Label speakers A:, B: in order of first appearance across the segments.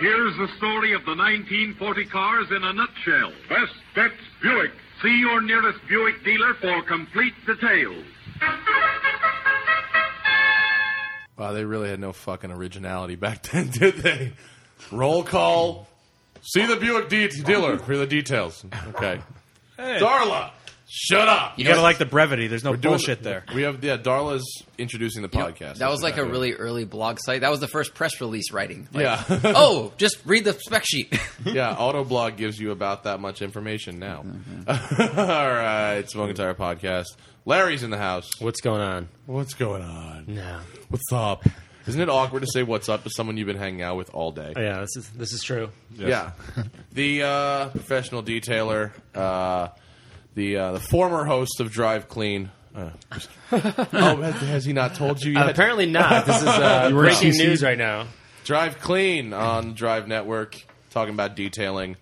A: Here's the story of the 1940 cars in a nutshell.
B: Best bets Buick.
A: See your nearest Buick dealer for complete details.
C: Wow, they really had no fucking originality back then, did they? Roll call. See the Buick de- dealer for the details. Okay. Darla, shut up.
D: You gotta like the brevity. There's no
C: Doing-
D: bullshit there.
C: We have yeah. Darla's introducing the podcast.
E: That was like a
C: That's
E: really early blog site. That was the first press release writing. Like,
C: Yeah.
E: oh, just read the spec sheet.
C: yeah. Autoblog gives you about that much information now.
D: Mm-hmm,
C: All right, Smoke Entire Podcast. Larry's in the house.
F: What's going on?
C: What's going on?
F: No.
C: What's up? Isn't it awkward to say what's up to someone you've been hanging out with all day?
F: Oh, yeah, this is this is true.
C: Yeah, the uh, professional detailer, uh, the uh, the former host of Drive Clean. Uh, oh, has, has he not told you
F: Uh,
C: yet?
F: apparently not. This is uh, breaking
B: CC'd?
F: news right now.
C: Drive Clean on Drive Network, talking about detailing.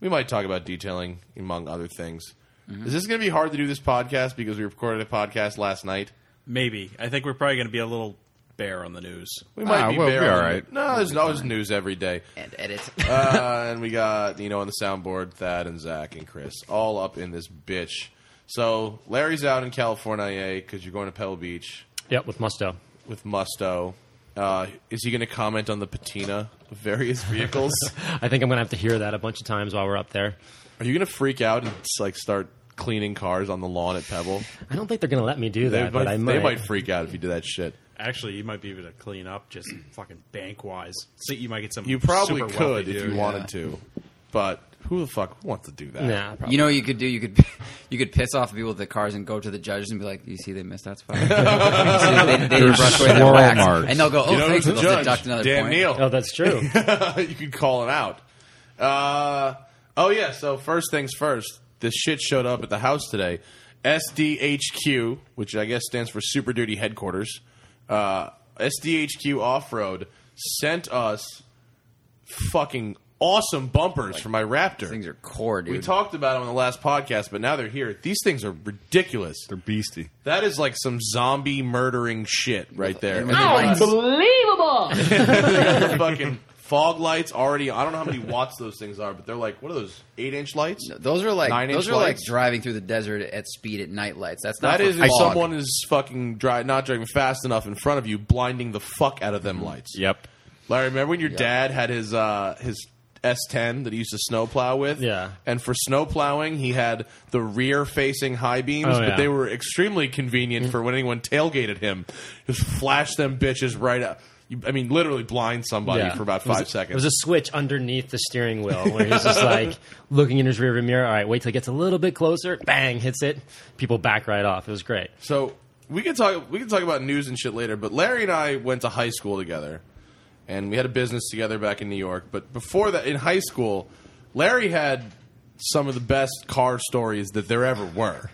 C: We might talk about detailing among other things.
B: Mm-hmm.
C: Is this going to be hard to do this podcast because we recorded a podcast last night?
D: Maybe. I think we're probably gonna be a little bare on the news.
C: We might
B: Ah,
C: be
B: we'll be
C: bare on
B: all
C: the-
B: right.
C: No, there's always news every day.
E: and edit.
C: uh, and we got you know on the soundboard Thad and Zach and Chris all up in this bitch. So Larry's out in California because you're going to Pebble Beach
F: Yep, with Musto.
C: with Musto. Uh, is he going to comment on the patina of various vehicles?
F: I think I'm gonna have to hear that a bunch of times while we're up there.
C: Are you going to freak out and like start cleaning cars on the lawn at Pebble?
F: I don't think they're gonna let me do that, but I might.
C: they might freak out if you do that shit.
D: Actually, you might be able to clean up just fucking bank wise. So you might get some.
C: You probably
D: super
C: could
D: wealthy
C: if
D: dude.
C: you wanted to, but who the fuck wants to do that?
F: Nah, probably.
E: you know what you could do? You could you could piss off people with the cars and go to the judges and be like, you see they missed that spot? You see they, they didn't
B: There's
E: brush away that
B: swirl
E: wax.
B: marks.
E: And they'll go, oh,
C: You know
E: thanks.
C: who's
E: and
C: the
E: They'll
C: judge?
E: deduct another
C: Dan
E: point.
C: Neal.
F: oh, that's true.
C: you can call him out. Uh, oh yeah. So first things first, this shit showed up at the house today. SDHQ, which I guess stands for Super Duty Headquarters. Uh, SDHQ Off Road sent us fucking awesome bumpers for my Raptor.
E: Things are core, dude.
C: we talked about them on the last podcast, but now they're here. These things are ridiculous.
B: They're beastie.
C: That is like some zombie murdering shit right there.
E: And with the lights.
G: Unbelievable!
C: They're fucking fog lights already. I don't know how many watts those things are, but they're like what are those eight inch lights?
E: Those are like
C: Nine
E: those
C: inch
E: are like
C: lights?
E: driving through the desert at speed at night lights. That's not
C: That
E: for
C: is if
E: fog.
C: someone is fucking dri- not driving fast enough in front of you, blinding the fuck out of them
F: Mm-hmm.
C: lights.
F: yep.
C: Larry, remember when your dad had his uh, his S10 that he used to snowplow with?
F: Yeah.
C: And for snowplowing, he had the rear facing high beams,
F: Oh,
C: but
F: yeah. Mm.
C: they were extremely convenient for when anyone tailgated him. Just flash them bitches right up. You- I mean, literally blind somebody
F: Yeah.
C: for about
F: It was
C: five
F: a-
C: seconds.
F: It was a switch underneath the steering wheel where he's just like looking in his rearview mirror. All right, wait till it gets a little bit closer. Bang, hits it. People back right off. It was great.
C: So we can talk we can talk about news and shit later, but Larry and I went to high school together and we had a business together back in New York. But before that in high school, Larry had some of the best car stories that there ever were.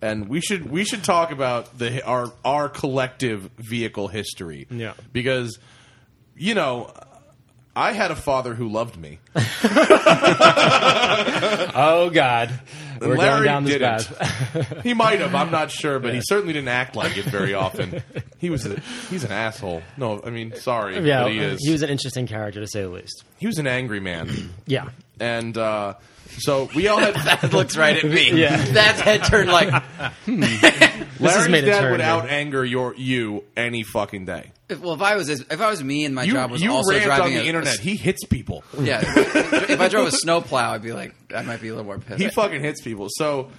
C: and we should we should talk about the our our collective vehicle history.
F: Yeah.
C: Because you know, I had a father who loved me.
F: Oh God, we're
C: Larry
F: going down this
C: didn't.
F: path.
C: He might have. I'm not sure, but he certainly didn't act like it very often. He was a, he's an asshole. No, I mean sorry,
F: Yeah,
C: but he is.
F: he was an interesting character to say the least.
C: He was an angry man,
F: Yeah,
C: and uh, so we all had.
E: It looks right at me.
F: Yeah.
E: That's head turned like
F: this has
C: Larry's
F: made a
C: dad
F: turn
C: would
F: here.
C: out anger your you any fucking day.
E: if- well if I was as- if I was me and my
C: You
E: job was
C: you
E: also
C: rant on
E: driving
C: the
E: a-
C: internet. He hits people.
E: yeah. if I drove a snowplow, I'd be like I might be a little more pissed.
C: He fucking hits people. So,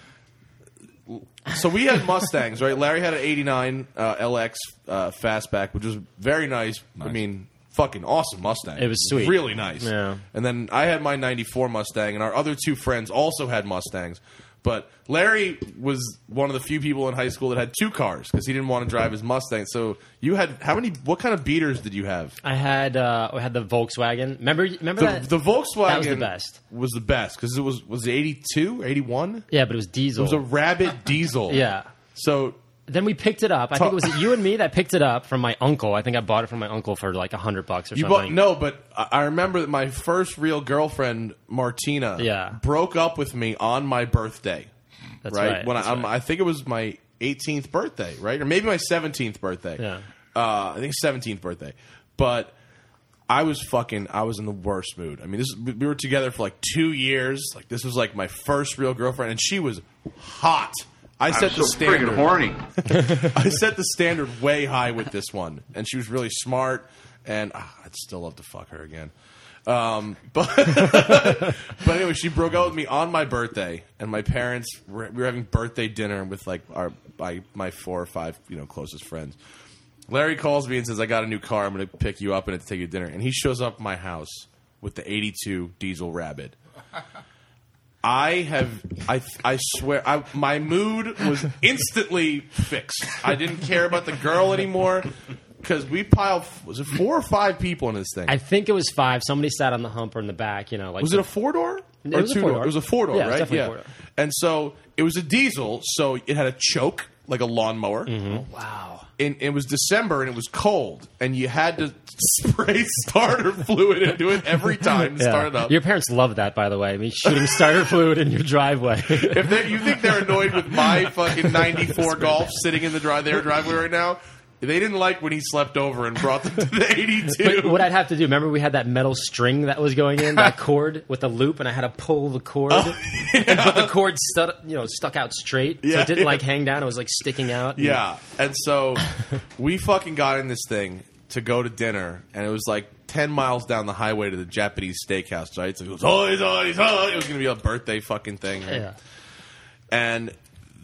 C: so we had Mustangs, right? Larry had an '89 uh, LX uh, fastback, which was very nice. I mean, fucking awesome Mustang.
F: It was sweet.
C: really nice.
F: Yeah.
C: And then I had my '94 Mustang, and our other two friends also had Mustangs. But Larry was one of the few people in high school that had two cars because he didn't want to drive his Mustang. So you had how many? What kind of beaters did you have?
F: I had uh, I had the Volkswagen. Remember, remember
C: The,
F: that
C: the Volkswagen
F: That was the best.
C: Was the best because it was was it 82, 81?
F: Yeah, but it was diesel.
C: It was a rabid diesel.
F: yeah.
C: So
F: Then we picked it up. I think it was you and me that picked it up from my uncle. I think I bought it from my uncle for like a hundred bucks or
C: you bought
F: something.
C: no, but I I remember that my first real girlfriend, Martina,
F: Yeah.
C: broke up with me on my birthday.
F: that's
C: right?
F: right.
C: when
F: that's
C: I,
F: right.
C: um, I think it was my 18th birthday, right, or maybe my 17th birthday.
F: Yeah.
C: Uh, I think 17th birthday, but. I was fucking. I was in the worst mood. I mean, this we were together for like two years. Like this was like my first real girlfriend, and she was hot. I set
A: so
C: the standard.
A: friggin' horny.
C: I set the standard way high with this one, and she was really smart. And ah, I'd still love to fuck her again. Um, but but anyway, she broke out with me on my birthday, and my parents were, we were having birthday dinner with like our my, my four or five you know closest friends. Larry calls me and says, "I got a new car. I'm going to pick you up and take you to dinner." And he shows up at my house with the '82 diesel rabbit. I have I I swear I, my mood was instantly fixed. I didn't care about the girl anymore because we piled was it four or five people in this thing?
F: I think it was five. Somebody sat on the humper in the back. You know, like
C: was it a four door
F: It
C: or
F: was a
C: two door?
F: four-door.
C: It was a four door,
F: Yeah, it was
C: right?
F: definitely a
C: yeah.
F: four-door.
C: And so it was a diesel, so it had a choke like a lawnmower.
F: Mm-hmm. wow.
C: And it was December and it was cold, and you had to spray starter fluid into it every time to
F: Yeah.
C: start it up.
F: Your parents love that, by the way. I mean, shooting starter fluid in your driveway.
C: If they, you think they're annoyed with my fucking '94 Golf sitting in the dri- their driveway right now, they didn't like when he slept over and brought them to the '82.
F: But what I'd have to do, remember we had that metal string that was going in, that cord with a loop, and I had to pull the cord.
C: Oh,
F: And put the cord stud, you know, stuck out straight. so
C: Yeah,
F: it didn't
C: yeah.
F: like hang down, it was like sticking out. And
C: yeah, and so we fucking got in this thing to go to dinner, and it was like ten miles down the highway to the Japanese steakhouse. Right, so it was always, always, always. It was gonna be a birthday fucking thing. right?
F: Yeah.
C: and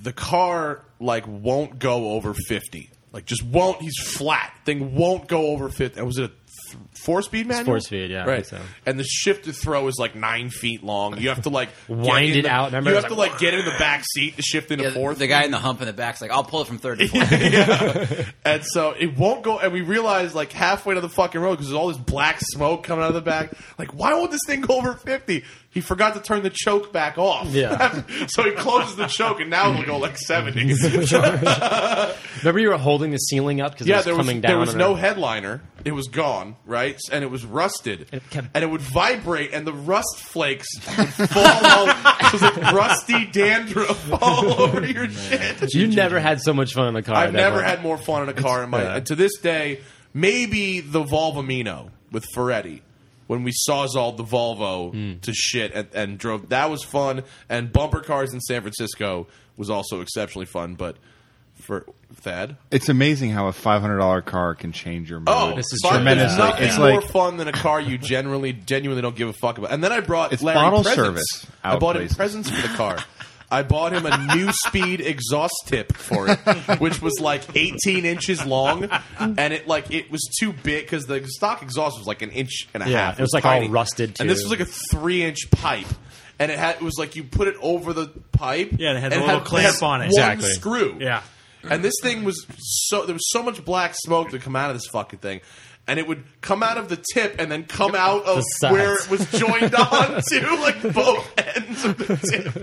C: the car like won't go over 50 like just won't he's flat thing won't go over 50 and was it a th- four speed manual
F: four speed, yeah, I think
C: right
F: so.
C: and the shift to throw is like nine feet long you have to like get
F: Wind
C: in
F: it
C: the-
F: out, remember?
C: you
F: It was
C: have to
F: like-
C: like get in the back seat to shift into
E: Yeah,
C: fourth
E: the guy in the hump in the back's like, I'll pull it from third to fourth.
C: and so it won't go. And we realized like halfway to the fucking road because there's all this black smoke coming out of the back. Like, why won't this thing go over fifty? He forgot to turn the choke back off.
F: Yeah.
C: so he closes the choke, and now it'll go like seventy.
F: Remember you were holding the ceiling up because it
C: yeah,
F: was
C: there was
F: coming down.
C: there was
F: and
C: no
F: everything?
C: headliner. It was gone, right? And it was rusted,
F: It kept-
C: and it would vibrate, and the rust flakes would fall. all, it was like rusty dandruff all over your
F: Oh,
C: shit.
F: You never had so much fun in the car.
C: I've
F: at that
C: never
F: point.
C: had more fun in a car in my
F: yeah.
C: and to this day. Maybe the Volvo Mino with Ferretti when we sawzalled the Volvo to shit and, and drove. That was fun. And bumper cars in San Francisco was also exceptionally fun. But for Thad,
B: It's amazing how a five hundred dollar car can change your mood.
C: oh,
F: This is
C: fun.
F: tremendous.
C: There's Nothing
B: It's
C: more
B: like-
C: fun than a car you generally genuinely don't give a fuck about. And then I brought
B: It's
C: Larry
B: bottle
C: presents.
B: service
C: I
B: out
C: bought him
B: places.
C: presents for the car. I bought him a new speed exhaust tip for it, which was like 18 inches long, and it like it was too big because the stock exhaust was like an inch and a
F: Yeah,
C: half.
F: it was, like, all rusted,
C: and this
F: too.
C: was like a three inch pipe. And it had it was like you put it over the pipe.
D: Yeah, and it had a little clamp on it.
C: One
D: Exactly.
C: screw.
D: Yeah.
C: And this thing was so there was so much black smoke to come out of this fucking thing. And it would come out of the tip and then come out of
F: The sides.
C: where it was joined on to, like both ends of the tip.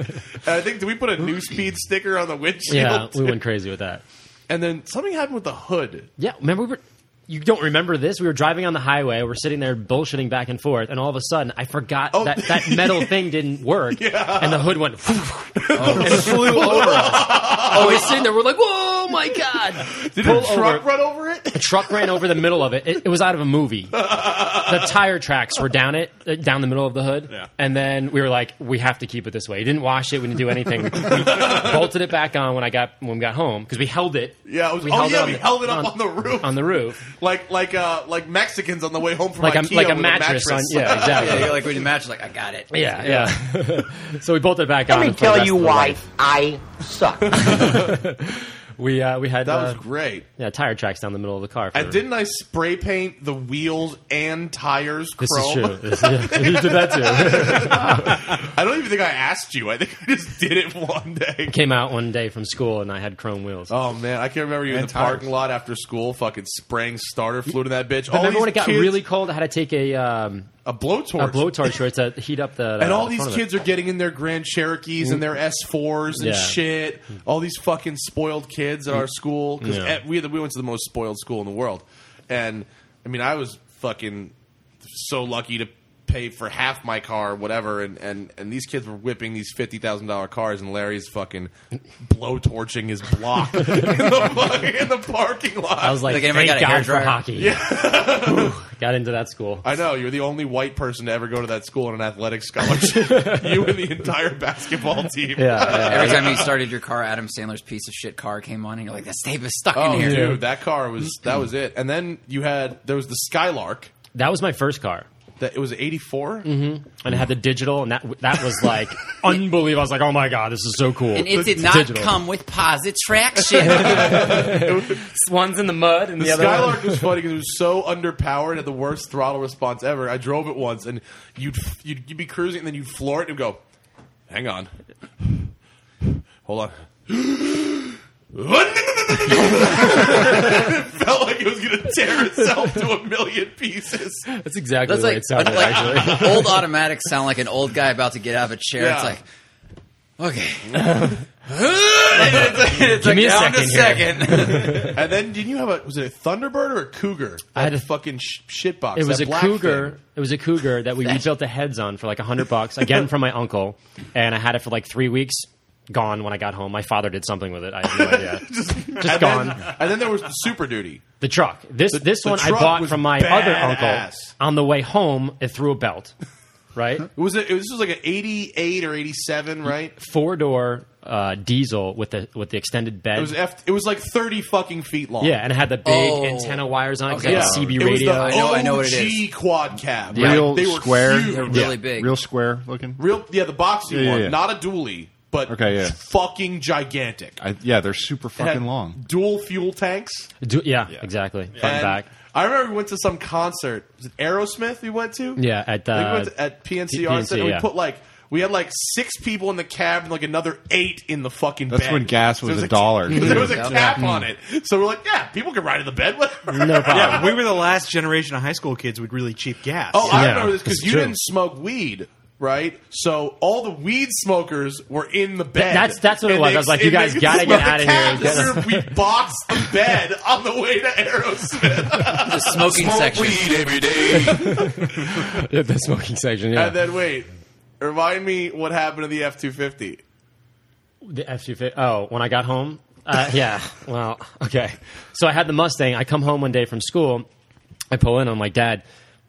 C: And I think did we put a new speed sticker on the windshield?
F: Yeah, we
C: too?
F: went crazy with that.
C: And then something happened with the hood.
F: Yeah, remember we were. You don't remember this? We were driving on the highway. We're sitting there bullshitting back and forth, and all of a sudden, I forgot
C: Oh.
F: that that metal thing didn't work, and the hood went and flew over us. Oh, we're sitting there. We're like, "Whoa, my god!"
C: Did
F: Pull
C: a truck
F: over.
C: run over it?
F: A truck ran over the middle of it. It, it was out of a movie. The tire tracks were down it, uh, down the middle of the hood,
D: Yeah.
F: and then we were like, "We have to keep it this way." We didn't wash it. We didn't do anything. We, we bolted it back on when I got when we got home because we held it.
C: Yeah, it was,
F: We
C: oh
F: held it
C: yeah,
F: on
C: we
F: the-
C: held it up
F: on-
C: on, the roof.
F: on the roof.
C: like like uh like Mexicans on the way home from
F: like a,
C: Ikea
F: like a
C: with
F: mattress, on yeah
E: yeah,
F: exactly
E: you're like when you match, like I got it.
F: yeah yeah, so we bolted back on
G: Let me
F: and for the
G: tell
F: rest
G: you
F: of the
G: why
F: ride,
G: I suck.
F: we uh, we had
C: That
F: uh,
C: was great.
F: yeah tire tracks down the middle of the car for-
C: And didn't I spray paint the wheels and tires
F: this is
C: chrome?
F: true This is- yeah, you did that too
C: I don't even think I asked you. I think I just did it one day.
F: came out one day from school and I had chrome wheels
C: Oh man, I can remember you in the
B: And tires.
C: parking lot after school, fucking spraying starter fluid in that bitch.
F: But
C: all
F: remember
C: these
F: when it got
C: kids-
F: really cold I had to take a um,
C: a blowtorch,
F: a blowtorch short to heat up the
C: and
F: uh,
C: all
F: the
C: these
F: front of it.
C: kids are getting in their Grand Cherokees and their S fours and
F: Yeah.
C: shit. All these fucking spoiled kids at our school because
F: Yeah.
C: we had the, we went to the most spoiled school in the world, and I mean I was fucking so lucky to pay for half my car, whatever. And and, and these kids were whipping these fifty thousand dollar cars, and Larry's fucking blowtorching his block in, the, fucking- in the parking lot.
F: I was like,
E: Like, anybody
F: thank
E: got a
F: God for
E: hairdryer?"
F: hockey. Whew, got into that school.
C: I know you're the only white person to ever go to that school on an athletic scholarship. you and the entire basketball team.
F: Yeah,
E: Every time you started your car, Adam Sandler's piece of shit car came on, and you're like, "This tape is stuck
C: Oh,
E: in here."
C: dude, that car was that was it. And then you had there was the Skylark.
F: that was my first car.
C: That it was eighty
F: Mm-hmm. and it had the digital, and that that was like unbelievable. I was like, oh my god, this is so cool.
E: And it did not come with positive traction.
F: One's in the mud, and the,
C: The
F: other one.
C: Skylark was funny because it was so underpowered, had the worst throttle response ever. I drove it once, and you'd you'd, you'd be cruising, and then you'd floor it and go, "Hang on, hold on." it felt like it was going to tear itself to a million pieces.
F: That's exactly
E: That's
F: the way
E: like,
F: it sounded.
E: like,
F: actually,
E: old automatics sound like an old guy about to get out of a chair.
C: Yeah.
E: It's like, okay, it's like, it's like
F: me a
E: down to
F: second
E: second.
C: And then didn't you have a was it a Thunderbird or a Cougar?
F: I had
C: That
F: a-
C: fucking sh- shit box.
F: it was
C: that
F: a
C: black
F: cougar.
C: thing.
F: It was a cougar that we rebuilt the heads on for like a hundred bucks again from my uncle, and I had it for like three weeks. Gone when I got home. My father did something with it. I have no idea.
C: and
F: gone.
C: Then, and then there was the Super Duty.
F: The truck. This this
C: the
F: one I
C: truck
F: bought
C: was
F: from my other uncle
C: badass.
F: on the way home. It threw a belt, right?
C: It was a, it was, this was like an eighty eight or eighty seven, right?
F: Four door uh, diesel with the with the extended bed.
C: It was F, it was like thirty fucking feet long.
F: Yeah, and it had the big
E: Oh.
F: antenna wires on it. 'cause
E: Okay.
F: it had
E: Yeah.
F: a CB
C: It was the
F: radio.
E: I know- I know what it
C: OG quad cab.
F: Yeah.
B: Real
C: they were
B: square.
C: huge.
E: They're really big.
B: Real square looking.
C: Real, yeah, the boxy
B: Yeah, yeah,
C: one,
B: yeah.
C: not a dually, but
B: Okay, yeah.
C: fucking gigantic.
B: I, yeah, they're super
C: It had
B: fucking long.
C: Dual fuel tanks.
F: Do- yeah, exactly. Fun
C: And
F: fact.
C: I remember we went to some concert. Was it Aerosmith we went to?
F: Yeah, at
C: I think we
F: uh,
C: went to, at PNC
F: P-
C: Arts,
F: PNC,
C: and we
F: yeah.
C: put like we had like six people in the cab and like another eight in the fucking.
B: That's
C: bed.
B: when gas
C: So
B: was
C: there's
B: a dollar.
C: There was a
E: Yeah.
C: cap on it, so we're like, yeah, people can ride in the bed. Whatever.
F: no problem.
D: Yeah, we were the last generation of high school kids with really cheap gas.
C: Oh, I
F: Yeah,
C: remember this because
F: it's
C: you
F: true.
C: didn't smoke weed. Right, so all the weed smokers were in the bed.
F: that's- that's what
C: And
F: it was.
C: they-
F: I was like, you
C: and
F: guys
C: they-
F: gotta get outta here.
C: cab deserved- we boxed the bed on the way to Aerosmith.
E: the smoking section.
C: every day.
F: Yeah, the smoking section. Yeah,
C: And then wait, remind me what happened to the F two fifty.
F: the F two fifty. Oh, when I got home. Uh, yeah. Well, okay. So I had the Mustang. I come home one day from school. I pull in. I'm like, Dad,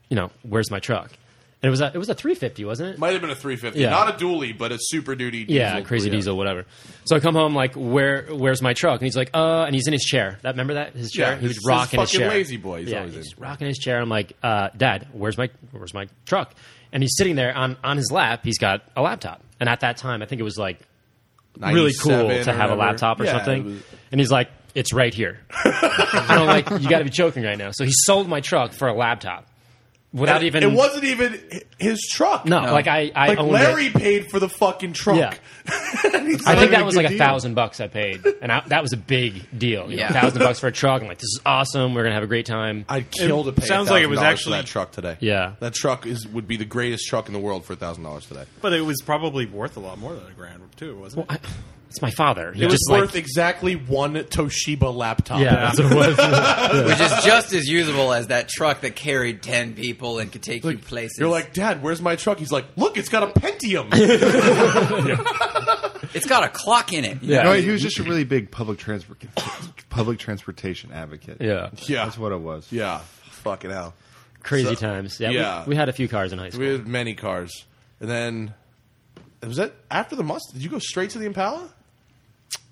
F: you know, where's my truck? And it was a it was a three fifty, wasn't it?
C: Might have been a three fifty,
F: Yeah.
C: not a dually, but a super duty. Diesel.
F: yeah, crazy diesel, whatever. So I come home like, where where's my truck? And he's like, uh, and he's in his chair. That remember that his chair?
C: Yeah,
F: he
C: his-
F: was rocking
C: his
F: his,
C: fucking
F: chair.
C: lazy boy he's
F: yeah,
C: always in.
F: he's rocking his chair. I'm like, uh, Dad, where's my where's my truck? And he's sitting there on on his lap. He's got a laptop, and at that time, I think it was like really cool
C: 97
F: to have
C: or
F: a laptop or
C: whatever. Yeah,
F: something.
C: it was-
F: and he's like, it's right here. and I'm like, you got to be joking right now. So he sold my truck for a laptop without
C: And
F: even
C: It wasn't even h- his truck.
F: no, like I I
C: like
F: owned
C: Larry
F: it.
C: paid for the fucking truck.
F: Yeah. I think that was like a thousand bucks I paid, and I, that was a big deal. yeah,
E: Yeah.
F: thousand bucks for a truck. I'm like, this is awesome. We're gonna have a great time.
C: I'd kill to pay.
D: sounds like it was
C: $1,000 for
D: actually-
C: that truck today.
F: Yeah.
C: that truck is would be the greatest truck in the world for thousand dollars today.
D: but it was probably worth a lot more than a grand too, wasn't it?
F: I- it's my father. He
C: It was
F: just like,
C: worth exactly one Toshiba laptop.
F: yeah, that's what it was.
E: which is just as usable as that truck that carried 10 people and could take you places.
C: You're like, Dad, where's my truck? He's like, Look, it's got a Pentium.
E: it's got a clock in it.
F: Yeah.
B: No, he was just a really big public transport public transportation advocate.
F: yeah,
C: yeah,
B: that's what it was.
C: Yeah, fucking hell.
F: crazy
C: So-
F: times. Yeah, we-
C: Yeah.
F: We, had a few cars in high school.
C: We had many cars, and then was that after the Mustang? Did you go straight to the Impala?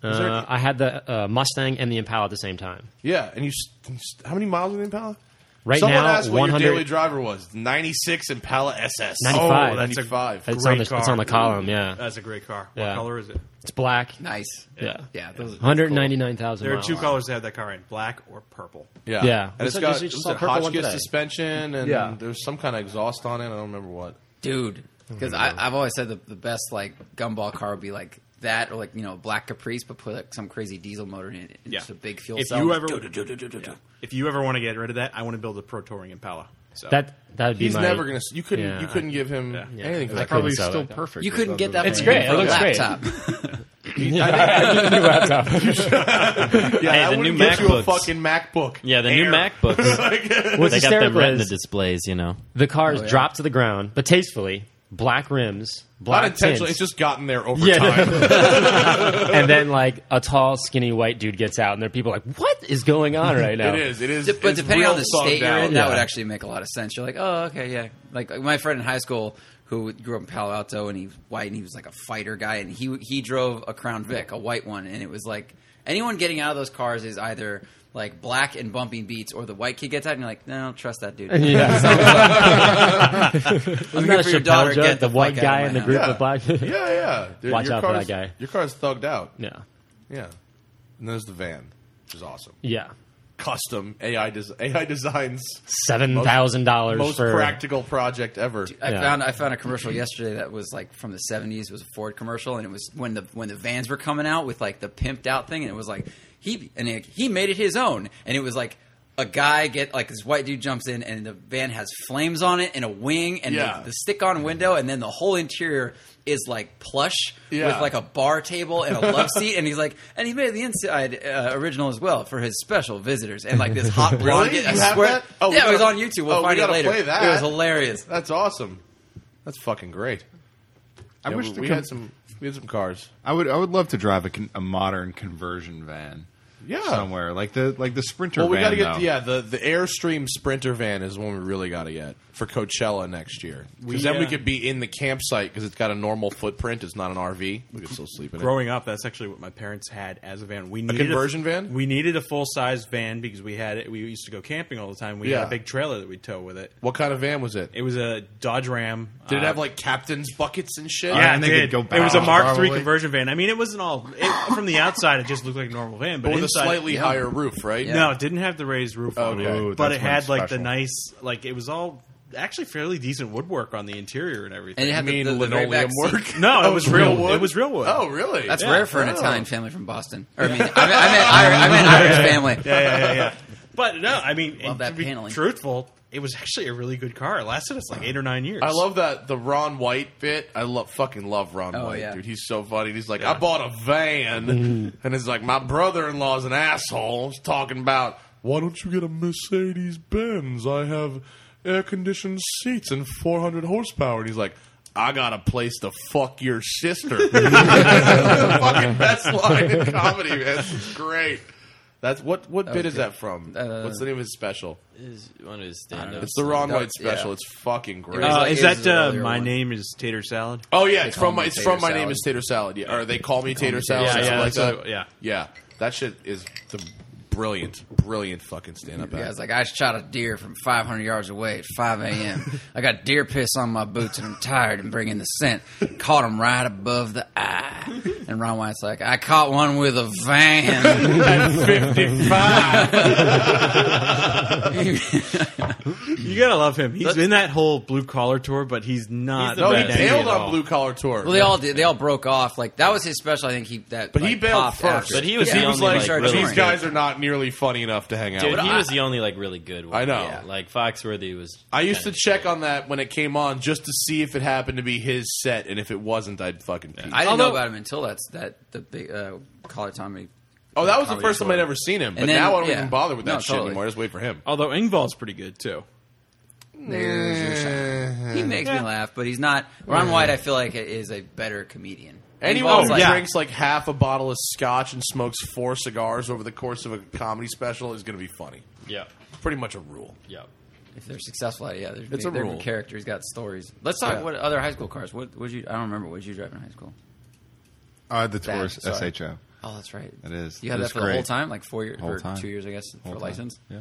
C: Was there-
F: Uh, I had the uh, Mustang and the Impala at the same time.
C: yeah, and you. s- How many miles in the Impala?
F: Right
C: Someone
F: now,
C: asked what your
F: 100
C: daily driver was. Ninety six Impala SS.
F: 95.
C: Oh, that's a five.
F: It's on the
D: Great car.
F: it's on the column. Yeah,
D: That's a great car. What
F: Yeah.
D: color is it?
F: it's black.
E: Nice.
F: Yeah,
E: Yeah. Those
F: one hundred ninety nine thousand.
D: There are two colors to have that car in: black or purple.
C: Yeah,
F: Yeah.
C: And
F: We
C: it's
F: saw-
C: got
F: we
C: it
F: saw
C: was
F: a
C: a
F: purple one
C: Hotchkiss
F: today.
C: suspension, and
F: Yeah.
C: there's some kind of exhaust on it. I don't remember what.
E: dude. Because I've always said the, the best like gumball car would be like that or like you know black Caprice, but put like some crazy diesel motor in it. And
D: Yeah.
E: Just a big fuel
D: If
E: cell.
D: you
E: like,
D: ever-
E: do, do, do, do, do, do, do.
D: If you ever want to get rid of that, I want to build a pro touring Impala. So
F: That that would be
C: He's
F: my.
C: never gonna. s- You couldn't.
F: Yeah.
C: You couldn't give him
D: Yeah.
C: anything for
F: I
C: that.
F: couldn't
B: probably
F: sell
B: still
F: that.
B: perfect.
E: You couldn't get that.
F: It's
E: for
F: great. It
E: for a
F: looks great.
E: laptop.
F: new laptop.
C: Yeah,
G: Hey,
C: I
G: the
C: wouldn't
G: new
C: get you a
G: MacBooks.
C: fucking MacBook.
G: Yeah, the new
C: Air.
F: What's
G: MacBooks. they got them
F: hysterical
G: retina
F: is
G: displays, you know.
F: the cars
E: yeah.
F: dropped to the ground, but tastefully, black rims,
C: Not
F: black
C: intentionally. It's
F: tints,
C: just gotten there over
F: Yeah.
C: time.
F: and then like a tall, skinny white dude gets out, and there are people like, "What is going on right now?"
C: It is. It is.
E: D- but
C: it's
E: depending
C: real
E: on the
C: thumbed
E: state you're
C: out.
E: in, that would actually make a lot of sense. You're like, oh, okay, yeah. Like, like my friend in high school who grew up in Palo Alto and he was white and he was like a fighter guy and he he drove a Crown Vic, a white one, and it was like anyone getting out of those cars is either like black and bumping beats or the white kid gets out and you're like, no, I don't trust that dude.
F: Yeah,
E: I'm
F: isn't that
E: for your daughter.
F: Chappelle
E: Get
F: joke? The
E: fuck
F: white
E: out of
F: guy
E: my
F: in the
E: house.
F: group
C: Yeah.
F: of black.
C: Yeah, yeah. Dude,
F: Watch
C: your
F: out for
C: car's-
F: that guy.
C: Your car's thugged out.
F: yeah,
C: Yeah. And there's the van, which is awesome.
F: yeah,
C: Custom AI des- AI designs
F: seven thousand dollars
C: most
F: for
C: practical project ever.
E: I
F: Yeah.
E: found I found a commercial yesterday that was like from the seventies. It was a Ford commercial, and it was when the when the vans were coming out with like the pimped out thing, and it was like he and it, he made it his own, and it was like a guy get like this white dude jumps in, and the van has flames on it, and a wing, and
C: Yeah.
E: the, the stick on window, and then the whole interior is like plush
C: Yeah.
E: with like a bar table and a love seat, and he's like, and he made the inside uh, original as well for his special visitors, and like this hot blonde.
C: Really?
E: I
C: You have
E: swear-
C: that? Oh, we
E: yeah, it was on
C: gotta-
E: YouTube. We'll
C: oh, we
E: find it
C: gotta
E: later.
C: play that.
E: It was hilarious.
C: That's awesome. That's fucking great.
B: I
C: Yeah,
B: wish
C: we,
B: the
C: we
B: com-
C: had some we had some cars.
B: I would I would love to drive a, con- a modern conversion van.
C: Yeah.
B: somewhere like the like the Sprinter.
C: Well, we
B: got
C: got to get yeah the the Airstream Sprinter van is one we really got to get for Coachella next year because then we
D: uh,
C: could be in the campsite because it's got a normal footprint. It's not an RV. We could still sleep in it.
D: Growing up, that's actually what my parents had as a van. We needed
C: conversion van?
D: We needed a full size van because we had it. We used to go camping all the time. We had
C: Yeah.
D: a big trailer that we'd tow with it.
C: What kind of van was it?
D: It was a Dodge Ram.
C: Did it
D: uh,
C: have like captain's buckets and shit?
D: Yeah,
B: and
D: it
B: they could
D: did.
B: go
D: it was a
B: backwards,
D: Mark III
B: probably?
D: conversion van. I mean, it wasn't all it, from the outside. It just looked like a normal van, but,
C: but with
D: inside,
C: a slightly
E: yeah.
C: higher roof, right?
E: Yeah.
D: no, it didn't have the raised roof on
C: Okay.
D: it,
B: Ooh,
D: but
B: that's
D: it
B: when
D: had
B: it's
D: like the
B: special.
D: nice, like it was all actually fairly decent woodwork on the interior and everything.
E: And it had the,
C: Mean
E: the, the very
C: linoleum
E: back seat. Oh,
C: work?
D: no, it was real.
C: wood?
D: It was real wood.
C: Oh, really?
E: That's
D: Yeah.
E: rare for an
C: Wow.
E: Italian family from Boston. Or, I mean, I meant, I meant, Irish, I meant Irish family.
D: yeah, yeah, yeah, yeah. But no, I mean,
E: Love
D: and
E: that
D: to be
E: paneling.
D: truthful, it was actually a really good car. It lasted us like eight or nine years.
C: I love that the Ron White bit. I love fucking love Ron
E: Oh,
C: White,
E: yeah. Mm-hmm.
C: dude. He's so funny. He's like, I bought a van, and it's like my brother-in-law's an asshole. He's talking about why don't you get a Mercedes Benz? I have air-conditioned seats and 400 horsepower, and he's like. I got a place to fuck your sister. That's the fucking best line in comedy, man. It's great. That's what what bit is that from?
E: Uh,
C: What's the name of his special?
G: One of his stand
C: It's the Ron
E: that-
C: White special.
E: yeah.
C: It's fucking great.
E: Uh,
D: Uh,
E: It
D: is
E: is
D: that
E: the
D: uh,
E: earlier
D: my
E: one.
D: name is Tater Salad?
C: Oh yeah, it's
E: call
C: from my
E: me
C: it's from my
E: tater
C: name
E: salad.
C: is tater salad. Yeah, or they call me tater
E: tater
C: salad.
D: salad.
C: something
D: Yeah,
C: like
D: yeah,
C: that.
D: that's what- yeah.
C: yeah. That shit is the brilliant, brilliant fucking stand up.
E: Yeah, it's like I shot a deer from 500 yards away at 5 a.m. I got deer piss on my boots and I'm tired and bringing the scent. Caught him right above the eye. And Ron White's like, I caught one with a van.
D: You gotta love him. He's in that whole blue collar tour, but he's not.
C: no, he
D: that
C: bailed
D: at
C: on
D: all.
C: Blue Collar Tour.
E: well, they all did. They all broke off. Like that was his special. I think he that.
C: but
E: like,
C: he bailed
E: popped
C: first.
E: After.
G: But he was
E: Yeah.
G: the
C: he was
G: only,
C: like,
G: like, really
C: these
G: good-
C: guys are not nearly funny enough to hang out.
G: Dude,
C: with.
G: he
C: I,
G: was the only like really good one.
C: I know.
G: Yeah, like Foxworthy was.
C: I used to check on that when it came on just to see if it happened to be his set, and if it wasn't, I'd fucking. Pee.
E: I didn't know
F: Although-
E: about him until that's that the big uh, collar Tommy.
C: oh, that was the
E: Comedy
C: first time I'd
E: Tour.
C: ever seen him. But
E: And then-
C: now I don't
E: yeah.
C: even bother with that
E: No,
C: shit
E: totally.
C: anymore. I just wait for him.
D: Although Ingvald's pretty good too.
E: There's your shot. He makes me laugh, but he's not. Ron White, I feel like, is a better comedian.
C: Anyone
E: Ingvald's
C: who
E: like,
C: drinks like half a bottle of scotch and smokes four cigars over the course of a comedy special is going to be funny.
G: Yeah,
C: Pretty much a rule.
G: yeah.
E: if they're successful at it, yeah, they're,
C: It's a
E: they're
C: rule.
E: characters got stories. Let's talk
C: Yeah.
E: what other high school cars. What would you? I don't remember. What did you drive in high school?
B: uh, the
E: Bad,
B: Taurus
E: sorry.
B: SHO.
E: Oh, that's right.
B: It is.
E: You had
B: It
E: that
B: is
E: for the
B: great.
E: whole time, like four years
B: Whole
E: or
B: time.
E: two years, I guess,
B: Whole
E: for
B: time.
E: license.
B: Yeah.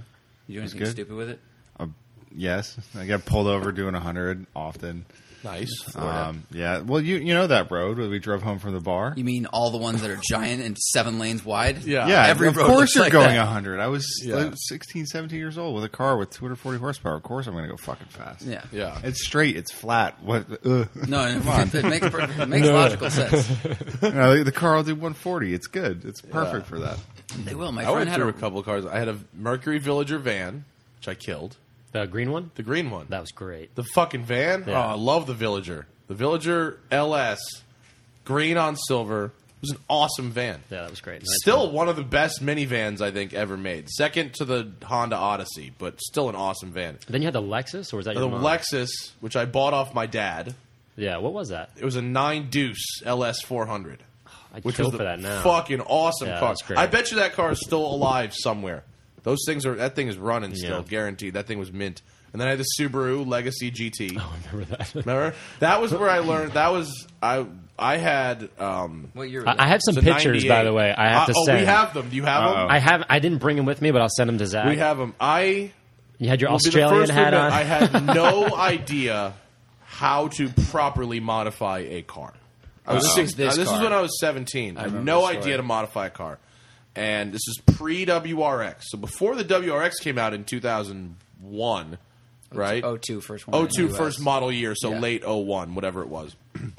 E: You do
B: It's
E: anything
B: good.
E: stupid with it?
B: Uh, yes, I get pulled over doing hundred often.
C: Nice.
E: Oh,
B: Um, yeah, well, you you know that road where we drove home from the bar.
E: You mean all the ones that are giant and seven lanes wide?
C: Yeah.
B: Yeah,
E: Every
B: of
E: road looks
B: course you're
E: like
B: going
E: that.
B: 100. I was
C: Yeah.
B: like 16, 17 years old with a car with 240 horsepower. Of course I'm going to go fucking fast.
E: Yeah.
C: yeah.
B: It's straight. It's flat. What? uh, Ugh.
E: No,
B: come on.
E: it, it makes, it makes logical sense.
B: No, the- the car will do 140. It's good. It's perfect for that.
E: They will. My
C: I
E: friend
C: went
E: had
C: through
E: a,
C: a couple of cars. I had a Mercury Villager van, which I killed.
F: the green one.
C: The green one.
F: That was great.
C: The fucking van.
F: Yeah.
C: Oh, I love the Villager. The Villager LS, green on silver. was an awesome van.
F: Yeah, that was great. Nice
C: Still one of the best minivans I think ever made. Second to the Honda Odyssey, but still an awesome van.
F: Then you had the Lexus, or was that
C: The
F: your mom?
C: Lexus, which I bought off my dad,
F: Yeah, what was that?
C: it was a nine deuce LS four hundred.
F: I'd
C: Which
F: kill
C: was the
F: for that now.
C: fucking awesome
F: Yeah,
C: car.
F: that's great.
C: I bet you that car is still alive somewhere. Those things are that thing is running still,
F: Yeah.
C: guaranteed. That thing was mint. And then I had the Subaru Legacy GT.
F: I remember that.
C: Remember? That was where I learned. That was I. I had. Um,
E: What year? was
F: I, I
E: it?
F: have some
C: it's a
F: pictures, by
C: 98.
F: the way. I have
C: Uh,
F: to
C: oh,
F: send.
C: we have them. Do you have
B: Uh-oh.
F: I have. I didn't bring them with me, but I'll send them to Zach.
C: them? We have them. I
F: You had your
C: will be the
F: Australian
C: first to
F: hat
C: admit
F: on.
C: I had no idea how to properly modify a car. I was
E: This
C: six,
E: is this
C: uh, this is
E: car.
C: when I was 17. I, had
E: remember
C: no
E: this story.
C: idea to modify a car. And this is pre WRX. So before the WRX came out in 2001, right?
E: Oh two first one. in
C: Oh
E: the
C: two
E: US.
C: first model year, so
E: Yeah.
C: late oh one, whatever it was.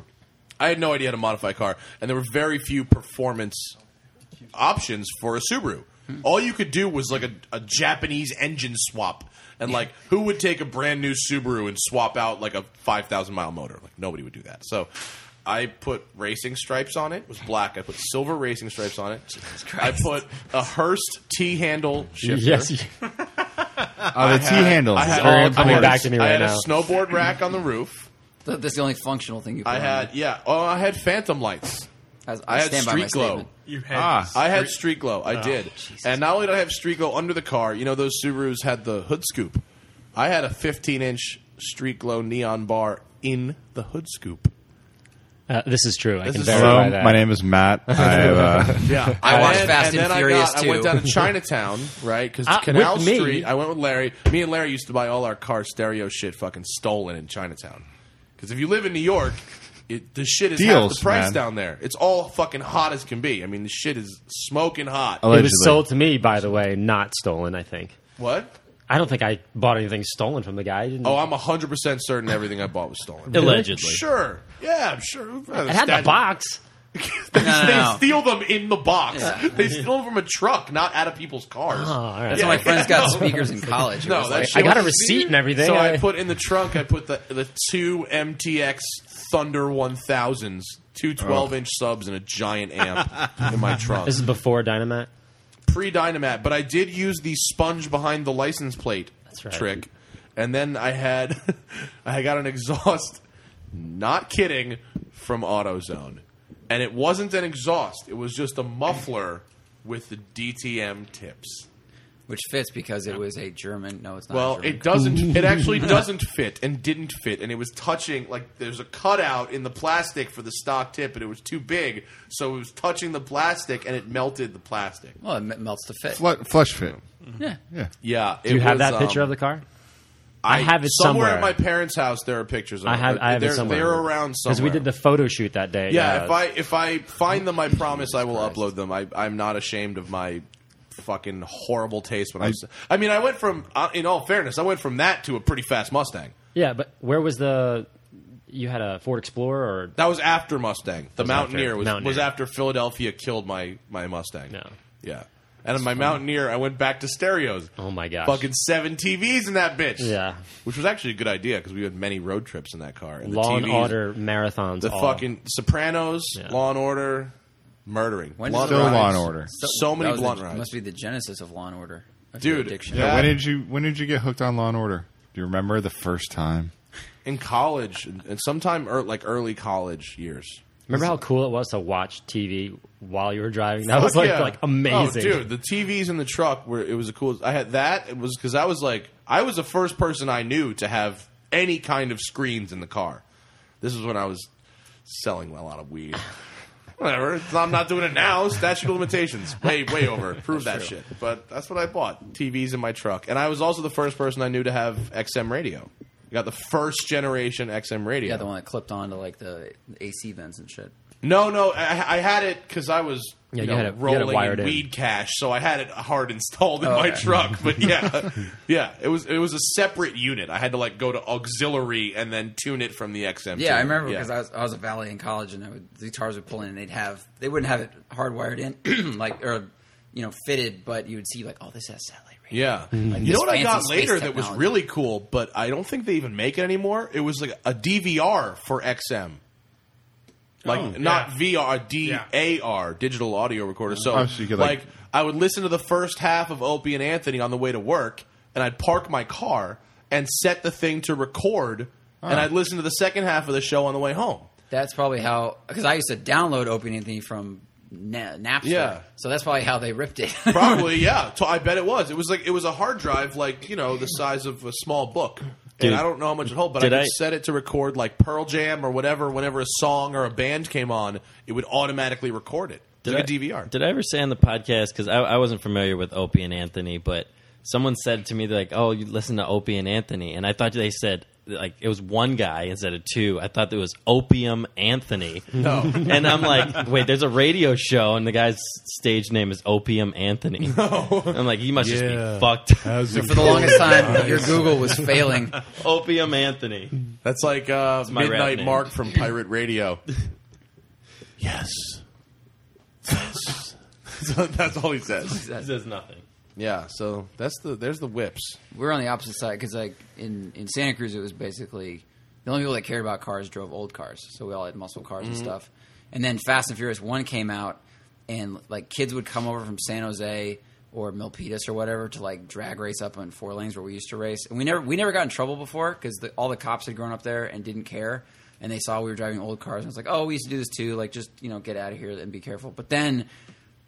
C: I had no idea how to modify a car, and there were very few performance options for a Subaru.
E: Hmm.
C: All you could do was like a, a Japanese engine swap, and like who would take a brand new Subaru and swap out like a five thousand mile motor? Like nobody would do that. So I put racing stripes on it. It was black. I put silver racing stripes on it. I put a Hearst T handle shifter.
F: yes, you-
B: Uh, the T handles.
C: I
B: is
C: had,
F: very
C: all- I
F: coming
C: had a-
F: back to me
C: I had
F: right
C: a
F: now.
C: snowboard rack on the roof.
E: Th- That's the only functional thing you. Put
C: I had yeah. Oh, I had phantom lights.
E: On. I,
C: I had
E: stand by my
C: street glow.
E: statement.
D: You had
B: Ah.
C: I had street Oh, glow. I did. And not only did I have street glow under the car, you know those Subarus had the hood scoop. I had a 15 inch street glow neon bar in the hood scoop.
F: uh, this is true. I
C: This
F: can
C: is
F: verify
B: Hello,
F: that.
B: my name is Matt. I, uh,
C: Yeah,
E: I watched Fast and
C: then
E: Furious Ah,
C: I, got, I went
E: 2.
C: down to Chinatown, right? Because
F: Uh,
C: Canal
F: with me?
C: Street. I went with Larry. Me and Larry used to buy all our car stereo shit fucking stolen in Chinatown. Because if you live in New York, it, the shit is half
B: Deals,
C: the price
B: man.
C: down there. It's all fucking hot as can be. I mean, the shit is smoking hot.
F: It
B: allegedly.
F: was sold to me, by the way, not stolen. I think.
C: What?
F: I don't think I bought anything stolen from the guy. I didn't,
C: Oh, I'm 100% certain everything I bought was stolen.
G: Allegedly.
C: Sure. Yeah, I'm sure.
F: it had the box.
E: No,
C: They
E: no, no.
C: steal them in the box. They steal them from a truck, not out of people's cars.
F: Oh, all right.
E: That's
F: Yeah,
E: why my friends got speakers in college. It
C: No,
E: was
C: that
E: like-
C: shit
F: I got
C: was
F: a receipt and everything.
C: So I
F: I-
C: put in the trunk. I put the the two MTX Thunder 1000s, two 12 inch subs, and a giant amp in my trunk.
F: Oh. This is before Dynamite.
C: pre Dynamat, but I did use the sponge behind the license plate
F: right.
C: trick. And then I had I got an exhaust, not kidding, from AutoZone. And it wasn't an exhaust, it was just a muffler with the DTM tips.
E: which fits because it was a German. No, it's not.
C: Well,
E: a German
C: it doesn't it actually doesn't fit and didn't fit and it was touching like there's a cutout in the plastic for the stock tip and it was too big, so it was touching the plastic and it melted the plastic.
E: Well, it m- melts to fit.
B: Flu- flush fit.
C: Yeah,
F: Do you have that picture of
C: um,
F: the car? I have it
C: at
F: somewhere.
C: my parents' house. There are pictures. Of
F: I have.
C: It.
F: I have
C: they're,
F: it somewhere.
C: They're around somewhere.
F: because we did the photo shoot that day. uh,
C: Yeah, if I if I find them, I promise I will upload them. I, I'm not ashamed of my fucking horrible taste. When I, was, I mean, I went from uh, in all fairness, I went from that to a pretty fast Mustang.
F: yeah, but where was the? You had a Ford Explorer or
C: That was after Mustang. The
F: was
C: Mountaineer
F: after
C: was
F: Mountaineer.
C: was after Philadelphia killed my my Mustang.
F: No.
C: Yeah. And my Mountaineer, I went back to stereos.
F: Oh my gosh.
C: Fucking seven TVs in that bitch.
F: Yeah.
C: Which was actually a good idea because we had many road trips in that car. And
F: Law
C: the
F: and
C: TVs,
F: Order marathons.
C: the
F: all.
C: fucking Sopranos,
F: Yeah.
C: Law and Order, murdering.
E: When
C: Blunt
E: does
B: Still
E: it
C: rides.
B: Law and Order.
C: so many
E: that was
C: blunt
E: the,
C: rides.
E: Must be the genesis of Law and Order. of
C: Dude,
E: addiction.
C: yeah.
B: Yeah, when did you when did you get hooked on Law and Order? Do you remember the first time?
C: in college and and sometime ear like early college years.
F: Remember how cool it was to watch TV while you were driving? That was
C: Fuck
F: like
C: yeah.
F: like amazing.
C: Oh, dude, the TVs in the truck were it was a cool. I had that. It was because I was like I was the first person I knew to have any kind of screens in the car. This is when I was selling a lot of weed. Whatever. It's- I'm not doing it now. Statute of limitations. Way, way over. Prove that shit. But that's what I bought. TVs in my truck. And I was also the first person I knew to have XM radio. I got the first generation XM radio.
E: yeah, the one that clipped onto like the AC vents and shit.
C: No, no, I, I had it because I was
F: Yeah,
C: you
F: you
C: know,
F: had it- you had it
C: rolling
F: wired
C: in
F: in.
C: weed cash, so I had it hard installed in my
E: Oh, Okay.
C: truck. But yeah, yeah, it was it was a separate unit. I had to like go to auxiliary and then tune it from the XM.
E: Yeah, I remember because I was I was a valet in college, and I would, the guitars would pull in, and they'd have they wouldn't have it hardwired in, like or you know fitted, but you would see like, oh, this has satellite radio.
C: Yeah, you
E: this
C: know what I
E: fancy
C: got
E: space
C: later that was
E: technology.
C: really cool, but I don't think they even make it anymore. It was like a DVR for XM. like
D: Oh,
C: not
D: yeah.
C: VR, D A R, digital audio recorder. So,
B: Oh, so you could,
C: like,
B: like-
C: I would listen to the first half of Opie and Anthony on the way to work, and I'd park my car and set the thing to record, and
E: Oh.
C: I'd listen to the second half of the show on the way home.
E: That's probably how because I used to download Open Anthony from Na- Napster.
C: Yeah.
E: So that's probably how they ripped it.
C: Probably, yeah. So I bet it was. It was like it was a hard drive, like you know, the size of a small book.
G: Dude,
C: and I don't know how much it held, but I
G: did
C: could
G: I-
C: set it to record like Pearl Jam or whatever. Whenever a song or a band came on, it would automatically record it. It's like a DVR.
G: Did I ever say on the podcast because I, I wasn't familiar with Opie and Anthony, but someone said to me they're like, "Oh, you listen to Opie and Anthony," and I thought they said like it was one guy instead of two. I thought it was Opium Anthony. No, and I'm like, wait, there's a radio show, and the guy's stage name is Opium Anthony. No. I'm like, he must
D: Yeah.
G: just be fucked.
D: How's it
E: For the longest time, your Google was failing.
G: Opium Anthony.
C: That's like uh,
G: my rap
C: Midnight
G: name.
C: Mark from Pirate Radio. yes. so that's all he says.
G: This is nothing.
C: Yeah. So that's the there's the whips.
E: We're on the opposite side because like in in Santa Cruz, it was basically the only people that cared about cars drove old cars, so we all had muscle cars and stuff. And then Fast and Furious One came out, and like kids would come over from San Jose or Milpitas or whatever to like drag race up on four lanes where we used to race, and we never we never got in trouble before because all the cops had grown up there and didn't care. And they saw we were driving old cars, and it's like, "Oh, we used to do this too. Like, just you know, get out of here and be careful." But then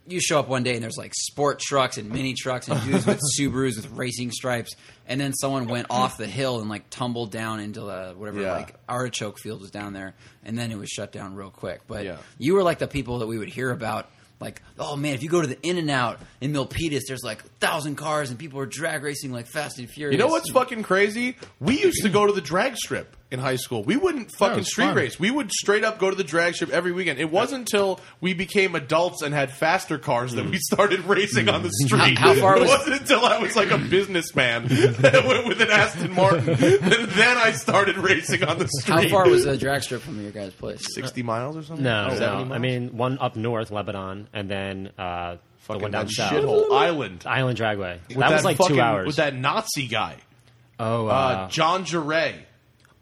E: you show up one day and there's like sport trucks and mini trucks and dudes with Subarus with racing stripes, and then someone went off the hill and like tumbled down into the whatever
C: Yeah.
E: like artichoke field was down there, and then it was shut down real quick. But
C: Yeah.
E: you were like the people that we would hear about. Like, oh man, if you go to the In and Out in Milpitas, there's like a thousand cars and people are drag racing like Fast and Furious.
C: You know what's fucking crazy? We used to go to the drag strip in high school. We wouldn't fucking
B: was
C: street
B: fun.
C: race. We would straight up go to the drag strip every weekend. It wasn't until we became adults and had faster cars that we started racing on the street.
E: How- how far
C: it
E: was-
C: wasn't until I was like a businessman with an Aston Martin that then I started racing on the street.
E: How far was the drag strip from your guys' place?
C: sixty miles or something?
F: No,
C: Is that what
F: no.
C: you
F: I mean, one up north, Lebanon, and then uh, the one
C: fucking
F: down
C: that
F: south,
C: shithole island?
F: Island Dragway. That,
C: With
F: was like
C: fucking-
F: two hours.
C: with that Nazi guy,
F: oh, uh,
C: uh, John Jarret.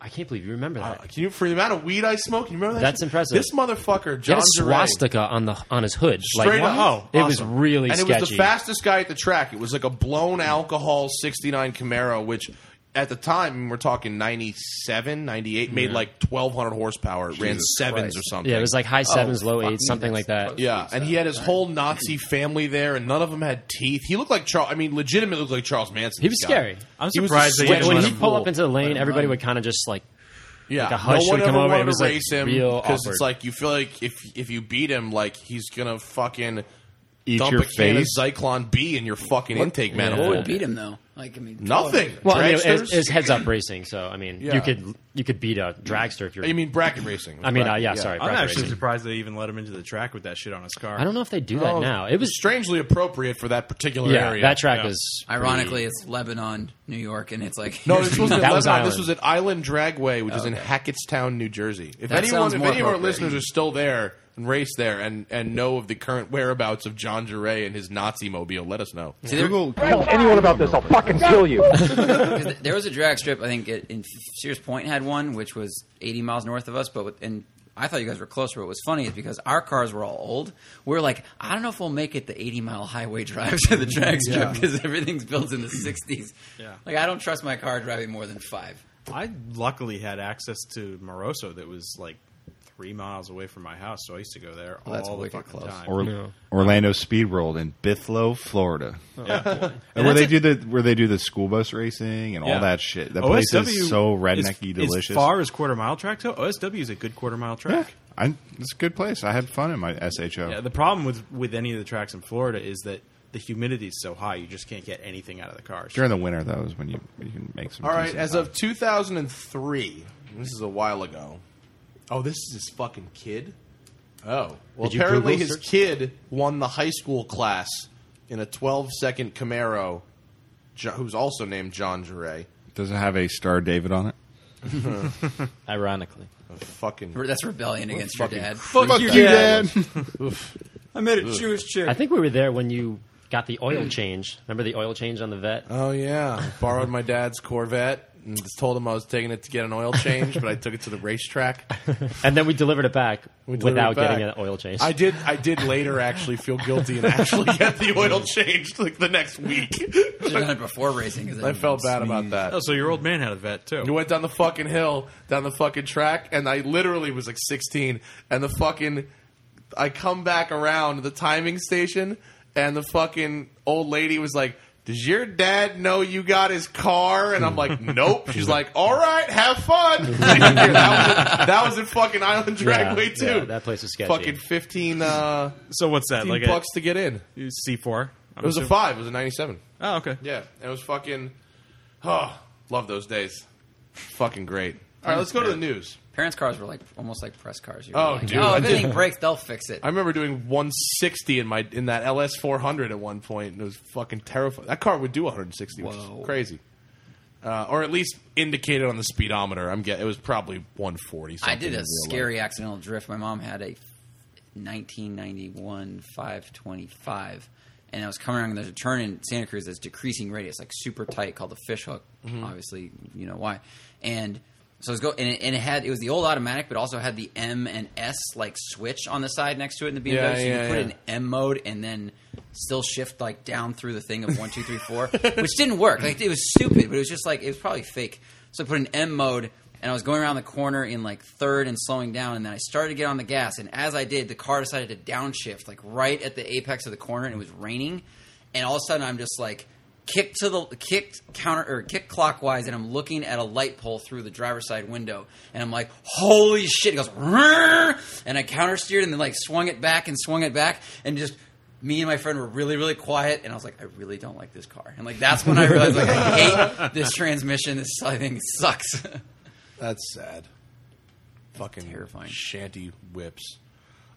F: I can't believe you remember that.
C: Uh, Can you for the amount of weed I smoke? You remember that?
F: That's
C: shit?
F: impressive.
C: This motherfucker,
F: he
C: John
F: had a
C: Jarret,
F: swastika on the on his hood.
C: straight
F: like,
C: up. Oh,
F: wow. it was
C: Awesome.
F: really
C: and
F: sketchy.
C: it was the fastest guy at the track. It was like a blown alcohol '69 Camaro, which at the time we're talking 97, 98, made like 1,200 horsepower. It ran
B: Jesus
C: sevens
E: Christ.
C: or something.
F: yeah, it was like
C: Oh,
F: high sevens, low
E: fuck me,
F: eights, something
E: that's
F: like that.
E: fucking-
C: Yeah, and he had his whole Nazi family there, and none of them had teeth. He looked like Charles. I mean, legitimately looked like Charles Manson.
F: He was
C: this guy.
F: scary.
D: I'm
C: He was
D: surprised
C: a
D: they
C: switch
F: When,
D: didn't
F: when
D: let
F: he
D: him
F: pull
D: rule.
F: up into the lane, everybody
E: run.
F: would kind of just like
C: Yeah,
F: a hush
C: no one
F: would come
C: ever
F: over, it
C: wanted
F: was,
C: to
F: like,
C: race him
F: real
C: it's
F: awkward.
C: like you feel like if if you beat him, like he's gonna fucking
B: Eat
C: dump
B: your
C: a can of
B: face.
C: Zyklon B in your fucking intake
E: What
C: manifold.
E: would beat him though? Like, I mean,
C: Nothing.
F: Well, I mean, it
C: Dragsters?
F: was- it was heads up racing, so I mean,
C: Yeah.
F: you could you could beat a dragster if you're.
C: you mean bracket racing?
F: I mean, uh,
C: Bracket,
F: yeah, sorry.
D: I'm
F: bracket
D: actually
F: racing.
D: surprised they even let him into the track with that shit on his car.
F: I don't know if they do that
C: Oh,
F: now. It was
C: strangely appropriate for that particular
F: yeah.
C: area.
F: That track
D: Yeah.
F: was pretty-
E: Ironically, it's Lebanon, New York, and it's like
C: No, this wasn't
F: That
C: at
F: was
C: Lebanon. This was
F: Island.
C: at Island Dragway, which is in
E: Okay.
C: Hackettstown, New Jersey. If
E: That
C: anyone,
E: sounds
C: if
E: more
C: any of our
E: appropriate.
C: listeners are still there and race there and and know of the current whereabouts of John Jarret and his Nazi mobile, let us know.
E: See, there-
B: Google,
H: Tell anyone about this, I'll fucking kill you.
E: Because there was a drag strip I think it, in Sears Point had one, which was 80 miles north of us. But with, and I thought you guys were closer. What was funny is because our cars were all old. We are like, I don't know if we'll make it the 80 mile highway drive to the drag strip because everything's built in the 60s.
D: Yeah.
E: Like I don't trust my car driving more than five.
D: I luckily had access to Moroso that was like three miles away from my house, so I used to go there
E: Well, that's
D: all the
E: wicked
D: fucking
E: close.
D: time.
B: or, Orlando Speed World in Bithlow, Florida.
D: Oh.
B: And where they do the where they do the school bus racing and
D: Yeah.
B: all that shit. That place
D: OSW
B: is so
D: is-
B: rednecky delicious.
D: As far as quarter mile track though, OSW is a good quarter mile
B: Yeah, Oh.
D: track.
B: I, it's a good place. I had fun in my SHO.
D: Yeah, the problem with with any of the tracks in Florida is that the humidity is so high, you just can't get anything out of the cars.
B: During the winter, though, is when you you can make some.
C: All right,
B: decent
C: as
B: time.
C: of 2003, this is a while ago. Oh, this is his fucking kid. Oh, well,
F: Did you
C: apparently
F: Google
C: his
F: search?
C: kid won the high school class in a 12-second Camaro, Jo- who's also named John Jure.
B: does it have a star David on it?
G: Ironically,
C: Fucking
E: Re- That's rebellion against your dad.
B: Fuck you,
G: Dad.
B: Dad.
G: I made a Jewish chick.
F: I think we were there when you got the oil change. Remember the oil change on the vet?
C: Oh yeah, borrowed my dad's Corvette. and just told him I was taking it to get an oil change, but I took it to the racetrack.
F: And then we delivered it back
C: delivered
F: without
C: it back.
F: getting an oil change.
C: I did. I did later actually feel guilty and actually get the oil changed like the next week.
E: Should have done it before racing. 'cause
C: I
E: then
C: felt bad about
D: Oh,
C: that.
D: so your old man had a vet too.
C: We went down the fucking hill, down the fucking track, and I literally was like 16. And the fucking, I come back around to the timing station, and the fucking old lady was like. Does your dad know you got his car? And I'm like, nope. She's like, all right, have fun. that, was at, that was at fucking Island Dragway too.
F: yeah, that place was sketchy.
C: Fucking fifteen, uh,
D: So what's that?
C: 15
D: Like
C: bucks to get in.
D: a C four?
C: It was a five. It was a ninety-seven.
D: Oh, okay.
C: Yeah, it was fucking. Oh, love those days. Fucking great. All right, let's go to the news.
E: Parents' cars were like almost like press cars. You were
C: Oh,
E: like,
C: dude,
E: Oh,
C: I
E: if
C: did-
E: anything breaks, they'll fix it.
C: I remember doing 160 in my in that LS 400 at one point, and it was fucking terrifying. That car would do 160, which
E: Whoa.
C: is crazy, uh, or at least indicated on the speedometer. I'm getting it was probably 140.
E: I
C: Something
E: did
C: in
E: a
C: real
E: scary
C: life.
E: accidental drift. My mom had a 1991 525, and I was coming around and there's a turn in Santa Cruz that's decreasing radius, like super tight, called the fishhook.
C: Mm-hmm.
E: Obviously, you know why. And so I was go and it, and it had it was the old automatic, but also had the M and S like switch on the side next to it in the BMW.
C: Yeah,
E: so
C: yeah,
E: you could put
C: yeah.
E: it in M mode and then still shift like down through the thing of one, two, three, four, which didn't work. Like it was stupid, but it was just like it was probably fake. So I put in M mode and I was going around the corner in like third and slowing down, and then I started to get on the gas, and as I did, the car decided to downshift like right at the apex of the corner, and it was raining, and all of a sudden I'm just like kick to the kick counter or kick clockwise and I'm looking at a light pole through the driver's side window and I'm like, holy shit. It goes "Rrrr," and I counter steered and then like swung it back and swung it back and just me and my friend were really, really quiet and I was like, I really don't like this car. And like that's when I realized like I hate this transmission. This I think sucks.
C: That's sad. Fucking
E: Terrifying.
C: shanty whips.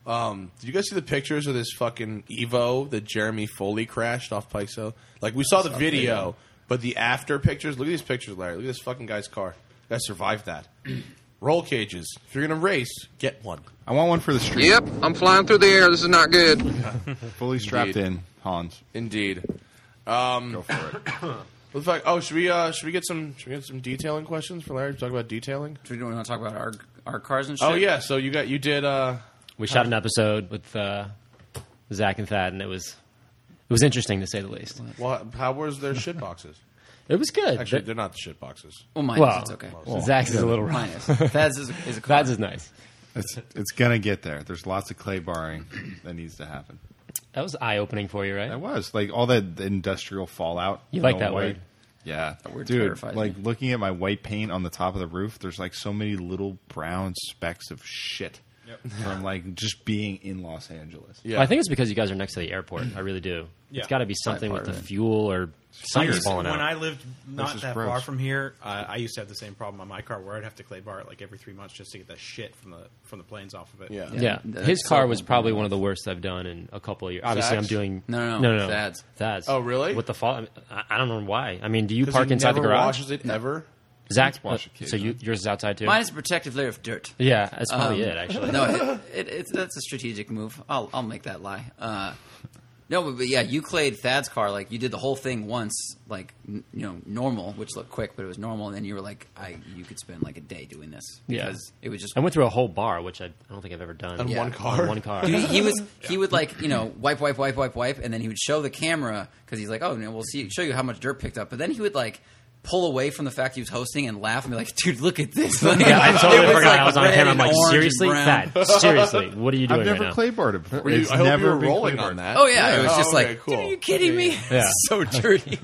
C: Um, did you guys see the pictures of this fucking Evo that Jeremy Foley crashed off Pike Hill? Like we saw the video, but the after pictures. Look at these pictures, Larry. Look at this fucking guy's car. That survived that. Roll cages. If you're gonna race, get one.
B: I want one for the street.
I: Yep, I'm flying through the air. This is not good.
B: Fully strapped
C: Indeed.
B: in, Hans.
C: Indeed. Um, Go for it. oh, should we uh, should we get some should we get some detailing questions for Larry? Talk about detailing.
E: Do we want to talk about our our cars and shit?
C: Oh yeah, so you got you did uh,
F: we shot an episode with uh, Zach and Thad, and it was it was interesting to say the least.
C: well, how was their shit boxes?
F: It was good.
C: Actually,
F: Th-
C: they're not the shit boxes.
E: Well mine
F: well,
E: is, it's okay.
F: Zach's is a little rough.
E: Mine is. Thad's is, is a car.
F: Thad's is nice.
B: It's it's gonna get there. There's lots of clay barring that needs to happen.
F: That was eye opening for you, right?
B: That was like all that industrial fallout.
F: You like
B: know,
F: that
B: white-
F: word.
B: Yeah,
E: word
B: dude.
E: terrifies
B: Like
E: me.
B: looking at my white paint on the top of the roof, there's like so many little brown specks of shit from like just being in Los Angeles.
C: Yeah.
F: Well, I think it's because you guys are next to the airport. I really do.
D: Yeah.
F: It's got to be something
E: Probably
F: with the
E: part of it.
F: fuel or
D: I
F: something's
D: used,
F: falling
D: when
F: out.
D: I lived not
B: is
D: that
B: gross.
D: far from here, uh, I used to have the same problem on my car where I'd have to clay bar it like every three months just to get that shit from the from the planes off of it.
C: Yeah.
F: yeah,
E: That's
F: his car was
E: so-
F: probably one of the worst I've done in a couple of years. Obviously,
C: Zach's?
F: I'm doing
E: No, no,
F: no, no,
E: Thad's.
F: Thad's.
C: Oh, really?
F: What the fall? I, I don't know why. I mean, do you
C: 'Cause
F: park
C: he
F: inside the
C: never
F: garage?
C: Washes it ever.
F: Zach,
B: wash
F: uh,
B: it, kid.
F: so you, yours is outside too.
E: Mine is a protective layer of dirt.
F: Oh, yeah, that's probably
E: Um,
F: it. Actually,
E: no, it, it, it's that's a strategic move. I'll I'll make that lie. Uh, no, but, but yeah, you played Thad's car like you did the whole thing once, like n- you know, normal, which looked quick, but it was normal. And then you were like, I you could spend like a day doing this
F: Yeah.
E: because it was just
F: I went through a whole bar, which I, I don't think I've ever done.
C: On
E: Yeah.
C: one car.
F: On one car.
E: Dude, he was he would like you know wipe wipe wipe wipe wipe, and then he would show the camera because he's like, oh, no, we'll see show you how much dirt picked up. But then he would like pull away from the fact he was hosting and laugh and be like, dude, look at this. Like,
F: Yeah, I totally
E: it was,
F: forgot I was on
E: red
F: camera. I'm
E: and
F: like,
E: orange and
F: seriously,
E: brown.
F: Thad, seriously, what are you doing
B: I've never
F: right now?
B: clay barred it before.
C: Were you-
B: It's
C: I hope
B: never
C: you were
B: been
C: rolling
B: clay
C: on that.
B: barred.
E: Oh yeah, it was
C: Oh,
E: just
C: okay,
E: like,
C: cool.
E: dude, are you kidding me?
F: Yeah.
E: so dirty.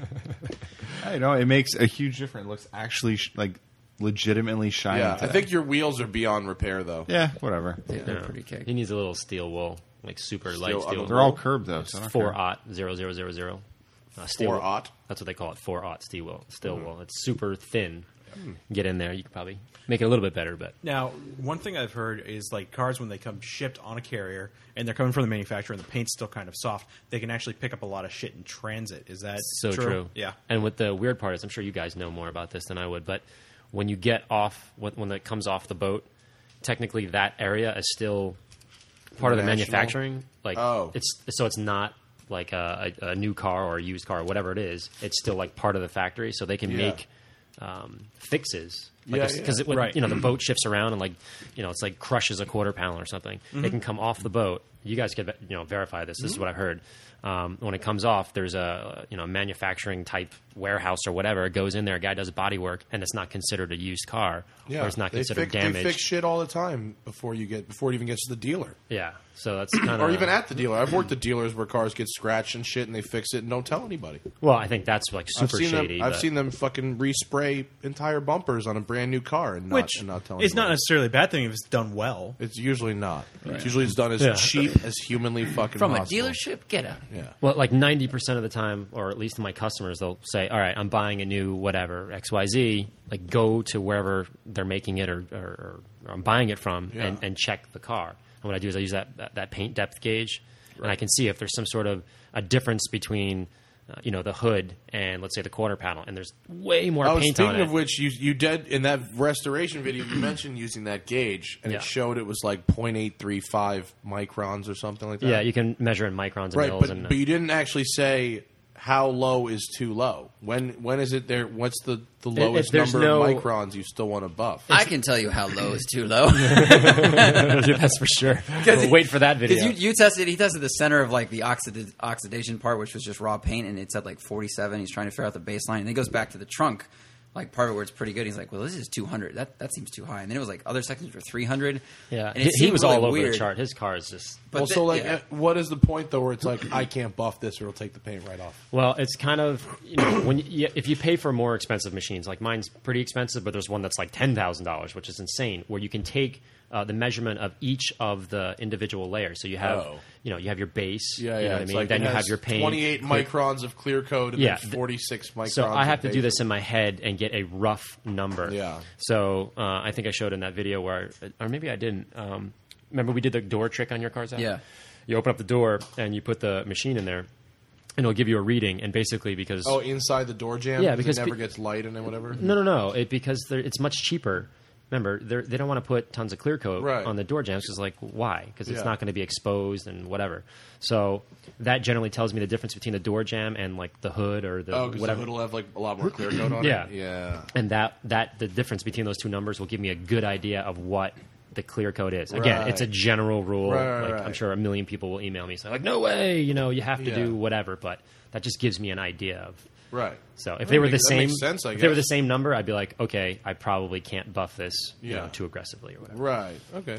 B: I know it makes a huge difference. It looks actually sh- like legitimately shiny.
C: Yeah, I
B: today.
C: think your wheels are beyond repair though.
B: Yeah, whatever.
E: They're
F: Yeah.
E: pretty kick.
F: He needs a little steel wool, like super light
C: Steel-
F: steel.
B: They're all curved though.
F: It's
B: so I don't
F: four
B: care.
F: aught zero zero zero zero. Uh,
C: Four
F: wool.
C: aught?
F: That's what they call it. Four aught steel wool. Steel wool. It's super thin. Get in there. You could probably make it a little bit better, but
D: Now, one thing I've heard is like cars when they come shipped on a carrier and they're coming from the manufacturer and the paint's still kind of soft, they can actually pick up a lot of shit in transit. Is that
F: so true.
D: Yeah.
F: And what the weird part is, I'm sure you guys know more about this than I would, but when you get off, when, when it comes off the boat, technically that area is still part of the
C: National?
F: manufacturing. Like,
C: Oh.
F: it's so it's not like a, a, a new car or a used car, whatever it is. It's still like part of the factory, so they can
C: Yeah.
F: make um, fixes. Like
C: Yeah,
F: if-
C: yeah.
F: it would-
D: Right.
F: you know the boat shifts around and like you know it's like crushes a quarter pound or something.
C: Mm-hmm.
F: It can come off the boat. You guys could you know verify this. This is what I've heard. Um, when it comes off, there's a you know manufacturing type warehouse or whatever. It goes in there. A guy does body work, and it's not considered a used car or it's not
C: they
F: considered
C: fix, They
F: damaged.
C: fix shit all the time before you get before it even gets to the dealer
F: yeah, so that's kind of
C: or even at the dealer. I've worked at dealers where cars get scratched and shit, and they fix it and don't tell anybody.
F: well, I think that's like super
C: I've seen
F: shady.
C: them. I've
F: but-
C: seen them fucking respray entire bumpers on a brand new car and not,
D: Which
C: and not tell
D: is not
C: anybody.
D: necessarily a bad thing if it's done well.
C: It's usually not. It's usually it's done as
F: Yeah.
C: cheap as humanly fucking
E: From a
C: possible.
E: dealership, get out.
C: Yeah.
F: Well, like 90% of the time, or at least my customers, they'll say, all right, I'm buying a new whatever, XYZ. Like, go to wherever they're making it or, or, or I'm buying it from and,
C: Yeah.
F: and check the car. And what I do is I use that, that, that paint depth gauge, and I can see if there's some sort of a difference between, uh, you know, the hood and, let's say, the quarter panel. And there's way more
C: Oh,
F: paint
C: speaking
F: on it.
C: of which, you you did in that restoration video you mentioned using that gauge, and
F: Yeah.
C: it showed it was like 0.835 microns or something like that.
F: yeah, you can measure in microns and
C: right,
F: mils.
C: but
F: and, uh,
C: but you didn't actually say how low is too low. When when is it there? What's the the lowest
F: there's
C: number
F: no-
C: of microns you still want to buff?
E: I can tell you how low is too low.
F: that's for sure. But wait for that video.
E: Because you, you tested, he tested the center of like the oxid- oxidation part, which was just raw paint, and it's at like 47. He's trying to figure out the baseline, and it goes back to the trunk, like part of it where it's pretty good. He's like, "Well, this is 200. That that seems too high." And then it was like other sections were 300.
F: yeah,
E: and it
F: he, he
E: seemed
F: was
E: really
F: all over
E: weird,
F: the chart. His car is just
E: But
C: well,
E: the-
C: so like,
E: yeah.
C: uh, what is the point though, where it's like I can't buff this, or it'll take the paint right off?
F: Well, it's kind of you know when you, if you pay for more expensive machines, like mine's pretty expensive, but there's one that's like ten thousand dollars, which is insane. Where you can take uh, the measurement of each of the individual layers. So you have
C: Oh.
F: you know you have your base,
C: Yeah, yeah.
F: you know what I
C: it's
F: mean.
C: like
F: then
C: it
F: you have
C: has
F: your paint.
C: 28 microns of clear coat and
F: Yeah,
C: then
F: th-
C: 46 microns.
F: So I
C: of
F: have to do
C: base.
F: this in my head and get a rough number.
C: Yeah.
F: So uh, I think I showed in that video where, or maybe I didn't. Um, remember we did the door trick on your cars?
E: Yeah.
F: You open up the door and you put the machine in there, and it'll give you a reading. And basically, because
C: Oh, inside the door jam.
F: Yeah,
C: because
F: because
C: it never
F: pe-
C: gets light and then whatever.
F: No, no, no. It, because they're- it's much cheaper. Remember, they're- they don't want to put tons of clear coat
C: Right.
F: on the door jams because, like, why? Because it's
C: Yeah.
F: not going to be exposed and whatever. So that generally tells me the difference between the door jam and like the hood or the
C: Oh, because the
F: whatever.
C: hood'll have like a lot more clear coat on
F: Yeah.
C: it. Yeah,
F: and that that the difference between those two numbers will give me a good idea of what the clear coat is. Again,
C: Right.
F: it's a general rule.
C: Right, right,
F: like,
C: right.
F: I'm sure a million people will email me saying, like, no way, you know, you have to
C: Yeah.
F: do whatever. But that just gives me an idea of
C: right.
F: so if
C: That
F: they were the
C: makes- that
F: same,
C: makes sense, I
F: if they were the
C: guess.
F: same number, I'd be like, okay, I probably can't buff this, you
C: Yeah.
F: know, too aggressively or whatever.
C: Right. Okay.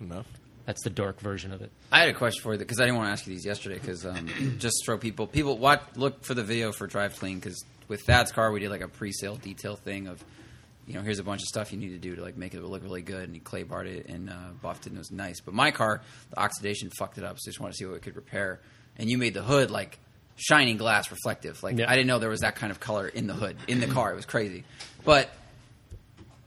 C: Enough.
F: That's the dork version of it.
E: I had a question for you because I didn't want to ask you these yesterday because um, just throw people people watch look for the video for Drive Clean because with Thad's car we did like a pre-sale detail thing of you know here's a bunch of stuff you need to do to like make it look really good and he clay barred it and uh, buffed it and it was nice but my car the oxidation fucked it up so just wanted to see what we could repair and you made the hood like shining glass reflective like
F: Yeah.
E: I didn't know there was that kind of color in the hood in the car it was crazy but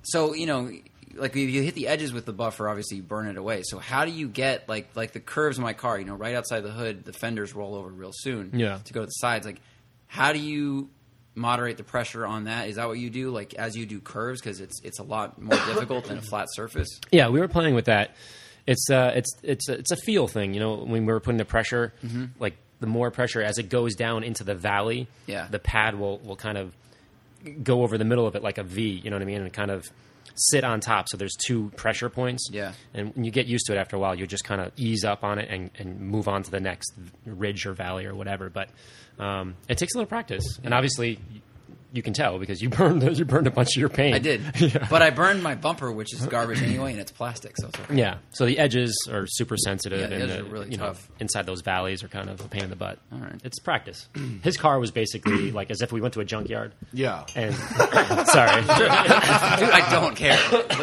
E: so you know like if you hit the edges with the buffer obviously you burn it away so how do you get like like the curves of my car you know right outside the hood the fenders roll over real soon
F: Yeah.
E: to go to the sides like how do you moderate the pressure on that is that what you do like as you do curves because it's it's a lot more difficult than a flat surface
F: Yeah, we were playing with that. It's uh, it's it's it's a feel thing, you know. When we were putting the pressure,
E: Mm-hmm.
F: like the more pressure as it goes down into the valley,
E: Yeah.
F: the pad will will kind of go over the middle of it like a V, you know what I mean, and kind of sit on top. So there's two pressure points.
E: Yeah.
F: and when you get used to it after a while, you just kind of ease up on it and, and move on to the next ridge or valley or whatever. But um, it takes a little practice, and obviously. You can tell because you burned you burned a bunch of your paint.
E: i did but i burned my bumper which is garbage anyway and it's plastic so it's okay.
F: Yeah. So the edges are super sensitive,
E: Yeah, the
F: and
E: edges
F: the-
E: are really
F: you know,
E: tough.
F: inside those valleys are kind of a pain in the butt. All
E: right.
F: It's practice. His car was basically like as if we went to a junkyard.
C: Yeah.
F: And sorry,
E: Dude, I don't care.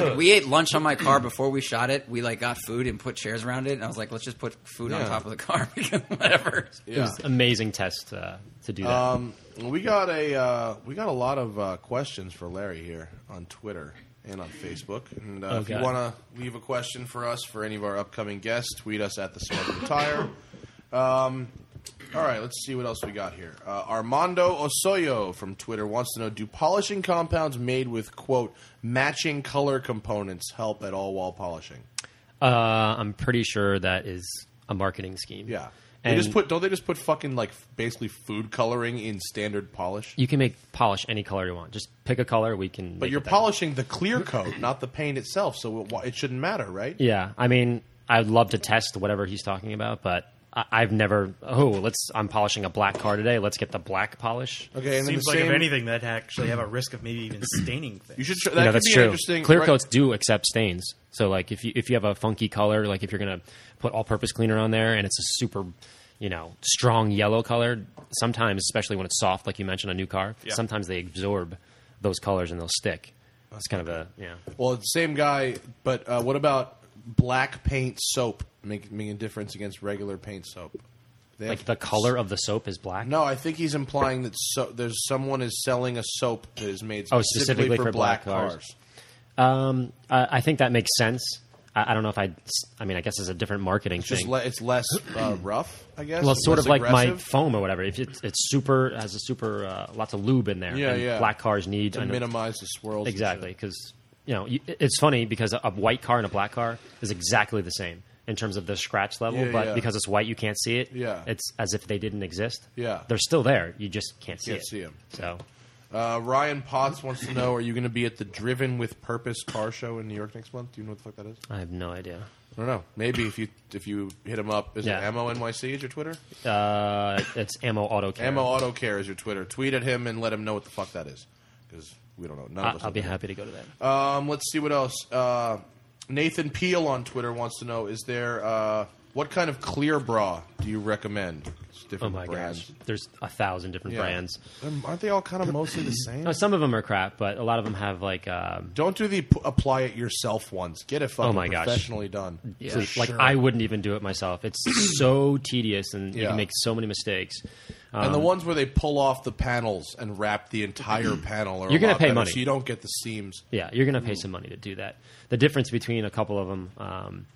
E: Like, we ate lunch on my car before we shot it. We like got food and put chairs around it, and I was like, let's just put food on
C: Yeah.
E: top of the car because whatever.
F: it was amazing test uh, to do that.
C: Um, we got a uh, we got a lot of uh, questions for Larry here on Twitter and on Facebook. And uh, if you
F: Okay.
C: want to leave a question for us for any of our upcoming guests, tweet us at the Smoking Tire. Um, all right, let's see what else we got here. Uh, Armando Osoyo from Twitter wants to know: Do polishing compounds made with quote matching color components help at all while polishing?
F: Uh, I'm pretty sure that is a marketing scheme.
C: Yeah. They
F: And
C: just put don't they just put fucking like basically food coloring in standard polish?
F: you can make polish any color you want. Just pick a color. We can.
C: but
F: make
C: you're
F: it that
C: polishing the clear coat, not the paint itself, so it, why- it shouldn't matter, right?
F: Yeah, I mean, I'd love to test whatever he's talking about, but I- I've never. Oh, let's. I'm polishing a black car today. Let's get the black polish.
C: Okay, and then
D: Seems
C: the
D: like
C: same,
D: if anything, that actually have a risk of maybe even staining things.
C: you should. Try,
F: You
C: that
F: know,
C: could
F: that's
C: be an
F: true.
C: interesting.
F: Clear
C: right-
F: coats do accept stains. So, like, if you if you have a funky color, like if you're gonna put all-purpose cleaner on there, and it's a super, you know, strong yellow color, sometimes, especially when it's soft, like you mentioned, a new car, sometimes they absorb those colors and they'll stick. It's kind of a yeah.
C: Well, it's the same guy, but uh, what about black paint soap making a difference against regular paint soap? They
F: Like
C: have-
F: the color of the soap is black.
C: No, I think he's implying that so, there's someone is selling a soap that is made specifically,
F: Oh, specifically
C: for, black cars.
F: Um, I, I think that makes sense. I, I don't know if I. I mean, I guess it's a different marketing
C: Just
F: thing.
C: le- it's less uh, rough, I guess.
F: well, it's sort
C: less
F: of like my
C: aggressive.
F: foam or whatever. If it's, it's super, has a super uh, lots of lube in there.
C: Yeah,
F: and
C: yeah.
F: Black cars need
C: to
F: I know-
C: minimize the swirls. and
F: exactly because you know you, it's funny because a, a white car and a black car is exactly the same in terms of the scratch level,
C: Yeah,
F: but
C: yeah.
F: because it's white, you can't see it.
C: Yeah.
F: it's as if they didn't exist.
C: Yeah.
F: they're still there. You just can't see
C: Can't
F: it.
C: see 'em.
F: So
C: shit. Uh, Ryan Potts wants to know: Are you going to be at the Driven with Purpose car show in New York next month? Do you know what the fuck that is?
F: I have no idea.
C: I don't know. Maybe if you if you hit him up, is
F: Yeah.
C: it Ammo NYC is your Twitter?
F: Uh, it's ammo auto care.
C: Ammo Auto Care is your Twitter. Tweet at him and let him know what the fuck that is because we don't know. None
F: I,
C: of us
F: I'll
C: know.
F: be happy to go to that.
C: Um, let's see what else. Uh, Nathan Peel on Twitter wants to know: Is there uh, what kind of clear bra do you recommend? It's
F: Oh
C: different
F: my
C: brands.
F: gosh, there's a thousand different
C: Yeah.
F: brands.
C: Um, Aren't they all kind of mostly the same?
F: No, some of them are crap, but a lot of them have like um,
C: Don't do the p- apply it yourself ones. Get it fucking
F: Oh my gosh.
C: professionally done.
E: Yeah.
F: so, like I wouldn't even do it myself. It's so tedious, and you
C: Yeah.
F: can make so many mistakes.
C: and
F: Um,
C: the ones where they pull off the panels and wrap the entire panel, are
F: You're
C: going
F: gonna
C: to
F: pay money.
C: so you don't get the seams.
F: Yeah, you're going to pay
C: Mm.
F: some money to do that. The difference between a couple of them um,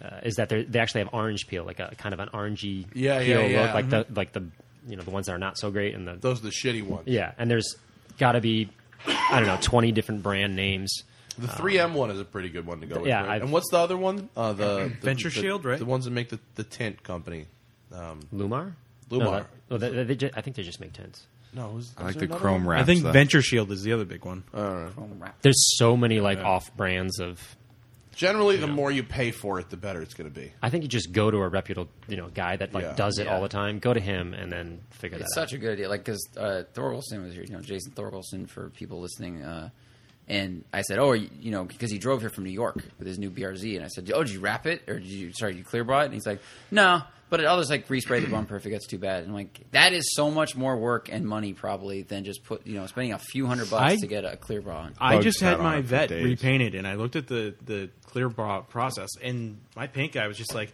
F: uh, is that they're- they actually have orange peel, like a kind of an orangey
C: Yeah,
F: peel
C: yeah, yeah.
F: look, like the like the you know the ones that are not so great, and the
C: Those are the shitty ones.
F: yeah, and there's got to be I don't know twenty different brand names.
C: The 3M one is a pretty good one to go with.
F: yeah,
C: right?
F: I've-
C: and what's the other one? Uh, the, the
D: Venture
C: the-
D: Shield, right?
C: The ones that make the, the tint company. Um,
F: Lumar, No,
C: Lumar.
F: that- well, they, they, ju- I think they just make tints.
C: no, was,
B: I like the chrome wraps.
D: I think
B: though.
D: Venture Shield is the other big one.
F: There's so many like off brands of
C: Generally, the more you pay for it, the better it's going to be.
F: I think you just go to a reputable, you know, guy that like
C: Yeah.
F: does it
E: Yeah.
F: all the time. Go to him and then figure
E: It's
F: that
E: such a good idea. Like, because uh, Thorgelson was here, you know, Jason Thorgelson for people listening. Uh, and I said, oh, are you, you know, because he drove here from New York with his new BRZ. And I said, oh, did you wrap it? Or did you, sorry, did you clear bra it? And he's like, no, but I'll just like respray the bumper if it gets too bad. And like, that is so much more work and money probably than just put, you know, spending a few hundred bucks
D: I-
E: to get a clear bra on.
D: I
B: Bugs
D: just
B: sat
D: had
B: on
D: my
B: it for
D: vet
B: days.
D: repainted, and I looked at the the clear bra process, and my paint guy was just like,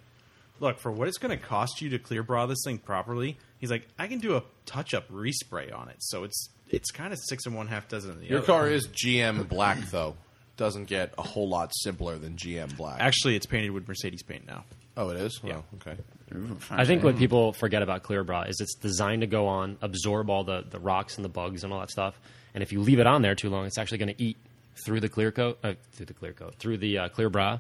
D: "Look, for what it's going to cost you to clear bra this thing properly, he's like, I can do a touch up respray on it, so it's it's kind of six and one half dozen of the
C: Your
D: other."
C: car is GM black, though. Doesn't get a whole lot simpler than GM black.
D: Actually, it's painted with Mercedes paint now.
C: oh, it is. Yeah. okay.
F: out. I think what people forget about Clear Bra is it's designed to go on, absorb all the, the rocks and the bugs and all that stuff. And if you leave it on there too long, it's actually going to eat through the clear coat, uh, through the clear coat, through the uh, Clear Bra,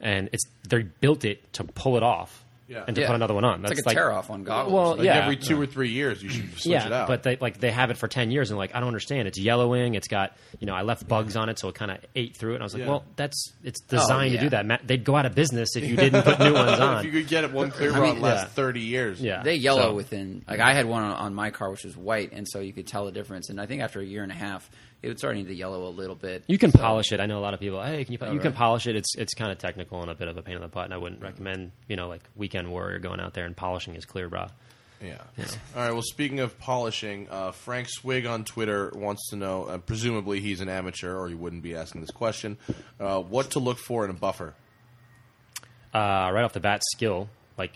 F: and it's they built it to pull it off
C: Yeah.
F: and to
E: Yeah.
F: put another one on.
E: It's
F: That's
E: like a tear-off on goggles.
F: Well,
C: Like
F: yeah,
C: every two or three years, you should switch
F: yeah,
C: it out.
F: but they like they have it for ten years and like I don't understand. It's yellowing. It's got you know I left bugs on it, so it kind of ate through it. And I was like,
C: Yeah.
F: well, that's it's designed
E: Oh, yeah.
F: to do that. Matt, they'd go out of business if you didn't put new ones
C: if you
F: on.
C: could get it one clear
E: I
C: rod
E: mean,
C: last
F: yeah.
C: thirty years,
F: Yeah,
E: They yellow
F: so-
E: within. Like I had one on, on my car which was white, and so you could tell the difference. And I think after a year and a half, it was starting to yellow a little bit.
F: You can polish it. I know a lot of people. Hey, can you? pol-" you can polish it. It's it's kind of technical and a bit of a pain in the butt. And I wouldn't recommend you know like weekend warrior going out there and polishing his clear bra.
C: Yeah. All right. Well, speaking of polishing, uh, Frank Swig on Twitter wants to know. Uh, presumably, he's an amateur, or he wouldn't be asking this question. Uh, what to look for in a buffer?
F: Uh, right off the bat, skill like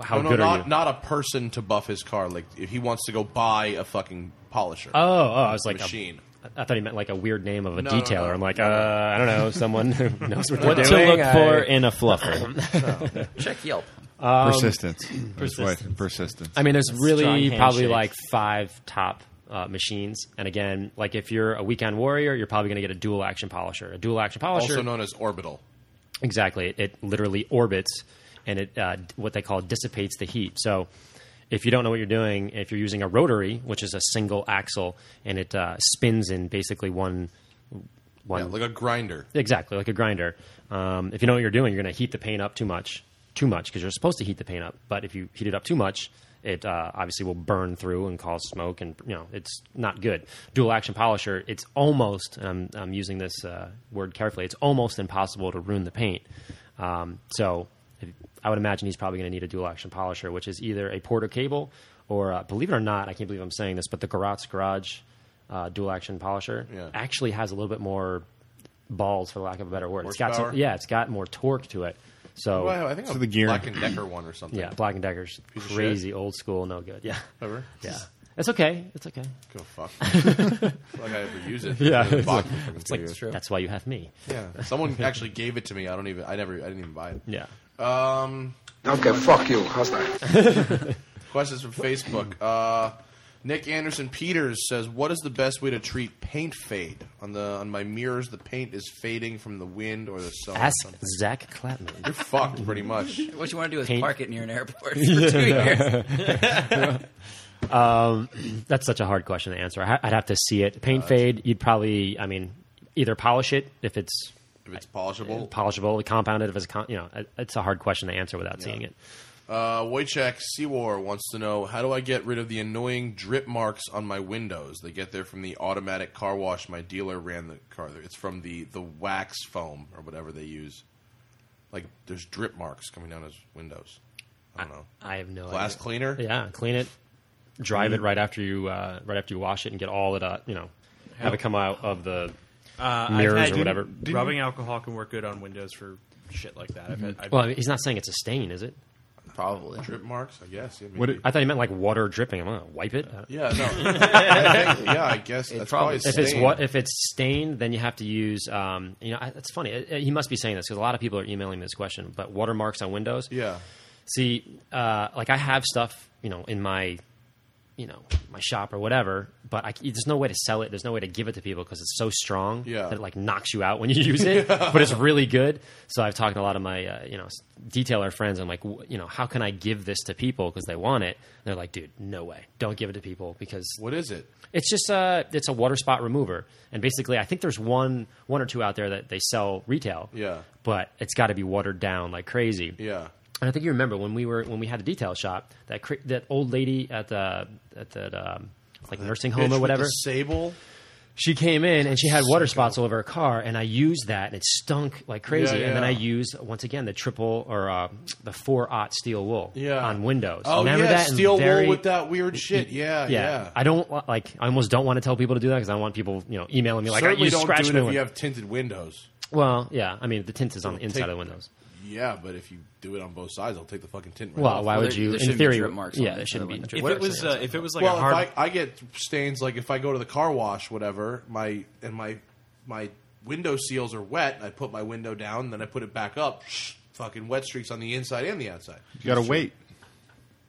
F: how
C: No, Oh, no,
F: good
C: not
F: are you?
C: not a person to buff his car. Like if he wants to go buy a fucking polisher
F: oh, oh, I was like a-
C: machine.
F: I thought he meant like a weird name of a
C: No, no,
F: detailer.
C: no.
F: I'm like, uh, I don't know, someone who knows what they're
G: What to
F: doing.
G: look
F: I-
G: for in a fluffer?
E: Check Yelp.
F: um,
B: persistence. That's why- persistence.
F: I mean, there's
G: strong
F: really
G: handshake.
F: probably like five top uh, machines. And again, like if you're a weekend warrior, you're probably going to get a dual action polisher. A dual action polisher,
C: also known as orbital.
F: exactly, it literally orbits and it uh, d- what they call dissipates the heat. So if you don't know what you're doing, if you're using a rotary, which is a single axle, and it uh, spins in basically one one
C: Yeah, like a grinder.
F: Exactly, like a grinder. Um, if you know what you're doing, you're going to heat the paint up too much, too much, because you're supposed to heat the paint up. But if you heat it up too much, it uh, obviously will burn through and cause smoke, and you know it's not good. Dual action polisher, it's almost. And I'm, I'm using this uh, word carefully. It's almost impossible to ruin the paint. Um, so if- I would imagine he's probably going to need a dual action polisher, which is either a Porter cable or, uh, believe it or not, I can't believe I'm saying this, but the Garotts Garage uh, dual action polisher
C: Yeah.
F: actually has a little bit more balls, for lack of a better word. It's got
C: Horsepower?
F: some, yeah, it's got more torque to it. So
C: Well, I think
B: So
C: a
B: the gear-
C: Black and Decker one or something.
F: yeah, Black and Decker's
C: of
F: crazy old school, no good. Yeah,
C: Whatever.
F: yeah, it's okay, it's okay.
C: Go fuck. like I ever use it. Yeah. It's like,
E: It's true.
F: That's why you have me.
C: yeah. Someone actually gave it to me. I don't even. I never. I didn't even buy it.
F: Yeah,
C: Um,
I: Okay, fuck you. How's that?
C: questions from Facebook. Uh, Nick Anderson Peters says, "What is the best way to treat paint fade on the on my mirrors? The paint is fading from the wind or the sun. or
F: ask
C: something."
F: Zach Clapman.
C: You're fucked pretty much.
E: What you want to do is
F: Paint.
E: park it near an airport for two years.
F: That's such a hard question to answer. I ha- I'd have to see it.
C: Uh,
F: Paint fade. You'd probably, I mean, either polish it if it's
C: If it's polishable.
F: polishable, compounded if it's, con- you know, it- it's a hard question to answer without seeing it.
C: Uh, Wojciech Seawar wants to know how do I get rid of the annoying drip marks on my windows? They get there from the automatic car wash my dealer ran the car. through. It's from the the wax foam or whatever they use. Like there's drip marks coming down his windows. I don't know.
F: I have no
C: Glass
F: idea.
C: cleaner.
F: Yeah, clean it, drive it right after you uh, right after you wash it, and get all it uh, you know have it come out of the
D: Uh,
F: mirrors
D: I've had-
F: or whatever.
D: rubbing alcohol can work good on windows for shit like that. I've had, I've,
F: Well, I mean, he's not saying it's a stain, is it?
E: Probably.
C: Drip marks, I guess. Yeah,
B: What
C: maybe.
B: it-
F: I thought he meant like water dripping. I'm gonna wipe it.
C: yeah no. I think- yeah, I guess that's probably,
E: probably-
F: If it's
C: stain.
F: what if it's stained, then you have to use. Um, you know, I- it's funny. It, it- he must be saying this because a lot of people are emailing me this question. But watermarks on windows.
C: Yeah.
F: See, uh, like I have stuff, you know, in my, you know, my shop or whatever, but I, there's no way to sell it. There's no way to give it to people because it's so strong
C: Yeah.
F: that it like knocks you out when you use it. But it's really good. So I've talked to a lot of my, uh, you know, s- detailer friends. I'm like, w- you know, how can I give this to people because they want it? And they're like, dude, no way. Don't give it to people because
C: What is it?
F: it's just a it's a water spot remover, and basically, I think there's one one or two out there that they sell retail.
C: Yeah.
F: but it's got to be watered down like crazy.
C: Yeah.
F: And I think you remember when we were when we had the detail shop that cra- that old lady at the at the um, like nursing
C: Bitch
F: home
C: with
F: or
C: the
F: whatever.
C: sable.
F: She came in and she had water spots all over her car, and I used that, and it stunk like crazy.
C: Yeah,
F: And then
C: yeah.
F: I used once again the triple or uh, the four aught steel wool
C: Yeah.
F: on windows.
C: Oh
F: remember
C: yeah,
F: that And
C: steel
F: very-
C: wool with that weird shit. Yeah, yeah.
F: I don't wa- like. I almost don't want to tell people to do that because I don't want people, you know, emailing me like, I
C: Certainly
F: you
C: don't
F: scratch
C: do it
F: me
C: if
F: with-"
C: you have tinted windows.
F: Well, yeah. I mean, the tint is on the Um, inside
C: take-
F: of the windows.
C: Yeah, but if you do it on both sides, I'll take the fucking tint. Right
F: Well,
C: off.
F: why
E: Well,
F: would
E: there-
F: you?
E: there
F: in
E: shouldn't be
F: theory,
E: drip marks on
F: yeah,
E: the
F: there
E: inside
F: shouldn't
E: of
F: be.
E: the
F: drip
D: if
F: marks
D: it
F: on
D: was
F: the
D: uh,
F: inside.
D: if it was like
C: well,
D: a hard
C: if I, I get stains like if I go to the car wash, whatever, my and my my window seals are wet. I put my window down, then I put it back up. fucking wet streaks on the inside and the outside.
B: You gotta wait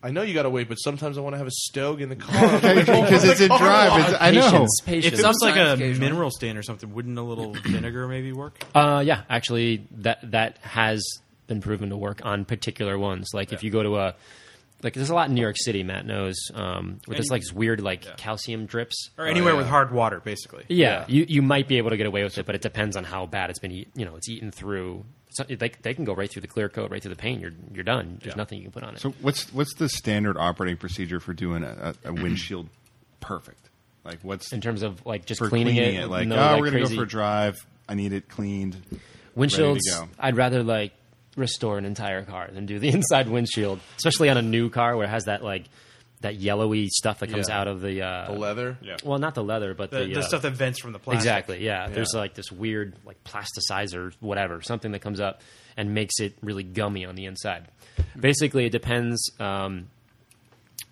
C: I know you got to wait, but sometimes I want to have a stogue in the car because
B: because it's in drive. It's, I know.
F: Patience,
D: if
F: patience.
D: it was like a
E: Sometimes occasionally.
D: mineral stain or something, wouldn't a little vinegar maybe work?
F: Uh, yeah, actually, that that has been proven to work on particular ones. Like if you go to a like, there's a lot in New York City. Matt knows um, where there's
D: And-
F: like this weird like calcium drips. Uh,
D: Or anywhere
C: yeah.
D: with hard water, basically.
F: Yeah, You, you might be able to get away with it, but it depends on how bad it's been. Eat, you know, it's eaten through. So they, they can go right through the clear coat, right through the paint. You're you're done. There's nothing you can put on it.
B: So what's what's the standard operating procedure for doing a, a, a windshield perfect? Like what's
F: in terms of like just
B: for
F: cleaning, it,
B: Like,
F: no,
B: oh, we're gonna
F: crazy-
B: go for a drive. I need it cleaned.
F: windshields.
B: go.
F: I'd rather like restore an entire car than do the inside windshield, especially on a new car where it has that like that yellowy stuff that comes
C: Yeah.
F: out of the, uh,
C: the leather.
D: Yeah.
F: Well, not the leather, but
D: The,
F: the,
D: the
F: uh,
D: stuff that vents from the plastic.
F: Exactly. Yeah. There's like this weird like plasticizer, whatever, something that comes up and makes it really gummy on the inside. Basically, it depends. Um,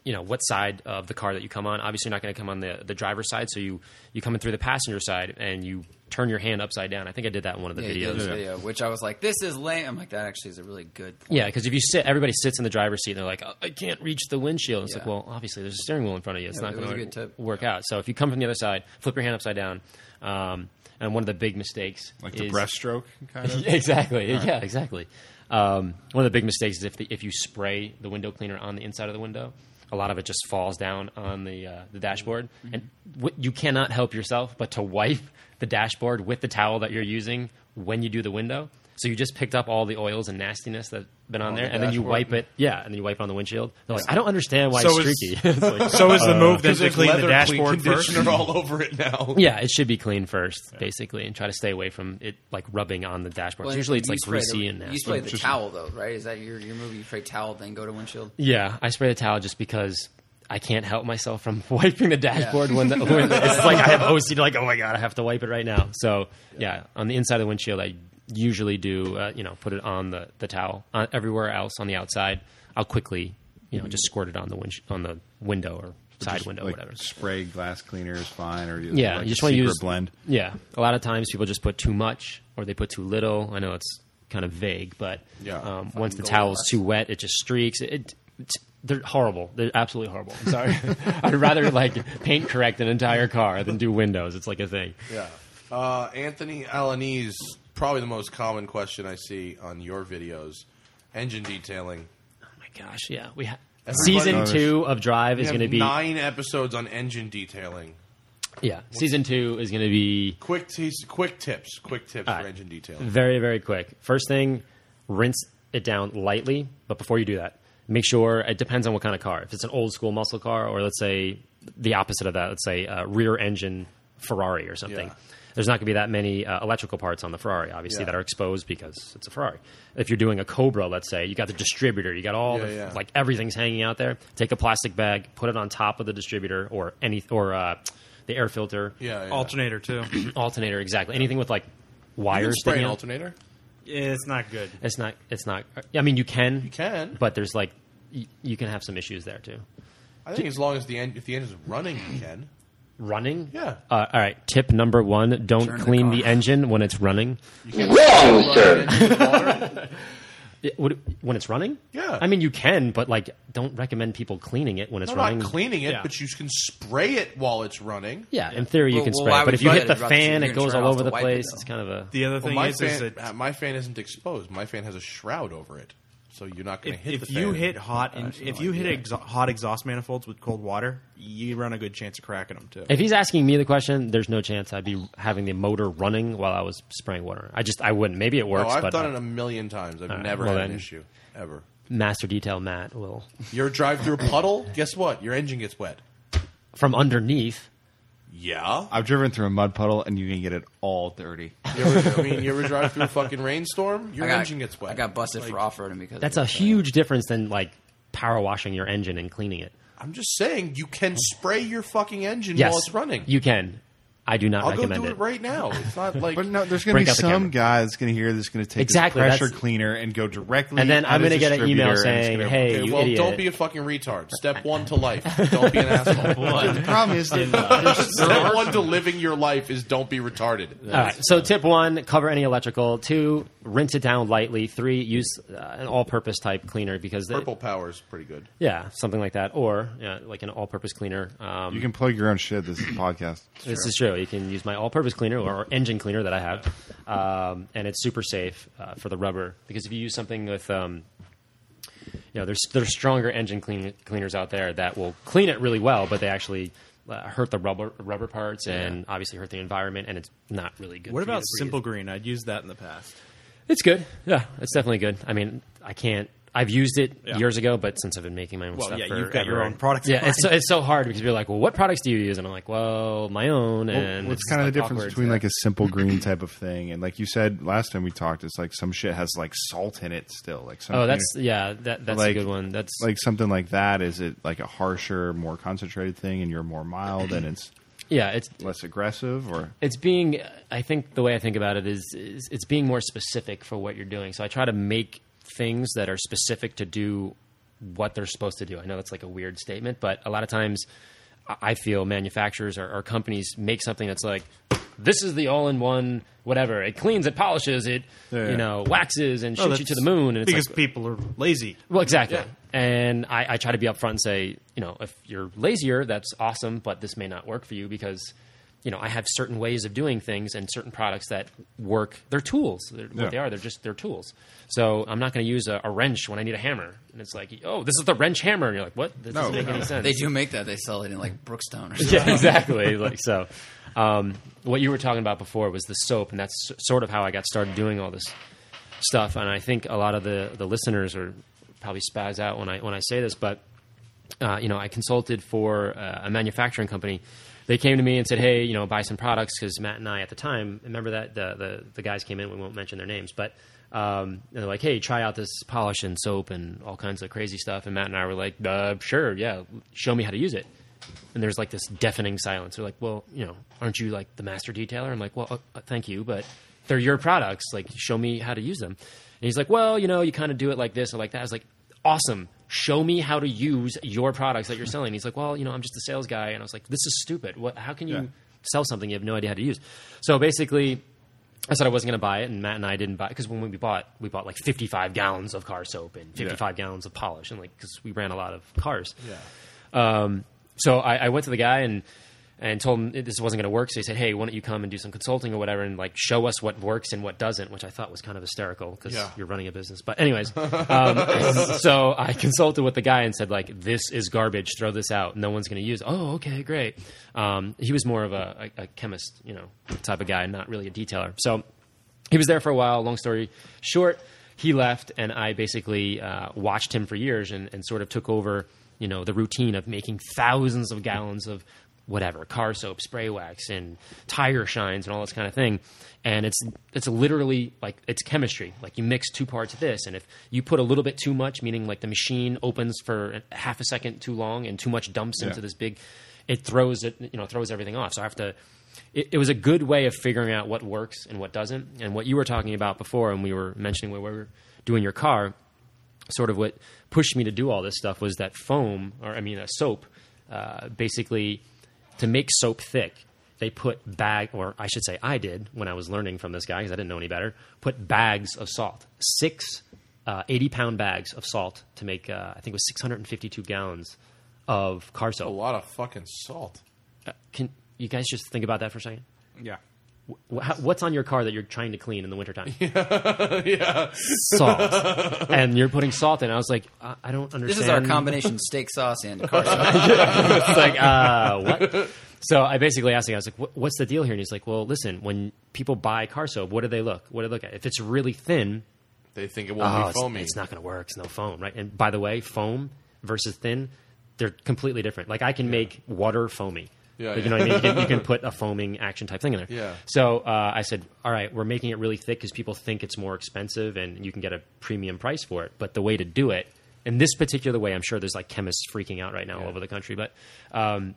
F: you know what side of the car that you come on. Obviously, you're not going to come on the the driver's side, so you you come in through the passenger side and you turn your hand upside down. I think I did that in one of the
E: Yeah, he did
F: videos.
E: this video, which I was like, this is lame. I'm like, that actually is a really good point.
F: Yeah, because if you sit, everybody sits in the driver's seat and they're like, "Oh, I can't reach the windshield. It's like,
E: Yeah.
F: well, obviously there's a steering wheel in front of you. It's
E: Yeah,
F: not
E: it was a
F: going
E: good
F: to
E: tip.
F: work out. So if you come from the other side, flip your hand upside down. Um, and one of the big mistakes,
B: like the
F: is-
B: breaststroke kind of.
F: exactly. Yeah, exactly. Um, one of the big mistakes is if the, if you spray the window cleaner on the inside of the window, a lot of it just falls down on the uh, the dashboard, and w- you cannot help yourself but to wipe the dashboard with the towel that you're using when you do the window. So you just picked up all the oils and nastiness that's been on, there,
C: the
F: and then you
C: dashboard.
F: wipe it. Yeah, and then you wipe it on the windshield. They're like, I don't understand why
D: So
F: it's
D: is-
F: streaky. It's like-
D: So is the move then to
C: there's
D: clean the
C: leather
D: dashboard
C: clean
D: first?
C: conditioner all over it now.
F: yeah, it should be clean first, basically, and try to stay away from it like rubbing on the dashboard.
E: Well,
F: Usually,
E: you
F: it's like
E: spray
F: greasy
E: the,
F: and nasty.
E: You spray the towel though, right? Is that your your movie? You spray towel, then go to windshield.
F: Yeah, I spray the towel just because I can't help myself from wiping the dashboard when, the, when the- it's like I have OCD. Like, oh my god, I have to wipe it right now. So yeah, on the inside of the windshield, I usually do uh, you know put it on the the towel. On, everywhere else on the outside, I'll quickly you know just squirt it on the windshield on the window or side
B: Just,
F: window,
B: like,
F: whatever.
B: Spray glass cleaner is fine, or
F: Yeah,
B: like
F: you just
B: a
F: want to
B: secret
F: use
B: blend.
F: Yeah, a lot of times people just put too much or they put too little. I know it's kind of vague, but
C: Yeah.
F: um, once the
E: Fucking
F: towel's
E: Goldilocks.
F: too wet, it just streaks. It, it- it's- they're horrible. They're absolutely horrible. I'm sorry. I'd rather like paint correct an entire car than do windows. It's like a thing.
C: Yeah. Uh, Anthony Alanese, probably the most common question I see on your videos engine detailing.
F: Oh my gosh! Yeah, we ha-
C: Everybody-
F: season
C: Others.
F: two of Drive
C: We
F: is
C: have
F: going to be
C: nine episodes on engine detailing.
F: yeah. Season two is going to be
C: Quick, teas- quick tips, quick tips
F: All
C: for
F: right.
C: engine
D: Mm-hmm.
C: detailing.
F: Very, very quick. First thing, rinse it down lightly. But before you do that, make sure it depends on what kind of car. If it's an old school muscle car, or let's say the opposite of that, let's say uh, rear engine Ferrari or something.
C: Yeah.
F: There's not going to be that many uh, electrical parts on the Ferrari, obviously,
C: Yeah.
F: that are exposed because it's a Ferrari. If you're doing a Cobra, let's say, you got the distributor, you got all
C: Yeah,
F: the,
C: yeah.
F: like everything's hanging out there. Take a plastic bag, put it on top of the distributor or any or uh, the air filter,
C: Yeah, yeah.
D: Alternator too.
F: alternator, exactly. Anything with like
C: You
F: wires.
C: can spray an
F: sticking out.
C: alternator.
D: it's not good.
F: It's not. It's not. I mean, you can. You
C: can.
F: But there's like, you, you can have some issues there too.
C: I think as long as the en- if the engine's running, you can.
F: Running.
C: Yeah.
F: Uh, all right. Tip number one: Don't
E: Turn the
F: clean
E: car
F: the,
E: off.
F: engine when it's running.
I: Wrong, sir.
F: It- would- when it's running.
C: Yeah.
F: I mean, you can, but like, don't recommend people cleaning it when it's
C: I'm
F: running.
C: not cleaning it,
D: Yeah.
C: but you can spray it while it's running.
F: Yeah. In theory, you
E: Well,
F: can
E: well,
F: spray.
E: why
F: it, but
E: would
F: if you
E: you
F: hit
E: do
F: the
E: that if you're
F: fan,
E: gonna
F: it goes
E: turn
F: all
E: off
F: over
E: the
F: the
E: wiper,
F: place.
E: though?
F: It's kind of a.
D: The other
C: Well,
D: thing
C: my
D: is, is
C: fan,
D: that
C: uh, my fan isn't exposed. My fan has a shroud over it, so you're not going to
D: if,
C: hit
D: if
C: the fan.
D: you hit hot, and,
E: actually
D: if
E: no
D: you hit exha- hot exhaust manifolds with cold water, you run a good chance of cracking them too.
F: If he's asking me the question, there's no chance I'd be having the motor running while I was spraying water. I just I wouldn't. Maybe it
C: no,
F: works,
C: Oh, I've
F: but
C: done
F: uh,
C: it a million times. I've
F: right,
C: never
F: well
C: had an
F: then.
C: issue ever.
F: master detail Matt will
C: You're drive through a puddle. Guess what? Your engine gets wet.
F: from underneath.
C: Yeah.
B: I've driven through a mud puddle, and you can get it all dirty.
C: You ever, I mean, you ever drive through a fucking rainstorm? Your
E: I got,
C: engine gets wet.
E: I got busted for off roading because
F: That's
E: of
F: a
E: it.
F: huge difference than like power washing your engine and cleaning it.
C: I'm just saying, you can spray your fucking engine
F: Yes,
C: while it's running.
F: You can. I do not
C: I'll go
F: recommend
C: do it.
F: it.
C: right now. It's not like.
B: But no, there's going to
F: Break
B: be
F: out the
B: some
F: camera.
B: guy that's going to hear this, going to take
F: Exactly,
B: his
F: that's-
B: pressure cleaner and go directly.
F: And then
B: at
F: I'm
B: his
F: going to get an email
B: distributor, and it's
F: saying,
B: gonna-
F: "Hey,
C: Okay,
F: you
C: well,
F: idiot."
C: don't be a fucking retard. Step one to life. Don't be an asshole.
B: The problem is that
C: Step one to living your life is don't be retarded.
F: All right. So, tip one: cover any electrical. Two: rinse it down lightly. Three: use uh, an all-purpose type cleaner because it-
C: Purple power is pretty good.
F: yeah, something like that, or yeah, like an all-purpose cleaner. Um,
B: you can plug your own shit. This is a podcast.
F: This is true. You can use my all-purpose cleaner or engine cleaner that I have, um, and it's super safe uh, for the rubber because if you use something with, um, you know, there's there's stronger engine clean, cleaners out there that will clean it really well, but they actually uh, hurt the rubber rubber parts and obviously hurt the environment, and it's not really good.
D: what
F: for you
D: about
F: to breathe.
D: Simple Green? I'd use that in the past.
F: It's good. Yeah, it's definitely good. I mean, I can't. I've used it
D: Yeah.
F: years ago, but since I've been making my own
D: Well,
F: stuff,
D: yeah,
F: for
D: you've got your
F: ever-
D: own products
F: Yeah,
D: online.
F: it's so, it's so hard because you're like, well, what products do you use? And I'm like, well, my own. And
B: What's
F: it's
B: kind of the
F: like
B: difference
F: awkward.
B: between
F: Yeah.
B: like a simple green type of thing and like you said last time we talked? It's like some shit has like salt in it still. Like some
F: Oh, that's yeah. That that's
B: Like-
F: a good one. That's
B: like something like that. Is it like a harsher, more concentrated thing, and you're more mild and it's
F: yeah. It's
B: less aggressive? Or
F: it's being. I think the way I think about it is, is it's being more specific for what you're doing. So I try to make things that are specific to do what they're supposed to do. I know that's like a weird statement, but a lot of times I I feel manufacturers or, or companies make something that's like this is the all-in-one whatever. It cleans, it polishes, it
B: Yeah.
F: you know waxes and shoots you to
D: Oh, that's
F: the moon. And it's
D: because
F: like,
D: people are lazy.
F: well, exactly. And I, I try to be upfront and say, you know, if you're lazier, that's awesome, but this may not work for you because, you know, I have certain ways of doing things and certain products that work. They're tools. They're,
B: Yeah.
F: What they are, they're just they're tools. So I'm not going to use a, a wrench when I need a hammer. And it's like, oh, this is the wrench hammer. And you're like, what? This
B: No,
F: doesn't make any sense.
E: They do make that. They sell it in like Brookstone or something.
F: Yeah, exactly. like so, um, what you were talking about before was the soap, and that's s- sort of how I got started doing all this stuff. And I think a lot of the the listeners are probably spaz out when I when I say this, but uh, you know, I consulted for uh, a manufacturing company. They came to me and said, "Hey, you know, buy some products." Because Matt and I at the time, remember that the the, the guys came in. We won't mention their names, but um, they're like, "Hey, try out this polish and soap and all kinds of crazy stuff." And Matt and I were like, uh, "Sure, yeah, show me how to use it." And there's like this deafening silence. They're like, "Well, you know, aren't you like the master detailer?" I'm like, "Well, uh, uh, thank you, but they're your products. Like, show me how to use them." And he's like, "Well, you know, you kind of do it like this or like that." I was like, awesome. Show me how to use your products that you're selling. He's like, well, you know, I'm just a sales guy. And I was like, this is stupid. What, how can you
B: Yeah.
F: sell something you have no idea how to use? So basically, I said I wasn't going to buy it, and Matt and I didn't buy it because when we bought, we bought like 55 gallons of car soap and 55 gallons of polish, and like because we ran a lot of cars. Um, so I, I went to the guy and and told him this wasn't going to work. So he said, "Hey, why don't you come and do some consulting or whatever, and like show us what works and what doesn't?" Which I thought was kind of hysterical because
C: Yeah.
F: you're running a business. But anyways, um, so I consulted with the guy and said, "Like this is garbage. Throw this out. No one's going to use." it." Oh, okay, great. Um, he was more of a, a, a chemist, you know, type of guy, not really a detailer. So he was there for a while. Long story short, he left, and I basically uh, watched him for years and, and sort of took over, you know, the routine of making thousands of gallons of whatever car soap, spray wax, and tire shines, and all this kind of thing. And it's it's literally like it's chemistry. Like you mix two parts of this, and if you put a little bit too much, meaning like the machine opens for a- half a second too long, and too much dumps into this big, it throws it, you know, throws everything off. So I have to it, it was a good way of figuring out what works and what doesn't. And what you were talking about before, and we were mentioning when we were doing your car, sort of what pushed me to do all this stuff was that foam, or I mean, a soap, uh, basically to make soap thick. They put bag, or I should say, I did when I was learning from this guy because I didn't know any better. Put bags of salt, six uh, eighty-pound bags of salt to make. Uh, I think it was six hundred and fifty-two gallons of car soap.
C: A lot of fucking salt.
F: Can you guys just think about that for a second?
D: Yeah.
F: Wh- how- What's on your car that you're trying to clean in the wintertime? yeah. Salt. and you're putting salt in. I was like, I, I don't understand.
E: This is our combination steak sauce and car soap.
F: it's like, uh, what? So I basically asked him, I was like, "What- what's the deal here? And he's like, well, listen, when people buy car soap, what do they look? What do they look at? If it's really thin,
C: They think it won't be
F: oh, it's-
C: foamy.
F: It's, not going to work. It's no foam, right? And by the way, foam versus thin, they're completely different. Like I can make water foamy.
C: Yeah,
F: Like,
C: yeah.
F: You know what I mean? You can, you can put a foaming action type thing in there.
C: Yeah.
F: So uh, I said, all right, we're making it really thick because people think it's more expensive and you can get a premium price for it. But the way to do it, in this particular way, I'm sure there's like chemists freaking out right now all over the country, but um,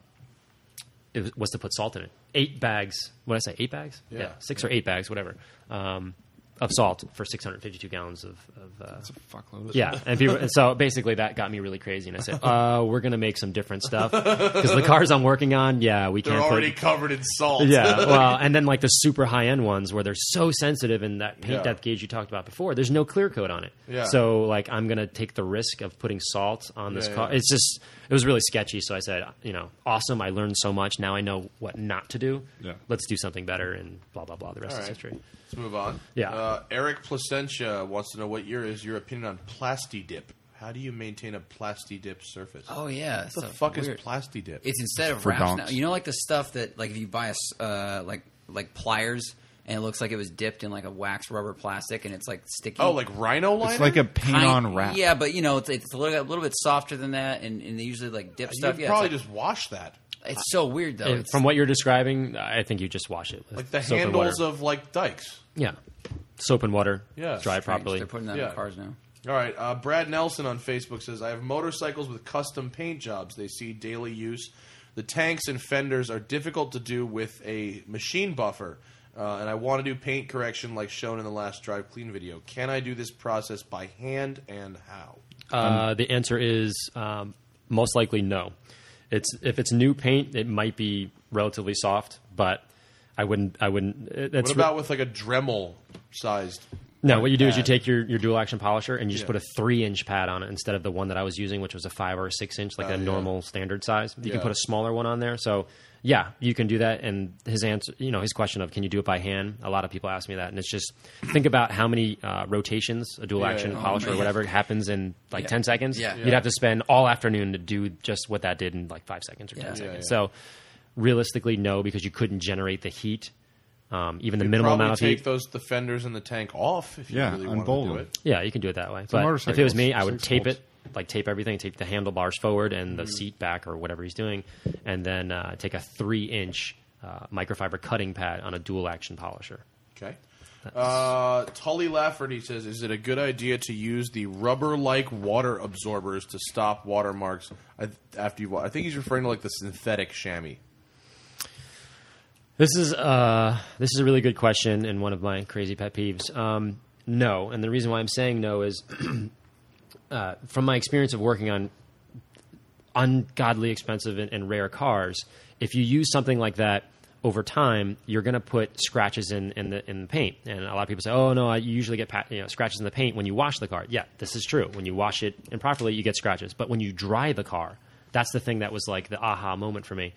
F: it was, was to put salt in it. Eight bags. What did I say? Eight bags?
C: Yeah.
F: six or eight bags, whatever, um, of salt for 652 gallons of. of uh,
B: It's a fuckload.
F: yeah, and, people, and so basically that got me really crazy, and I said, "Uh, we're gonna make some different stuff because the cars I'm working on, yeah, we
C: They're
F: can't." put-
C: already covered in salt.
F: yeah, well, and then like the super high end ones where they're so sensitive, and that paint
C: Yeah.
F: depth gauge you talked about before, there's no clear coat on it.
C: Yeah.
F: So like I'm gonna take the risk of putting salt on this
C: Yeah,
F: car.
C: yeah.
F: It's just it was really sketchy. So I said, you know, awesome. I learned so much. Now I know what not to do.
B: Yeah.
F: Let's do something better, and blah blah blah. The rest
C: All
F: is
C: right.
F: history.
C: Let's move on.
F: Yeah.
C: Uh, Eric Placentia wants to know what year is your opinion on Plasti Dip? How do you maintain a Plasti Dip surface?
E: Oh yeah,
C: what the fuck is Plasti Dip?
E: It's instead of
B: For
E: wraps
B: donks.
E: now. You know, like the stuff that like if you buy a s- uh, like like pliers and it looks like it was dipped in like a wax rubber plastic and it's like sticky.
C: oh, like Rhino liner.
B: It's like a paint
E: Kind-
B: on wrap.
E: Yeah, but you know it's, it's a, little, a little bit softer than that, and, and they usually like dip
C: You
E: stuff.
C: could
E: Yeah,
C: probably
E: it's, like-
C: just wash that.
E: it's so weird though.
F: And
E: It's-
F: from what you're describing, I think you just wash it. with
C: Like the
F: soap and
C: handles
F: water.
C: of like dikes.
F: yeah, soap and water.
C: Yeah.
F: dry
C: Strange.
F: properly.
E: they're putting that
C: Yeah.
E: in cars now.
C: All right. Uh, Brad Nelson on Facebook says, I have motorcycles with custom paint jobs. They see daily use. The tanks and fenders are difficult to do with a machine buffer. Uh, and I want to do paint correction like shown in the last Drive Clean video. Can I do this process by hand and how?
F: Uh, the answer is um, most likely no. It's if it's new paint, it might be relatively soft, but I wouldn't. I wouldn't. uh, That's
C: What about with like a Dremel sized?
F: no. What you do is you take your, your dual action polisher and you just
C: Yeah.
F: put a three inch pad on it instead of the one that I was using, which was a five or a six inch, like
C: Oh,
F: a
C: yeah.
F: normal standard size. You
C: Yeah.
F: can put a smaller one on there. So yeah, you can do that. And his answer, you know, his question of can you do it by hand? A lot of people ask me that, and it's just think about how many uh, rotations a dual
C: Yeah,
F: action
C: yeah.
F: polisher
E: Oh,
F: or
E: man.
F: whatever happens in like
E: Yeah.
F: ten seconds.
E: Yeah.
F: you'd have to spend all afternoon to do just what that did in like five seconds or
E: Yeah.
F: ten
E: Yeah,
F: seconds.
C: yeah.
F: So realistically, no, because you couldn't generate the heat. Um, even the minimal
C: Probably
F: amount of
C: take
F: heat.
C: those defenders in the tank off if you
B: Yeah,
C: really
B: on
C: want to
B: Bolin.
C: do it.
F: Yeah, you can do it that way. But if it was
B: motorcycles,
F: me, I would
B: six
F: tape
B: bolts.
F: it, like tape everything, tape the handlebars forward and the seat back or whatever he's doing, and then uh, take a three inch uh, microfiber cutting pad on a dual action polisher.
C: Okay. Uh, Tully Lafferty says, "Is it a good idea to use the rubber-like water absorbers to stop watermarks I- after you? wa- I think he's referring to like the synthetic chamois.
F: This is uh, this is a really good question and one of my crazy pet peeves. Um, no, and the reason why I'm saying no is uh, from my experience of working on ungodly expensive and, and rare cars. If you use something like that over time, you're going to put scratches in, in the in the paint. And a lot of people say, "Oh no, I usually get pa- you know, scratches in the paint when you wash the car." Yeah, this is true. When you wash it improperly, you get scratches. But when you dry the car, that's the thing that was like the aha moment for me.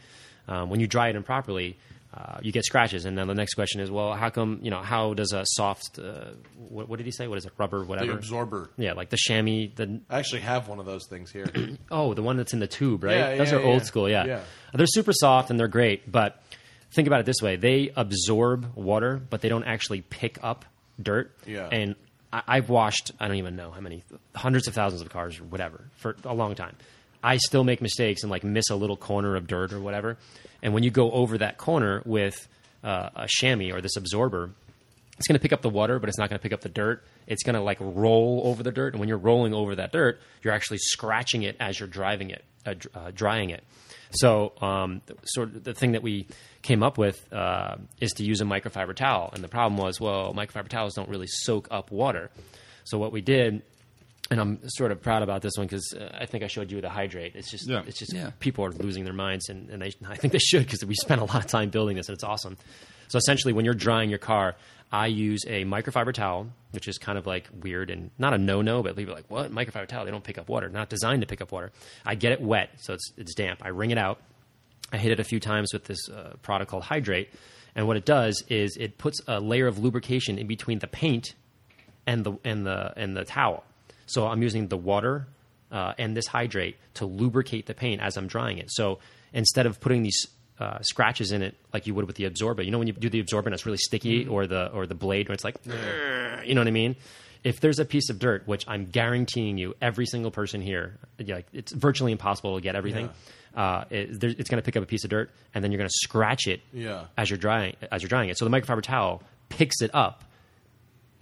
F: Um, when you dry it improperly. Uh, you get scratches, and then the next question is, well, how come? You know, how does a soft? Uh, what, what did he say? What is it? Rubber,
C: The
F: whatever.
C: absorber.
F: yeah, like the chamois, the
C: I actually have one of those things here.
F: Oh, the one that's in the tube, right?
C: Yeah,
F: Those
C: yeah,
F: are old
C: yeah.
F: school, yeah.
C: Yeah.
F: They're super soft and they're great, but think about it this way they absorb water, but they don't actually pick up dirt.
C: Yeah.
F: And I- I've washed, I don't even know how many, hundreds of thousands of cars or whatever for a long time. I still make mistakes and like miss a little corner of dirt or whatever. And when you go over that corner with uh, a chamois or this absorber, it's going to pick up the water, but it's not going to pick up the dirt. It's going to like roll over the dirt, and when you're rolling over that dirt, you're actually scratching it as you're driving it, uh, dr- uh, drying it. So, um, th- sort of the thing that we came up with uh, is to use a microfiber towel, and the problem was, well, microfiber towels don't really soak up water. So what we did, and I'm sort of proud about this one because uh, I think I showed you the hydrate. It's just,
B: Yeah.
F: it's just
E: Yeah.
F: people are losing their minds, and, and they, I think they should because we spent a lot of time building this, and it's awesome. So essentially, when you're drying your car, I use a microfiber towel, which is kind of like weird and not a no-no, but people are like, what microfiber towel? They don't pick up water. Not designed to pick up water. I get it wet, so it's it's damp. I wring it out. I hit it a few times with this uh, product called Hydrate, and what it does is it puts a layer of lubrication in between the paint and the and the and the towel. So I'm using the water uh, and this hydrate to lubricate the paint as I'm drying it. So instead of putting these uh, scratches in it like you would with the absorbent, you know when you do the absorbent, it's really sticky, or the or the blade where it's like, "Grr," you know what I mean. If there's a piece of dirt, which I'm guaranteeing you, every single person here, yeah, like it's virtually impossible to get everything. Uh, it, there, it's going to pick up a piece of dirt, and then you're going to scratch it
C: Yeah.
F: as you're drying as you're drying it. So the microfiber towel picks it up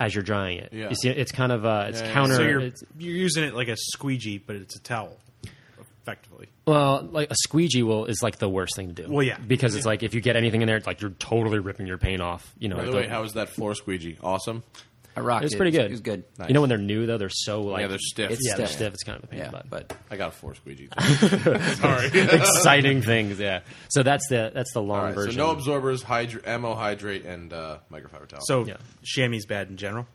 F: as you're drying it.
C: Yeah.
F: You see, it's kind of uh, it's
C: Yeah, yeah.
F: counter.
D: So you're
F: it's-
D: you're using it like a squeegee, but it's a towel, effectively.
F: well, like a squeegee will is like the worst thing to do.
D: Well, yeah.
F: because it's like if you get anything in there, it's like you're totally ripping your paint off. You know,
C: By the way, how is that floor squeegee? Awesome.
E: I rocked
F: it's
E: it.
F: pretty good.
E: It was good.
F: You know, when they're new though, they're so like
C: Yeah, they're stiff.
E: It's
F: yeah, they're
E: stiff.
F: stiff. It's kind of a pain,
E: Yeah,
F: but,
E: but
C: I got a floor squeegee. too. Sorry.
F: exciting things. Yeah, so that's the that's the long
C: All right, so
F: version.
C: no absorbers, hydra- ammo, hydrate, and uh, microfiber towel.
D: So
F: Yeah.
D: chamois bad in general.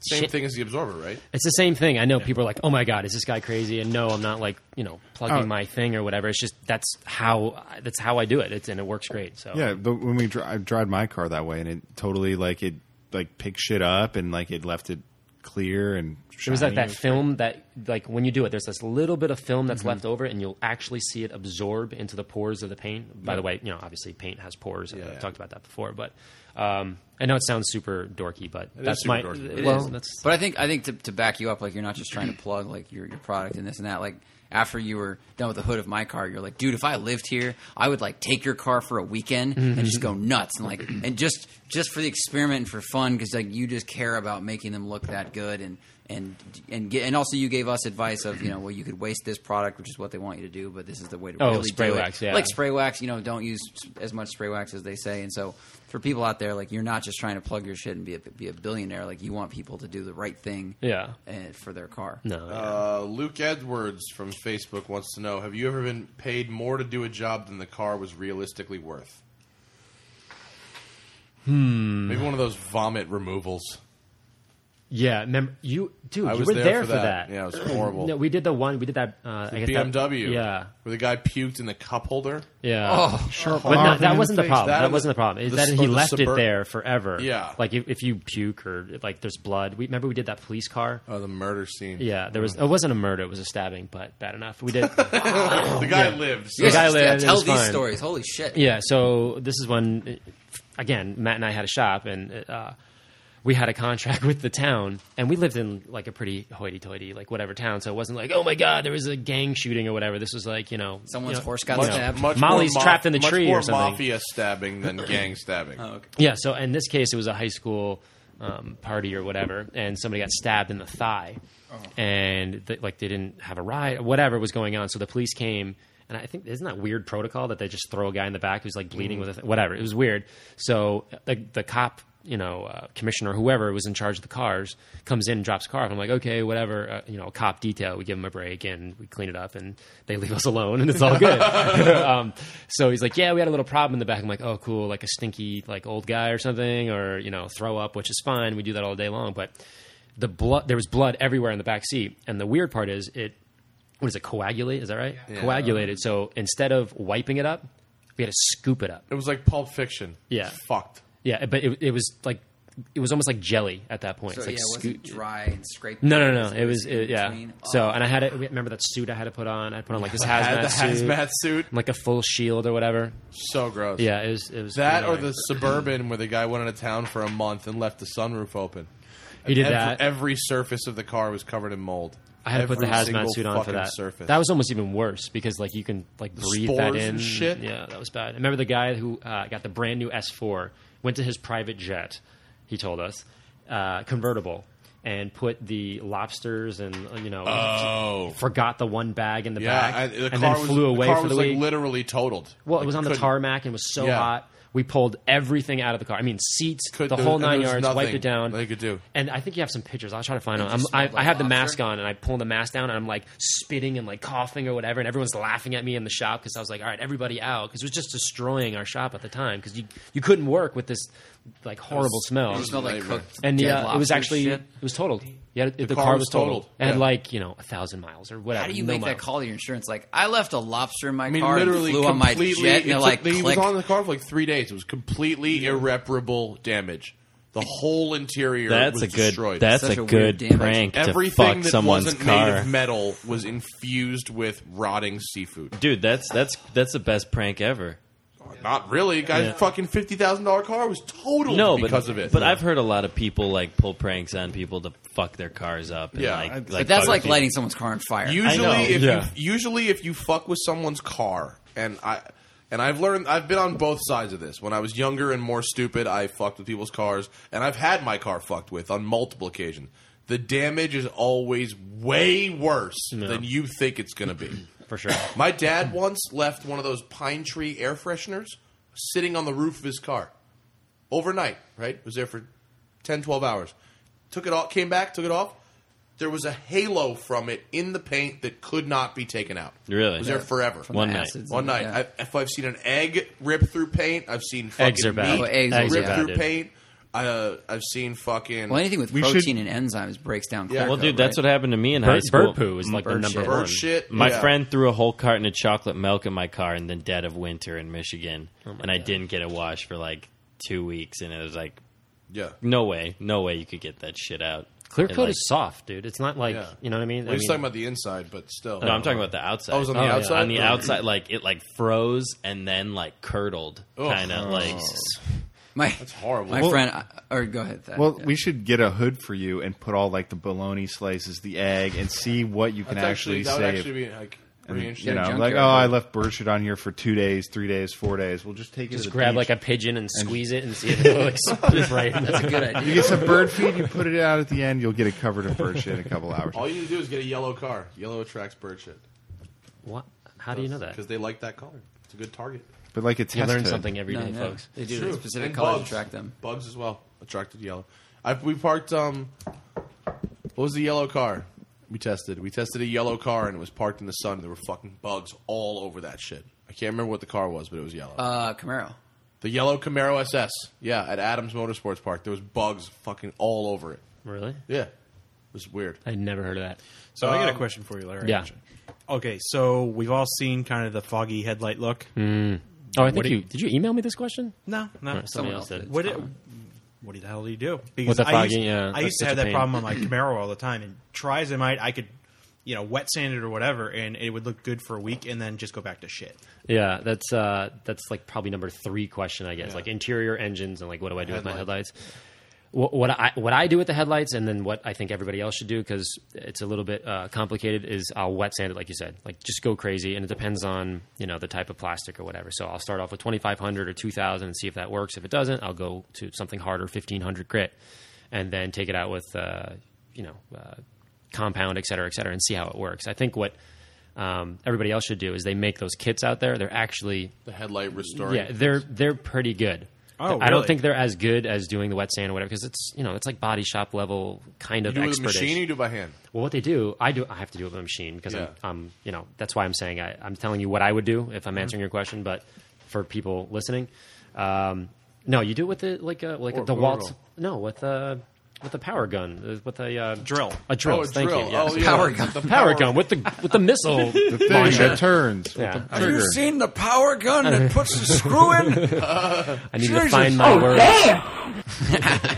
C: same
F: shit.
C: thing as the absorber, right?
F: It's the same thing. I know people are like, "Oh my god, is this guy crazy?" And no, I'm not like you know plugging
B: Oh.
F: my thing or whatever. It's just that's how that's how I do it. It's and it works great. So
B: Yeah, but when we dri I dried my car that way, and it totally like it like picked shit up and like it left it clear and
F: It was like
B: shiny.
F: that film that, like, when you do it, there's this little bit of film that's left over, and you'll actually see it absorb into the pores of the paint. By the way, you know, obviously paint has pores. and
C: Yeah,
F: I've
C: yeah.
F: talked about that before, but um, I know it sounds super dorky, but
C: is
F: that's
C: super
F: my
C: dorky.
E: It
F: well,
E: is.
F: that's
E: but I think I think to, to back you up, like you're not just trying to plug like your your product and this and that. Like after you were done with the hood of my car, you're like, dude, if I lived here, I would like take your car for a weekend
F: Mm-hmm.
E: and just go nuts and like and just just for the experiment and for fun because like you just care about making them look that good and. And and get, and also you gave us advice of you know well you could waste this product which is what they want you to do but this is the way to
F: Oh,
E: really
F: spray
E: do it.
F: wax, yeah.
E: like spray wax you know don't use as much spray wax as they say and so for people out there like you're not just trying to plug your shit and be a, be a billionaire like you want people to do the right thing
F: Yeah.
E: and for their car
F: no. yeah.
C: Uh, Luke Edwards from Facebook wants to know: Have you ever been paid more to do a job than the car was realistically worth?
F: Hmm.
C: Maybe one of those vomit removals.
F: Yeah, remember you, dude?
C: I
F: you
C: was
F: were
C: there
F: there,
C: for
F: for
C: that.
F: that.
C: Yeah, it was horrible.
F: No, we did the one. We did that. Uh, I guess that-
C: BMW.
F: yeah,
C: Where the guy puked in the cup holder.
F: yeah.
B: Sharp
F: but no,
B: arm
F: that
B: in
F: wasn't the
B: face.
F: problem.
C: Oh, That
F: That,
C: was-
F: wasn't the problem. Is
C: the
F: that
C: s- oh,
F: he
C: the
F: left
C: suburb-
F: it there forever.
C: Yeah.
F: like if, if you puke or like there's blood. We remember we did that police car.
C: Oh, the murder scene.
F: Yeah, there was. It wasn't a murder. It was a stabbing, but bad enough. We did.
C: The guy lives.
F: Yeah.
E: You guys
F: guy
E: gotta
F: lived, it
E: tell
F: was
E: these
F: fine.
E: stories. Holy shit!
F: yeah. So this is when, again, Matt and I had a shop, and uh, we had a contract with the town, and we lived in like a pretty hoity-toity, like whatever town. So it wasn't like, oh my god, there was a gang shooting or whatever. This was like, you know,
E: Someone's
F: you know,
E: horse got
F: you know,
E: stabbed.
C: Much
F: Molly's
C: more ma-
F: trapped in the
C: much
F: tree
C: more
F: or something.
C: mafia stabbing than gang stabbing.
E: Oh, okay.
F: Yeah. So in this case, it was a high school um, party or whatever, and somebody got stabbed in the thigh, and th- like they didn't have a ride, whatever was going on. So the police came, and I think isn't that weird protocol that they just throw a guy in the back who's like bleeding with a th- whatever. It was weird. So uh, the the cop. You know, uh, commissioner, whoever was in charge of the cars, comes in, and drops a car. off. I'm like, okay, whatever. Uh, you know, cop detail. We give him a break and we clean it up, and they leave us alone, and it's all good. um, so he's like, "Yeah, we had a little problem in the back." I'm like, "Oh, cool, like a stinky like old guy or something, or you know, throw up, which is fine. We do that all day long." But the blood, there was blood everywhere in the back seat, and the weird part is it. What is it? Coagulate? Is that right? Coagulated. So instead of wiping it up, we had to scoop it up.
C: It was like Pulp Fiction.
F: Yeah.
C: It's fucked.
F: Yeah, but it, it was like it was almost like jelly at that point.
E: So
F: It's like
E: yeah, it wasn't
F: scoop-
E: dry and scraped.
F: No, no, no. It was
E: in
F: it, yeah.
E: between.
F: So
E: Oh.
F: and I had it. Remember that suit I had to put on? I put on like this
C: Had the
F: hazmat suit,
C: hazmat suit.
F: like a full shield or whatever.
C: So gross.
F: Yeah, it was. It was
C: That or
F: annoying.
C: the suburban where the guy went out of town for a month and left the sunroof open.
F: He did
C: every,
F: that.
C: Every surface of the car was covered in mold.
F: I had to put the
C: Every
F: hazmat
C: single
F: suit on for
C: fucking
F: that.
C: Surface.
F: That was almost even worse because like you can like breathe that
C: spores
F: in.
C: and shit.
F: Yeah, that was bad. I remember the guy who uh, got the brand new S4 went to his private jet. He told us uh, convertible and put the lobsters and uh, you know forgot the one bag in the
C: Oh. yeah.
F: back
C: I, the
F: and
C: car
F: then
C: was,
F: flew away
C: the car
F: for
C: was
F: the
C: like
F: week.
C: literally totaled.
F: well,
C: Like,
F: it was on the
C: couldn't-
F: tarmac and was so
C: Yeah.
F: hot. We pulled everything out of the car. I mean, seats,
C: Couldn't-
F: the
C: there
F: whole
C: was- and
F: nine
C: there was
F: yards,
C: nothing
F: wiped it down.
C: they could do.
F: And I think you have some pictures. I'll try to find them. I'm,
E: just
F: I,
E: smelled
F: I have the
E: like
F: mask
E: lobster?
F: on, and I pull the mask down, and I'm like spitting and like coughing or whatever, and everyone's laughing at me in the shop because I was like, "All right, everybody out," because it was just destroying our shop at the time because you you couldn't work with this like horrible smell.
E: It smelled Oh. like
C: Labor.
E: cooked.
F: And
E: dead
F: yeah, it was
E: lobster
F: actually
E: shit.
F: it was totaled. Yeah, the,
C: car
F: car,
C: was
F: was totaled.
C: totaled.
F: It had
C: Yeah.
F: like you know a thousand miles or whatever.
E: How do you
F: no
E: make that
F: miles.
E: call to your insurance? Like, I left a lobster in my
C: I mean,
E: car and
C: literally
E: flew on my
C: completely-
E: jet, and
C: it
E: they're
C: took-
E: like,
C: he
E: click.
C: was on the car for like three days. It was completely irreparable damage. The whole interior
G: That's
C: was
G: a good.
C: destroyed.
G: That's
E: Such
G: a,
E: a weird
G: good
E: damage.
G: prank to
C: Everything
G: fuck
C: that
G: someone's
C: wasn't
G: car.
C: made of metal was infused with rotting seafood.
G: Dude, that's that's that's the best prank ever.
C: Not really. Guy's fucking fifty thousand dollar car was totaled
G: No, but
C: because of it.
G: But I've heard a lot of people like pull pranks on people to fuck their cars up. And,
C: Yeah,
G: like,
C: I-
G: like
E: But that's
G: fuck
E: like
G: people.
E: lighting someone's car on fire.
C: usually
G: know,
C: if
G: yeah.
C: you, usually if you fuck with someone's car and I and I've learned I've been on both sides of this. When I was younger and more stupid, I fucked with people's cars and I've had my car fucked with on multiple occasions. The damage is always way worse than you think it's going to be.
F: for sure.
C: My dad once left one of those pine tree air fresheners sitting on the roof of his car overnight, right? It was there for 10, 12 hours. Took it off, came back, took it off. There was a halo from it in the paint that could not be taken out.
G: Really?
C: It was there forever.
G: One night.
E: Acids
C: One
E: and-
C: night.
E: yeah.
C: I, if I've seen an egg rip through paint, I've seen fucking
F: Eggs are bad.
C: meat
E: Oh, eggs
F: Eggs
E: are
F: are
C: rip
E: bad,
C: through
F: dude.
C: paint. Uh, I've seen fucking.
E: Well, anything with
B: We
E: protein and enzymes breaks down.
C: Yeah.
E: clear
G: Well,
E: coat,
G: dude, that's
E: right?
G: what happened to me in high
F: Bird,
G: school.
F: bird poo is like the
E: Bird
F: number
E: shit.
C: bird
F: one.
C: shit.
G: My
C: yeah.
G: friend threw a whole carton of chocolate milk in my car in the dead of winter in Michigan,
C: Oh
G: and I didn't get a wash for like two weeks, and it was like,
C: Yeah.
G: no way, no way you could get that shit out.
F: Clear
G: And,
F: coat
G: like-
F: is soft, dude. It's not like
C: Yeah.
F: you know what I mean.
C: Well,
F: I
C: he's
F: mean-
C: talking about the inside, but still.
G: No, I'm talking about the outside.
C: Oh, it was on the
F: yeah.
C: outside?
G: On the
C: Oh.
G: outside, like it like froze and then like curdled,
C: Ugh.
G: kind of
D: Oh.
G: like.
E: My,
C: That's horrible.
E: My
C: Well-
E: friend, I- or go ahead. Thad.
B: Well,
E: Yeah.
B: we should get a hood for you and put all like the bologna slices, the egg, and see what you can
C: That's actually,
B: actually,
C: that would
B: save.
C: actually be like.
B: And,
C: Pretty
B: you
C: interesting.
B: know,
E: junkyard
B: like oh,
E: hood.
B: I left bird shit on here for two days, three days, four days. We'll just take it. to
F: just
B: the
F: grab
B: beach.
F: like a pigeon and squeeze it and see if it like split right. That's a
E: good
F: good.
E: idea.
B: You get some bird feed, you put it out at the end, you'll get it covered in bird shit in a couple hours.
C: All you need to do is get a yellow car. Yellow attracts bird shit.
F: What? How do you know that?
C: Because they like that color. It's a good target.
B: But like a
F: You
B: test
F: learn
B: hood.
F: something every
E: No,
F: day,
E: no.
F: folks.
E: They do the specific
C: And
E: colors
C: bugs.
E: attract them.
C: Bugs as well. Attracted to yellow. I, we parked. Um, what was the yellow car? We tested. We tested a yellow car and it was parked in the sun. There were fucking bugs all over that shit. I can't remember what the car was, but it was yellow.
E: Uh, Camaro.
C: The yellow Camaro SS. Yeah, at Adams Motorsports Park. There was bugs fucking all over it.
F: Really?
C: Yeah. It was weird.
F: I never heard of that.
D: So I got
C: Um,
D: a question for you, Larry.
F: yeah.
D: actually. Okay, so we've all seen kind of the foggy headlight look.
G: Hmm.
F: Oh, I think
D: do
F: you did. You email me this question?
D: No, no.
F: Somebody
E: else did.
D: What, did, what the hell do you do?
F: With the
D: I used,
F: foggy, yeah,
D: I
F: that's
D: used to
F: such a
D: have that
F: pain.
D: problem on my Camaro all the time. And try as I might, I could, you know, wet sand it or whatever, and it would look good for a week, and then just go back to shit.
F: Yeah, that's uh, that's like probably number three question, I guess. Like interior engines and like what do I do with my headlights? What, what I what I do with the headlights, and then what I think everybody else should do because it's a little bit uh, complicated. Is I'll wet sand it, like you said, like just go crazy, and it depends on you know the type of plastic or whatever. So I'll start off with twenty five hundred or two thousand and see if that works. If it doesn't, I'll go to something harder, fifteen hundred grit, and then take it out with uh, you know uh, compound, et cetera, et cetera, and see how it works. I think what um, everybody else should do is they make those kits out there. They're actually
C: The headlight restoring.
F: yeah, they're they're pretty good.
D: Oh,
F: I don't
D: really?
F: think they're as good as doing the wet sand or whatever because it's you know it's like body shop level kind of
C: you do it with a
F: expert.
C: machine or you do it by hand?
F: Well, what they do, I do. I have to do it with a machine because
C: Yeah.
F: I'm, I'm, you know, that's why I'm saying I, I'm telling you what I would do
C: Mm-hmm.
F: if I'm answering your question. But for people listening, um, no, you do it with the like a like
C: Or
F: the waltz.
C: Google.
F: No, with a with a power gun, uh, with a uh,
D: Drill.
F: a drill.
C: Oh, a
F: thank
C: drill.
F: you. Yes.
C: Oh, yeah.
E: Power gun.
C: The
F: Power gun with the with the missile
B: The thing
F: launcher.
B: that turns. with
F: Yeah.
B: the
E: Have you
B: trigger.
E: seen the power gun that puts the screw in?
F: I need to
E: Jesus.
F: find
J: Oh,
F: my words.
I: Damn!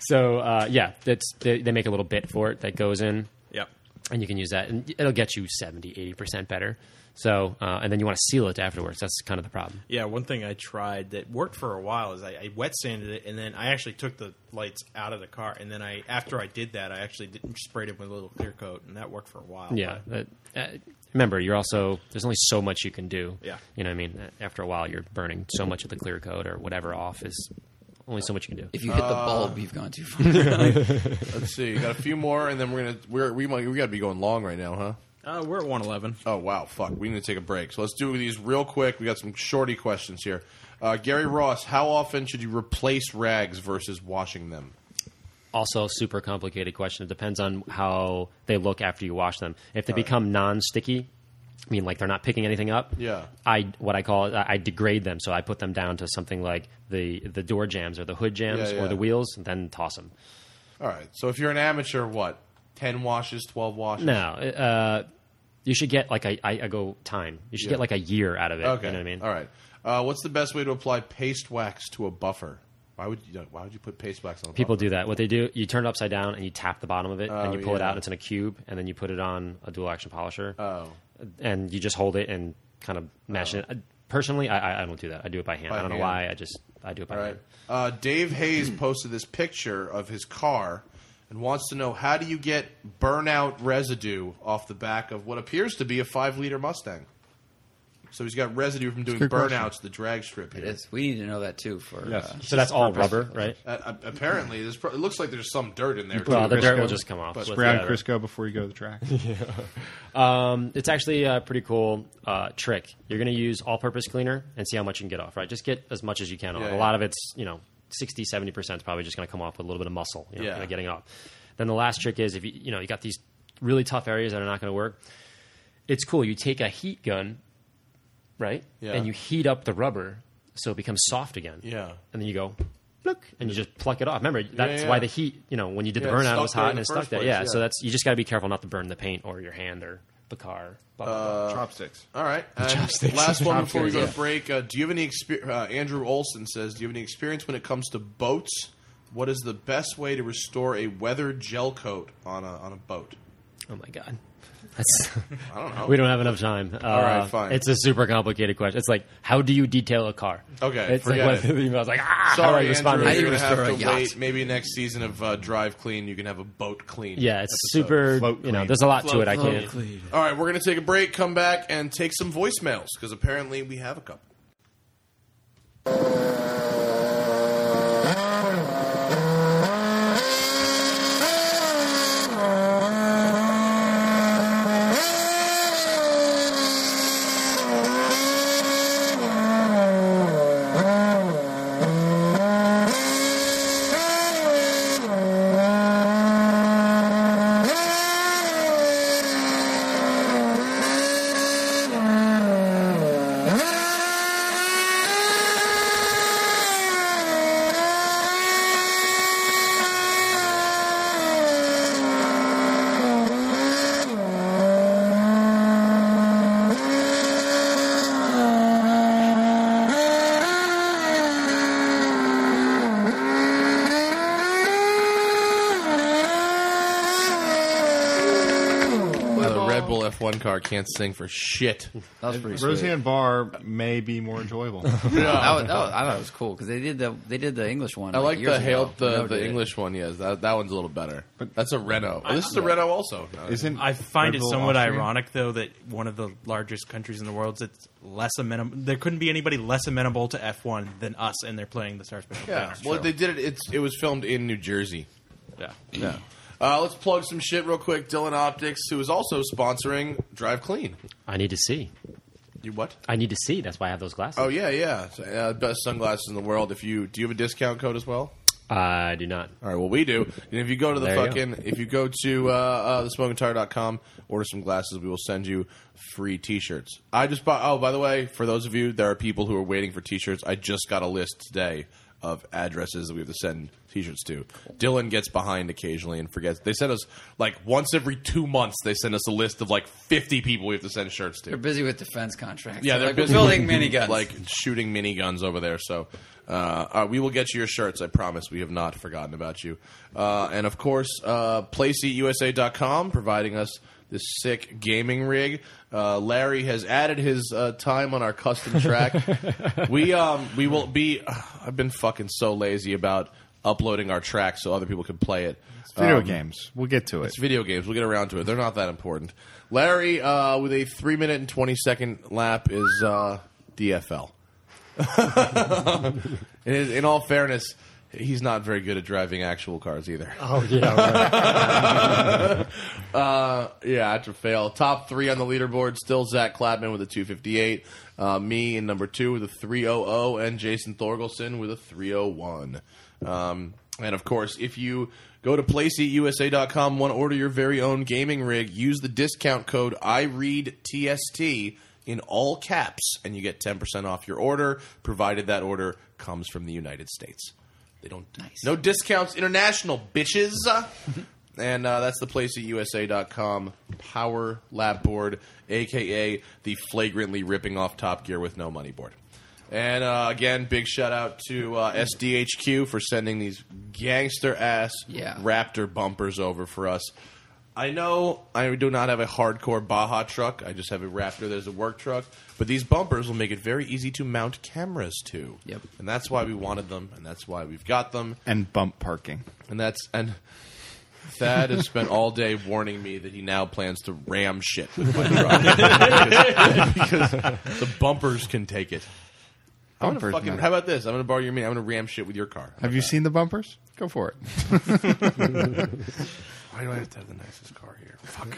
F: So uh, yeah, that's they, they make a little bit for it that goes in.
D: Yep.
F: and you can use that and it'll get you 70 80% better so uh, and then you want to seal it afterwards that's kind of the problem
D: Yeah, one thing I tried that worked for a while is I, I wet sanded it, and then I actually took the lights out of the car, and then I after I did that, I actually did, sprayed it with a little clear coat, and that worked for a while.
F: yeah
D: but-
F: uh, uh, remember you're also there's only so much you can do
D: Yeah.
F: you know what i mean after a while you're burning so much of the clear coat or whatever off is only so much you can do
E: If you hit
C: Uh,
E: the bulb, you've gone too far.
C: Let's see. Got a few more, and then we're gonna we're, we might we got to be going long right now, huh?
D: Uh, we're at one eleven.
C: Oh wow, fuck! We need to take a break. So let's do these real quick. We got some shorty questions here. Uh, Gary Ross, how often should you replace rags versus washing them?
F: also super complicated question. It depends on how they look after you wash them. If they become non-sticky, I mean, like they're not picking anything up.
C: Yeah.
F: I what I call it, I I degrade them. So I put them down to something like the the door jams or the hood jams
C: Yeah,
F: or
C: yeah.
F: the wheels, and then toss them.
C: All right. So if you're an amateur, what ten washes, twelve washes?
F: No, uh, you should get like a, I, I go time. You should
C: Yeah.
F: get like a year out of it.
C: Okay.
F: You know what I mean?
C: All right. Uh, what's the best way to apply paste wax to a buffer? Why would you, why would you put paste wax on? A
F: People
C: buffer?
F: do that. What they do, you turn it upside down and you tap the bottom of it, and you pull it
C: Oh, yeah.
F: out. It's in a cube, and then you put it on a dual action polisher.
C: Oh.
F: and you just hold it and kind of mash it. I- Personally, I, I- I don't do that. I do it by hand.
C: By
F: I don't know
C: hand.
F: why. I just I do it by
C: All right.
F: hand.
C: Uh, Dave Hayes posted this picture of his car and wants to know how do you get burnout residue off the back of what appears to be a five liter Mustang. So he's got residue from doing
B: a good
C: burnouts
B: question.
C: to the drag strip here.
E: It is. We need to know that too. For
B: Yes.
E: uh,
F: So that's all rubber, right?
C: Uh, a- apparently, there's pro- it looks like there's some dirt in there.
F: Well,
C: too.
F: the dirt
B: Crisco.
F: will just come off. with
B: Spray on
F: the-
B: Crisco before you go to the track.
F: Um, it's actually a pretty cool uh, trick. You're going to use all-purpose cleaner and see how much you can get off. Right? Just get as much as you can off.
C: Yeah,
F: a
C: yeah.
F: lot of it's you know 60, 70 percent is probably just going to come off with a little bit of muscle. You know,
C: Yeah.
F: kind of getting off. Then the last trick is if you you know you got these really tough areas that are not going to work. It's cool. You take a heat gun, right?
C: Yeah.
F: And you heat up the rubber so it becomes soft again.
C: Yeah.
F: And then you go. Look, and you just pluck it off. Remember, that's
C: yeah.
F: why the heat. You know, when you did
C: Yeah,
F: the
C: it's
F: burnout,
C: stuck
F: it was
C: there in
F: hot and
C: the
F: it stuck
C: first
F: there.
C: place,
F: Yeah,
C: yeah.
F: so that's you just got to be careful not to burn the paint or your hand or the car. Blah, blah,
C: Uh,
F: blah.
B: Chopsticks.
C: All right. and Last one before we go to break. Uh, do you have any experience? Uh, Andrew Olson says, "Do you have any experience when it comes to boats? What is the best way to restore a weathered gel coat on a on a boat?
F: Oh my god, that's
C: I don't know.
F: we don't have enough time. Uh, All
C: right, fine.
F: It's a super complicated question. It's like how do you detail a car?
C: Okay,
F: it's
C: forget
F: like
C: it.
F: the email's like ah, how do I
C: Sorry,
F: respond?
C: Andrew.
F: to
E: How do
C: You're
E: you
F: this?
C: gonna
E: restore
C: have to
E: a yacht?
C: wait. Maybe next season of uh, Drive Clean, you can have a boat clean.
F: Yeah, it's
C: episode.
F: super.
B: Float
F: you know,
B: clean.
F: there's a lot to
E: Float
F: it. I
E: clean.
F: can't.
C: All right, we're gonna take a break. Come back and take some voicemails because apparently we have a couple. Uh, F1 car can't sing for shit.
E: That was pretty. sweet.
B: Roseanne Barr may be more enjoyable.
E: That was, that was- I thought it was cool because they did the they did the English one.
C: I like
E: years
C: the hail
E: ago.
C: the,
E: Renault
C: the
E: did it.
C: English one. Yes, that that one's a little better. That's a Renault. Oh, this is a Renault also. No,
B: Isn't
D: I find
B: Red
D: it
B: Bull
D: somewhat
B: Austrian?
D: ironic, though, that one of the largest countries in the world that's less amenable. There couldn't be anybody less amenable to F1 than us, and they're playing the Star Spangled
C: yeah.
D: Banner.
C: Well, they did it. It's it was filmed in New Jersey.
D: Yeah.
C: Yeah. Uh, let's plug some shit real quick. Dylan Optics, who is also sponsoring Drive Clean.
F: I need to see.
C: You what?
F: I need to see. That's why I have those glasses.
C: Oh yeah, yeah. So, uh, best sunglasses in the world. If you do, you have a discount code as well.
F: I do not.
C: All right, well we do. And if you go to the
F: There you
C: fucking, if you go to uh, uh, thesmokingtire.com, order some glasses. We will send you free T-shirts. I just bought. Oh, by the way, for those of you there are people who are waiting for T-shirts, I just got a list today of addresses that we have to send T-shirts to. Dylan gets behind occasionally and forgets. They send us like once every two months. They send us a list of like fifty people we have to send shirts to.
E: They're busy with defense contracts.
C: Yeah, they're
E: like,
C: busy
E: we're building
C: with-
E: miniguns.
C: like shooting miniguns over there. So, uh, uh, we will get you your shirts. I promise. We have not forgotten about you. Uh, and of course, uh, PlaySeatUSA.com providing us this sick gaming rig. Uh, Larry has added his uh, time on our custom track. we um, we will be. I've been fucking so lazy about uploading our track so other people can play it.
B: Video
C: Um,
B: games. We'll get to it.
C: it's video games. We'll get around to it. They're not that important. Larry, uh, with a three minute and twenty second lap, is uh, DFL. in, in all fairness, he's not very good at driving actual cars either.
F: Oh yeah. Right.
C: Uh, yeah, after fail. Top three on the leaderboard still Zach Kladman with a 258. Uh, me in number two with a 300, and Jason Thorgelson with a 301. Um, and of course, if you go to PlaySeatUSA.com, want to order your very own gaming rig, use the discount code IREADTST in all caps, and you get 10% off your order, provided that order comes from the United States. They don't.
E: Nice.
C: No discounts international, bitches. and uh, that's the place at USA.com Power Lab Board, a.k.a. the flagrantly ripping off Top Gear with no money board. And uh, again, big shout out to uh, SDHQ for sending these gangster ass
E: Yeah.
C: Raptor bumpers over for us. I know I do not have a hardcore Baja truck. I just have a Raptor that is a work truck. But these bumpers will make it very easy to mount cameras to.
E: Yep.
C: And that's why we wanted them, and that's why we've got them.
B: and bump parking.
C: And that's and Thad has spent all day warning me that he now plans to ram shit with my truck because, because the bumpers can take it. I'm gonna
B: Bumpers
C: fucking.
B: matter.
C: How about this? I'm gonna borrow your money. I'm gonna ram shit with your car.
B: Have you seen the bumpers? Go for it.
C: Why do I have to have the nicest car here? Fuck.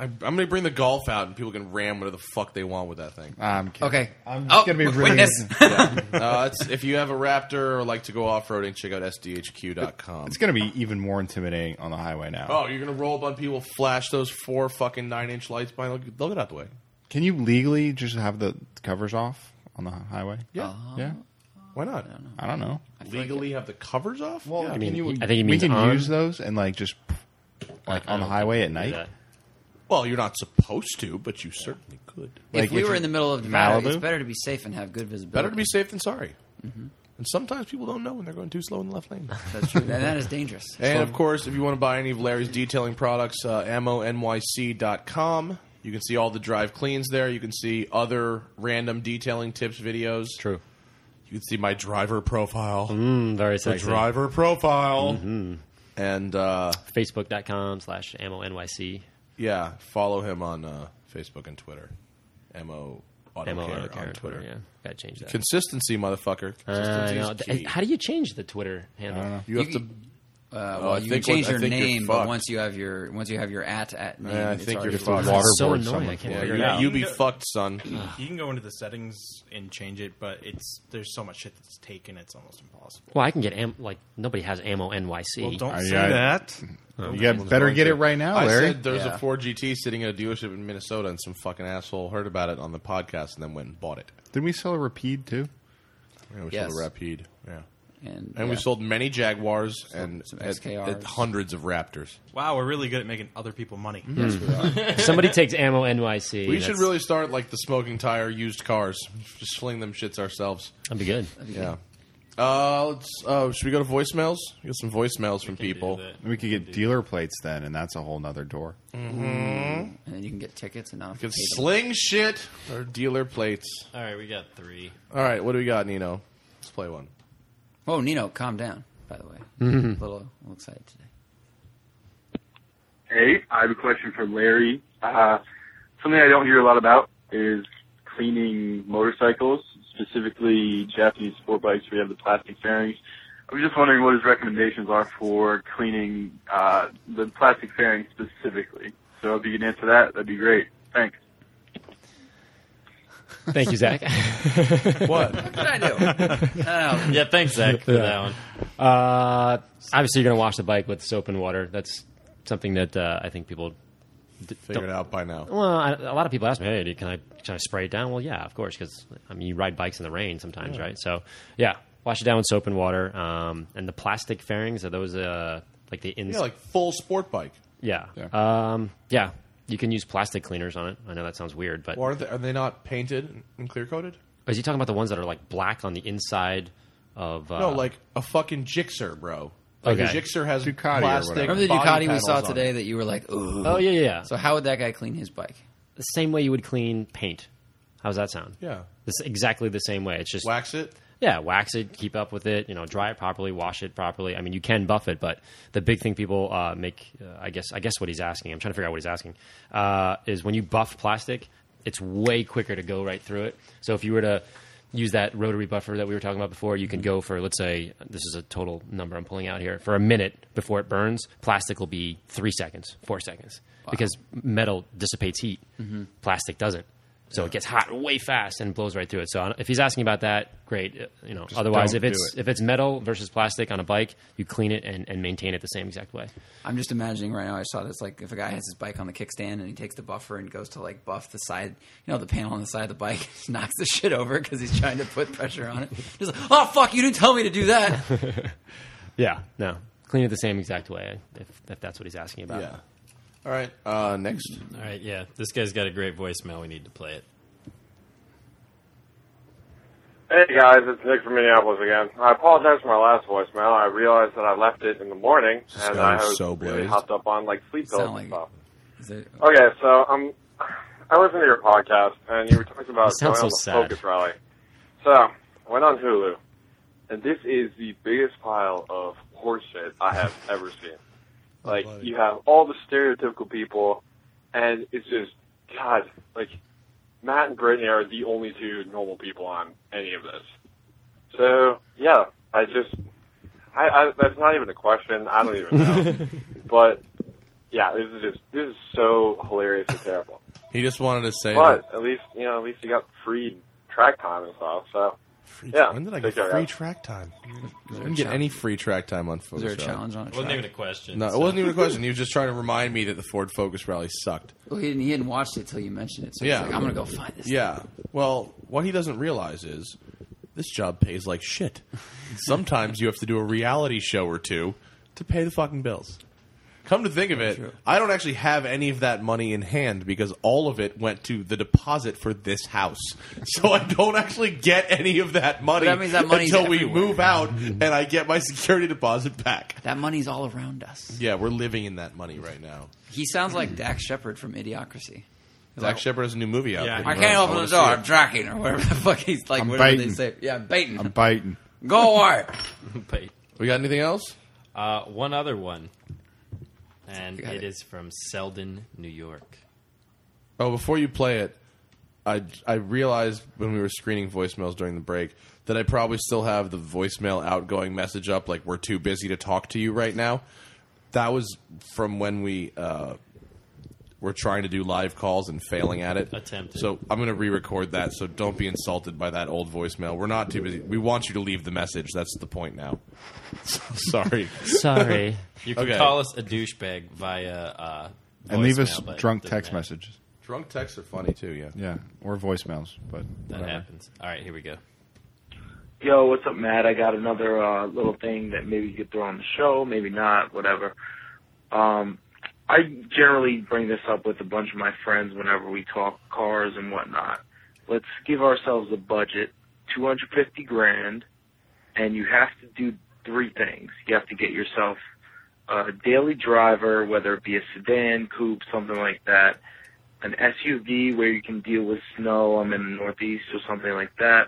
C: I, I, I'm gonna bring the golf out, and people can ram whatever the fuck they want with that thing.
B: I'm kidding.
E: okay,
B: I'm just
E: oh,
B: gonna be
E: w-
B: really-
E: witness.
C: Uh, it's, if you have a Raptor or like to go off roading, check out sdhq.com.
B: It's going to be even more intimidating on the highway now.
C: Oh, you're gonna roll up on people, flash those four fucking nine inch lights by. They'll, they'll get out the way.
B: Can you legally just have the covers off on the highway?
C: Yeah,
F: Uh-huh.
B: Yeah.
C: why not?
B: I don't know.
C: Legally have the covers off? Well,
F: I mean, I think he
B: we
F: means
B: can
F: on.
B: use those and like just like on the highway at night.
C: well, you're not supposed to, but you certainly could.
E: If
B: Like,
E: we
B: if
E: were
B: you-
E: in the middle of Nevada,
B: Malibu?
E: it's better to be safe and have good visibility.
C: Better to be safe than sorry.
B: Mm-hmm.
C: And sometimes people don't know when they're going too slow in the left lane.
E: That's true. and that is dangerous.
C: And of course, if you want to buy any of Larry's detailing products, uh, ammonyc.com. You can see all the drive cleans there. You can see other random detailing tips videos. Mm-hmm.
F: True.
C: You can see my driver profile.
F: Mm, very
C: The
F: sexy.
C: driver profile. Mm-hmm. And uh,
F: Facebook.com slash ammo NYC.
C: yeah, follow him on uh, Facebook and Twitter. Mo Auto
F: Ammo
C: Care
F: on
C: on Twitter.
F: Twitter. Yeah. Gotta change that.
C: Consistency, motherfucker.
F: I
C: Consistency
F: know.
C: is
F: Th-
C: key.
F: How do you change the Twitter handle?
C: You have
E: You-
C: to.
E: Uh,
C: Oh, I
E: well, you
C: think
E: can
C: when-
E: change
C: I
E: your
C: think you're
E: name, but
C: fucked.
E: once you have your once you have your at at name,
C: I
E: it's
C: think
E: already
C: you're
E: full.
C: fucked.
B: Waterboard
F: so annoying.
B: someone.
F: I can't
C: Yeah,
F: figure
C: you
F: it out.
C: you be fucked, son.
D: You can go into the settings and change it, but it's there's so much shit that's taken, it's almost impossible.
F: Well, I can get am- like nobody has ammo NYC.
D: Well, don't
B: I-
D: say
B: I-
D: that.
B: You got better get it right now,
C: I
B: Larry.
C: said there's
E: Yeah.
C: a 4GT sitting at a dealership in Minnesota, and some fucking asshole heard about it on the podcast and then went and bought it.
B: Did we sell a Rapide too?
C: Yeah, we
E: Yes.
C: sold a Rapide. Yeah.
E: And,
C: And we
E: yeah.
C: sold many Jaguars and
E: some
C: at-
E: XKRs.
C: at hundreds of Raptors.
D: Wow, we're really good at making other people money.
F: Somebody takes ammo NYC.
C: We
F: that's-
C: should really start like the smoking tire used cars. Just fling them shits ourselves.
F: That'd be good.
C: Yeah. Uh, let's. Uh, should we go to voicemails? We got some voicemails from people.
B: We could get dealer plates then, and that's a whole nother door.
E: and then you can get tickets and not have to
C: Could
E: pay them.
C: sling shit or dealer plates.
G: All right, we got three.
C: All right, what do we got, Nino? Let's play one.
E: Oh, Nino, calm down. By the way,
C: Mm-hmm.
E: a little, a little excited today.
K: Hey, I have a question for Larry. Uh, something I don't hear a lot about is cleaning motorcycles, specifically Japanese sport bikes where you have the plastic fairings. I was just wondering what his recommendations are for cleaning uh, the plastic fairings specifically. So if you can answer that, that'd be great. Thanks.
F: Thank you, Zach.
C: What?
E: What did I do?
G: Yeah, thanks, Zach, for
F: Yeah.
G: that one.
F: Uh, obviously, you're going to wash the bike with soap and water. That's something that uh, I think people.
C: Figure it out by now.
F: Well, I, a lot of people ask me, "Hey, can I can I spray it down?" Well, yeah, of course, because I mean, you ride bikes in the rain sometimes, right? So, yeah, wash it down with soap and water. Um, and the plastic fairings are those uh, like the ins-
C: Yeah, like full sport bike.
F: yeah,
B: Yeah.
F: Um, yeah. You can use plastic cleaners on it. I know that sounds weird, but
C: Or are they, are they not painted and clear coated?
F: is he talking about the ones that are like black on the inside of? Uh,
C: No, like a fucking Gixxer, bro. Like
F: Okay.
C: a Gixxer has
B: Ducati or
C: plastic.
B: whatever.
E: Remember the
C: body
E: Ducati we
C: panels
E: saw
C: on it.
E: today that you were like, ooh.
F: oh yeah, yeah, yeah.
E: So how would that guy clean his bike?
F: the same way you would clean paint. How's that sound?
C: Yeah,
F: It's exactly the same way. It's just
C: wax it.
F: yeah, wax it, keep up with it, you know, dry it properly, wash it properly. I mean, you can buff it, but the big thing people uh, make, uh, I guess, I guess what he's asking, I'm trying to figure out what he's asking, uh, is when you buff plastic, it's way quicker to go right through it. So if you were to use that rotary buffer that we were talking about before, you can go for, let's say, this is a total number I'm pulling out here, for a minute before it burns, plastic will be three seconds, four seconds, because metal dissipates heat, plastic doesn't. So it gets hot way fast and blows right through it. So I don't- if he's asking about that, great. Uh, You know, otherwise,
B: don't
F: if
B: do
F: it's
B: it.
F: if it's metal versus plastic on a bike, you clean it and, and maintain it the same exact way.
E: I'm just imagining right now. I saw this like if a guy has his bike on the kickstand and he takes the buffer and goes to like buff the side, you know, the panel on the side of the bike, just knocks the shit over because he's trying to put pressure on it. Just like, oh fuck, you didn't tell me to do that.
F: Yeah. No, clean it the same exact way if, if that's what he's asking about.
C: Yeah. All right. Uh, next.
G: All right, yeah. This guy's got a great voicemail. We need to play it.
J: Hey guys, it's Nick from Minneapolis again. I apologize for my last voicemail. I realized that I left it in the morning,
C: This
J: and
C: guy
J: I
C: is
J: was
C: so
J: really
C: blazed.
J: hopped up on like sleep pills
E: Sound like-
J: and stuff.
E: Is it-
J: Okay, so um, I listened to your podcast, and you were talking
L: Uh,
J: about
G: That
J: going
G: sounds
J: on the
G: so sad.
J: Focus Rally. So, I went on Hulu, and this is the biggest pile of horseshit I have ever seen. Like,
C: buddy.
J: you have all the stereotypical people, and it's just, God, like, Matt and Brittany are the only two normal people on any of this. So, yeah, I just, I, I that's not even a question. I don't even know. but, yeah, this is just this is so hilarious and terrible.
C: He just wanted to say.
J: But at least you know, at least you got free track time and stuff. So
C: Free,
J: yeah,
C: when did I get
J: take care,
C: free
J: guys.
C: track time? I
E: there a
C: didn't get
E: challenge?
C: any free track time on Focus
E: Is there a
C: Rally.
E: challenge on it?
G: It wasn't even a question.
C: No, it
G: so-
C: wasn't even a question. He was just trying to remind me that the Ford Focus Rally sucked.
E: Well, he didn't, he hadn't watched it till you mentioned it. So yeah.
C: Yeah.
E: he's like, I'm gonna go find this.
C: Yeah. Well, what he doesn't realize is this job pays like shit. Sometimes you have to do a reality show or two to pay the fucking bills. Come to think of it, I don't actually have any of that money in hand because all of it went to the deposit for this house. So I don't actually get any of that money
E: that means that money's
C: until we
E: everywhere.
C: move out and I get my security deposit back.
E: That money's all around us.
C: Yeah, we're living in that money right now.
E: He sounds like Dax Shepard from Idiocracy.
C: Zach Shepard has a new movie out.
G: Yeah.
C: that
E: I
C: he
E: can't
C: wrote.
E: open
C: wanna
E: the door.
C: see it.
E: I'm tracking or whatever the fuck he's like.
B: I'm
E: whatever
B: biting.
E: they say. Yeah, I'm baiting.
B: I'm
E: him.
B: biting.
E: go away.
G: Wait.
C: We got anything else?
G: Uh, one other one, and
E: You got
G: it
E: it.
G: is from Selden, New York.
C: Oh, before you play it, I, I realized when we were screening voicemails during the break that I probably still have the voicemail outgoing message up, like, we're too busy to talk to you right now. That was from when we uh, were trying to do live calls and failing at it.
G: Attempted.
C: So I'm going to re record that, so don't be insulted by that old voicemail. We're not too busy. We want you to leave the message. That's the point now. So, sorry.
F: Sorry.
G: You can
C: Okay.
G: call us a douchebag via uh,
F: Mm-hmm.
B: And leave us
G: voicemail, but it
B: drunk
G: doesn't
B: text
G: matter.
B: messages.
C: Drunk texts are funny, too, yeah.
B: Yeah, or voicemails, but
G: That
B: whatever.
G: happens. All right, here we go.
K: Yo, what's up, Matt? I got another uh, little thing that maybe you could throw on the show, maybe not, whatever. Um, I generally bring this up with a bunch of my friends whenever we talk cars and whatnot. Let's give ourselves a budget, 250 grand,
L: and you have to do three things. You have to get yourself a daily driver, whether it be a sedan, coupe, something like that, an SUV where you can deal with snow. I'm in the Northeast or something like that,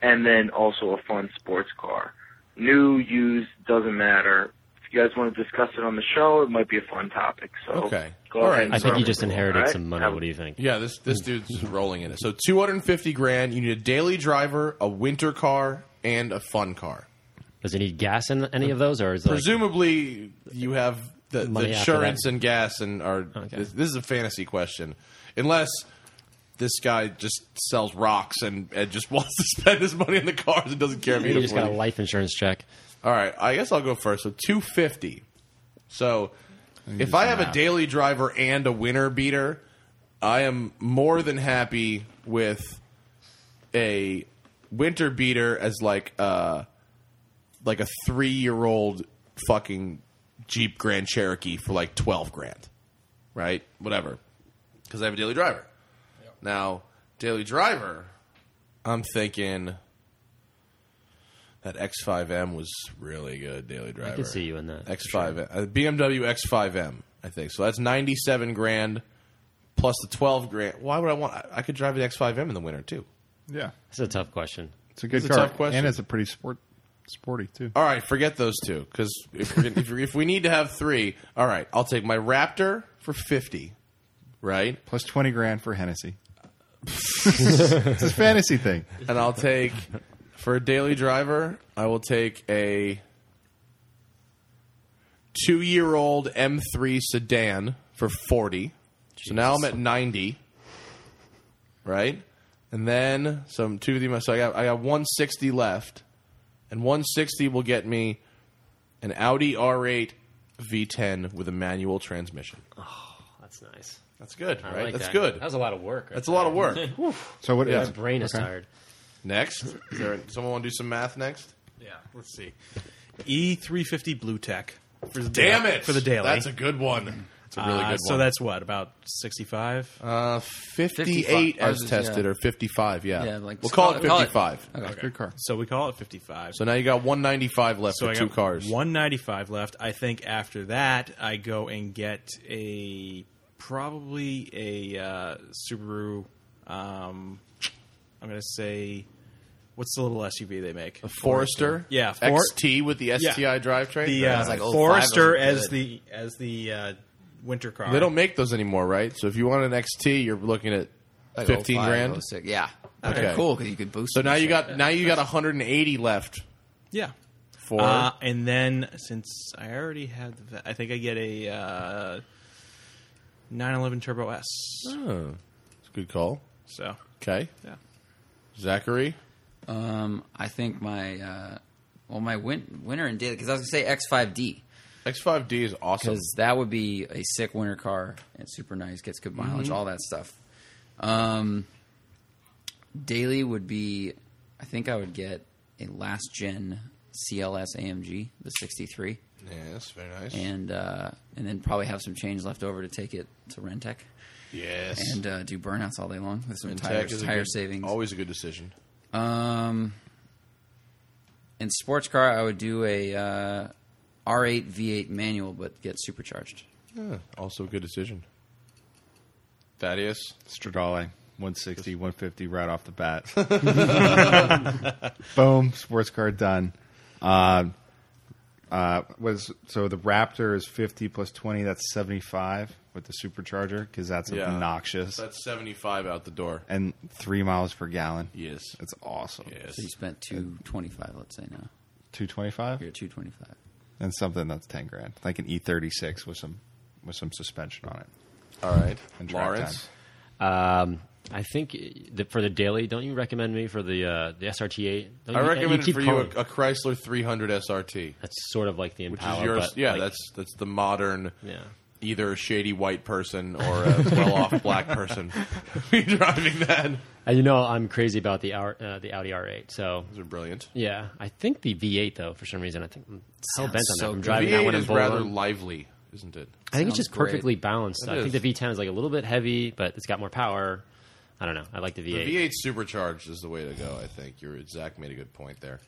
L: and then also a fun sports car. New, used, doesn't matter. If you guys want to discuss it on the show, it might be a fun topic. So
C: Okay.
L: go
C: All
L: ahead
C: right.
L: and
F: I think you
L: start.
F: just inherited
L: All right?
F: some money.
L: Have-
F: What do you think?
C: Yeah, this this dude's rolling in it. So two hundred and fifty grand. You need a daily driver, a winter car, and a fun car.
F: Does it need gas in any of those, or is it like-
C: Presumably, you have the, the
F: Money after
C: insurance
F: that.
C: and gas, and are this, this is a fantasy question, unless this guy just sells rocks and, and just wants to spend his money on the cars and doesn't care. if
F: you
C: he
F: just got a life insurance check?
C: All right, I guess I'll go first. So two fifty. So
F: do
C: if
F: some
C: I have a
F: math.
C: daily driver and a winner beater, I am more than happy with a winter beater as like uh like a three year old fucking Jeep Grand Cherokee for like twelve grand, right? Whatever, because I have a daily driver. Now daily driver, I'm thinking that X5M was really good daily driver.
F: see you in that, for
C: X5 uh, BMW X5M, I think. So that's 97 grand plus the 12 grand. Why would I want I- I could drive the X5M in the winter too.
B: Yeah.
F: It's a tough question.
B: It's a good
C: It's a
B: car.
C: tough question.
B: And it's a pretty sport sporty too.
C: All right, forget those two cuz if, we're gonna- if, we- if we need to have 3, all right, I'll take my Raptor for 50, right?
B: Plus twenty grand for Hennessy. it's a fantasy thing.
C: and I'll take for a daily driver. I will take a two-year-old M3 sedan for forty. So now I'm at ninety, right? And then some two of these. So I got I got one sixty left, and one sixty will get me an Audi R8 V10 with a manual transmission.
F: Oh, That's nice.
C: That's good,
F: I
C: right?
F: like
C: That's
F: that.
C: good.
F: That was a lot of work. right
C: That's a lot of work.
F: there.
B: So what?
F: My
B: is-
F: brain is
B: okay.
F: tired.
C: Next, Is there, someone want to do some math next?
D: Yeah, let's see. E three fifty Blue Tech. For the
C: Damn it!
D: for the daily.
C: That's a good one. It's a really
D: Uh,
C: good
D: So
C: one.
D: that's what about sixty five.
C: Uh, 58
E: 55.
C: as tested,
E: Yeah.
C: or 55, yeah.
E: Yeah, like-
C: we'll call
E: call
C: it
E: it- call it-
C: 55.
E: Okay.
B: Good car.
D: So we call it fifty five.
C: So now you got 195 left
D: So
C: for
D: I
C: two
D: got
C: cars.
D: 195 left. I think after that, I go and get a probably a uh, Subaru. Um, I'm gonna say, what's the little SUV they make?
C: A Forester?
D: Yeah, for-
C: XT with the STI drivetrain?
D: The
C: Right.
D: uh, Forester as the as the uh, winter car.
C: they don't make those anymore, right? So if you want an XT, you're looking at
E: Like
C: 15
E: 05,
C: grand.
E: 06. Yeah. That'd
C: Okay.
E: be cool because you could boost.
C: So
E: it
C: now
E: and
C: you
E: shit.
C: got now you got 180 left
D: yeah.
C: for
D: Uh, and then since I already had, the, I think I get a uh, 911 Turbo S.
C: Oh, that's a good call.
D: So
C: Okay.
D: yeah.
C: Zachary?
E: Um, I think my uh, well, my win- winner in daily because I was gonna say X five D
C: X5D is awesome.
E: because that would be a sick winter car and super nice, gets good mileage,
C: Mm-hmm.
E: all that stuff. Um, daily would be, I think I would get a last gen CLS AMG the sixty three,
C: Yes, very nice.
E: and uh, and then probably have some change left over to take it to Rentec
C: yes.
E: and uh, do burnouts all day long with some
C: And
E: tire,
C: tech is a
E: tire
C: good-
E: savings.
C: Always a good decision.
E: Um, in sports car, I would do a uh, R8 V8 manual, but get supercharged.
C: Yeah, also a good decision. Thaddeus,
B: Stradale. 160, 150 right off the bat. Boom, sports car done. Uh, uh, was so the Raptor is 50 plus 20, that's 75 with the supercharger because that's
C: Yeah.
B: obnoxious.
C: that's seventy-five out the door.
B: and 3 miles per gallon.
C: Yes,
B: It's awesome.
C: yes.
E: So you spent 225, let's say now.
B: 225
E: You're at 225.
B: and something that's 10 grand. Like an E36 with some with some suspension on it.
C: All right,
B: And track
C: Lawrence.
B: time.
F: Um, I think that for the daily, don't you recommend me for the uh, the SRT8? Don't
C: I
F: you-
C: recommend
F: keep
C: for you
F: calling-
C: a, a Chrysler 300 SRT,
F: That's sort of like the
C: which
F: Impala,
C: is yours.
F: but,
C: Yeah,
F: like,
C: that's that's the modern.
F: yeah.
C: Either a shady white person or a well-off black person be driving that.
F: And you know, I'm crazy about the R, uh, the Audi R8. So
C: Those are brilliant.
F: yeah, I think the V8 though, for some reason, I think I'm hell bent on
E: Sounds
F: that.
E: so
F: I'm
E: good.
F: driving that
C: V8
F: one in
C: is rather
F: Boulder.
C: lively, isn't it?
F: I think it's
E: Sounds
F: just perfectly balanced.
C: It
F: I
C: is.
F: think the V10 is like a little bit heavy, but it's got more power. I don't know. I like the
C: The
F: V8.
C: V8 supercharged is the way to go. I think you're Zach made a good point there.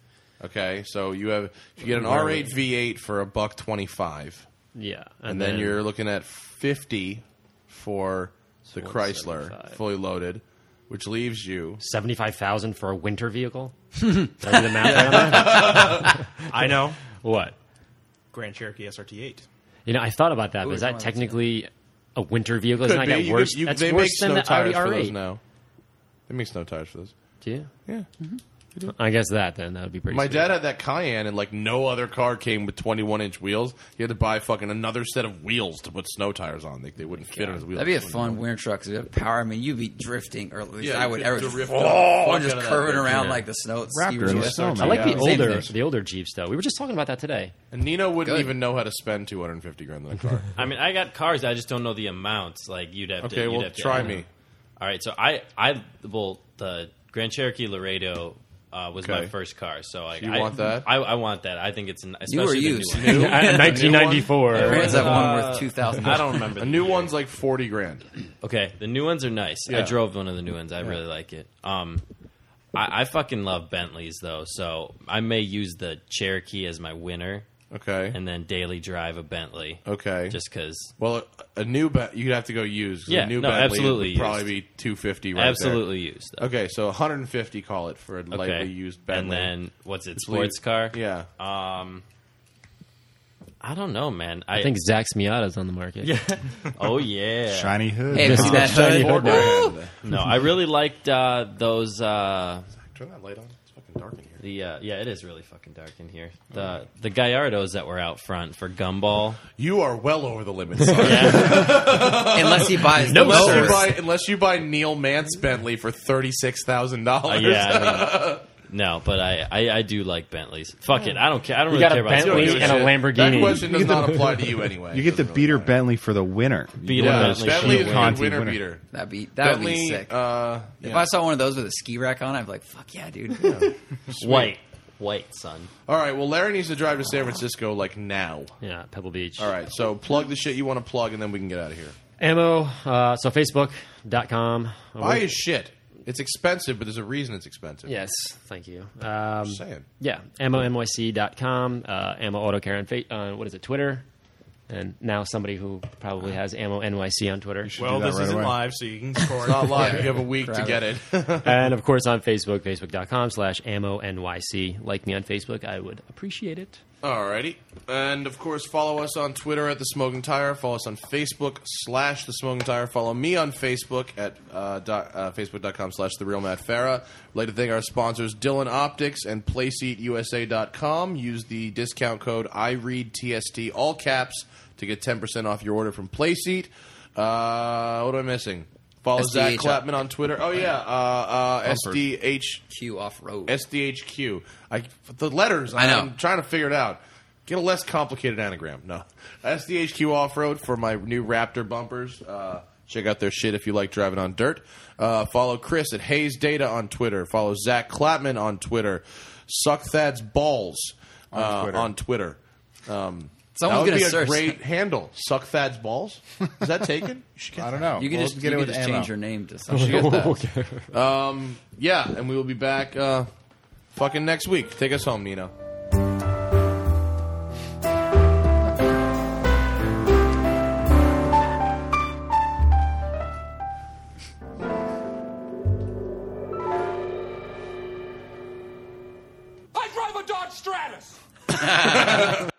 C: Okay, so you have if you get an R8 V8 for a buck twenty five.
F: Yeah,
C: and,
F: and
C: then,
F: then-
C: you're looking at fifty for the
F: So
C: Chrysler
F: 175.
C: fully loaded, which leaves you
F: seventy five thousand for a winter vehicle. Did I do the math on that?
D: I know.
F: what.
D: Grand Cherokee SRT8.
F: You know, I thought about that.
D: Ooh,
F: but is
D: come on,
F: that
D: let's
F: technically a winter vehicle? Isn't
C: Could
F: that
C: be.
F: got
C: You
F: worse?
C: could- you-
F: that's
C: they make
F: worse than
C: snow
F: the Audi
C: tires for those
F: R8.
C: now. They make snow tires for those.
F: Do you?
C: Yeah.
F: I guess that then that would be pretty.
C: My
F: sweet.
C: dad had that Cayenne, and like no other car came with 21 inch wheels. He had to buy fucking another set of wheels to put snow tires on. They, they wouldn't fit on his wheels.
E: That'd be a fun winter truck because have power. I mean, you'd be drifting, or at least
C: Yeah,
E: I
C: you
E: would
C: could
E: ever
C: drift
E: just,
C: the fuck
E: oh,
C: out
E: just
C: of that
E: curving
C: thing.
E: around
C: Yeah.
E: like the snow.
C: Raptor in the snow,
F: I like the
C: Yeah.
F: older the older Jeeps though. We were just talking about that today.
C: And Nino wouldn't even know how to spend 250 grand on a car.
G: I mean, I got cars. I just don't know the amounts. Like you'd have. to,
C: Okay,
G: you'd
C: well,
G: have to-
C: try
G: I don't
C: me.
G: know. All right, so I, I, well, the Grand Cherokee Laredo uh, was my
C: Okay.
G: first car. So like,
C: You
G: I,
C: want that?
G: I, I want that. I think it's an.
E: You were
G: Especially
E: used.
G: The new one.
E: New?
F: In 1994.
G: The new
E: Parents have one
G: Uh,
E: worth two thousand.
G: I don't remember.
C: A new one's like 40 grand.
G: Okay, the new ones are nice. I
C: Yeah.
G: drove one of the new ones. I really like it. Um, I, I fucking love Bentleys though, so I may use the Cherokee as my winner.
C: Okay.
G: and then daily drive a Bentley.
C: Okay.
G: just because
C: Well, a, a new bet you'd have to go used. 'cause
G: Yeah,
C: a new
G: no,
C: Bentley
G: absolutely
C: would probably
G: used.
C: be 250 right there.
G: Absolutely used, though.
C: Okay, so 150 call it for a
G: Okay.
C: lightly used
G: And
C: Bentley.
G: then, what's it,
C: Which
G: sports
C: leaves-
G: car?
C: Yeah.
G: Um, I don't know, man. I,
F: I think Zach's Miata's on the market.
G: Yeah. oh yeah.
B: Shiny hood.
F: Hey, see that
G: Shiny
F: hood?
G: hood.
F: Woo!
G: No, I really liked uh, those. Uh,
C: Turn that light on. It's fucking dark in here.
G: the uh, yeah, it is really fucking dark in here. The the Gallardos that were out front for Gumball.
C: You are well over the limit. Son.
E: Unless he buys the
C: unless
E: lowers.
C: you buy, unless you buy Neil Mance Bentley for thirty six thousand
G: Uh,
C: dollars.
G: yeah, I mean, no, but I, I, I do like Bentleys. Fuck it, I don't care. I don't
F: You
G: really
F: got a
G: care about
F: Bentley and
G: sports
F: a
G: cars.
F: Lamborghini. That
C: question does not apply to you anyway.
B: You get the beater Bentley for the winner.
G: Beater
B: One of those
G: Bentley
B: cheap
G: Bentley is a good
B: Conti
C: winner beater.
E: That'd be that would
C: Bentley,
E: be sick.
C: uh,
E: If
C: yeah.
E: I saw one of those with a ski rack on, I'd be like, "Fuck yeah, dude!"
G: White, white son.
C: All right. Well, Larry needs to drive to San Francisco like now.
F: Yeah, Pebble Beach.
C: All right. So plug the shit you want to plug, and then we can get out of here.
F: Ammo. Uh, so Facebook.com.
C: Buy his shit. It's expensive, but there's a reason it's expensive.
F: Yes, thank you. Um,
C: Just saying.
F: Yeah, ammonyc.com, uh, ammo auto care on fa- uh, what is it, Twitter? And now somebody who probably has ammo NYC on Twitter.
D: Well, this isn't live, so you can score.
C: It's not live. You have a week to get it.
F: and of course on Facebook, facebook.com slash ammo NYC. Like me on Facebook, I would appreciate it.
C: Alrighty. And of course, follow us on Twitter at The Smoking Tire. Follow us on Facebook slash The Smoking Tire. Follow me on Facebook at uh, dot, uh, facebook.com slash The Real Matt Farah. I'd like to thank our sponsors, Dylan Optics and PlaySeatUSA.com. Use the discount code IREADTST, all caps, to get 10% off your order from Playseat. Uh, what am I missing? Follow Zach
E: SDHL.
C: Clapman on Twitter. Oh, yeah. Uh, uh,
E: Bumper.
C: SDH.
E: Q off road.
C: SDHQ. I the letters.
E: I know.
C: am trying to figure it out. Get a less complicated anagram. No, SDHQ off road for my new Raptor bumpers. Uh, check out their shit if you like driving on dirt. Uh, follow Chris at Hayes Data on Twitter. Follow Zach Clapman on Twitter. Suck Thad's balls on
B: Twitter.
C: On Twitter. Um, that
E: Someone's
C: would
E: gonna
C: be a
E: search.
C: great handle. Suck Thad's balls. Is that taken? You should get
B: I
C: that.
B: don't know.
E: You can
B: We'll
E: just,
B: get
E: you can
B: it with
E: just
B: ammo.
E: change your name to something.
C: You should get that. Um, yeah, and we will be back uh, fucking next week. Take us home, Nino.
M: I drive a Dodge Stratus.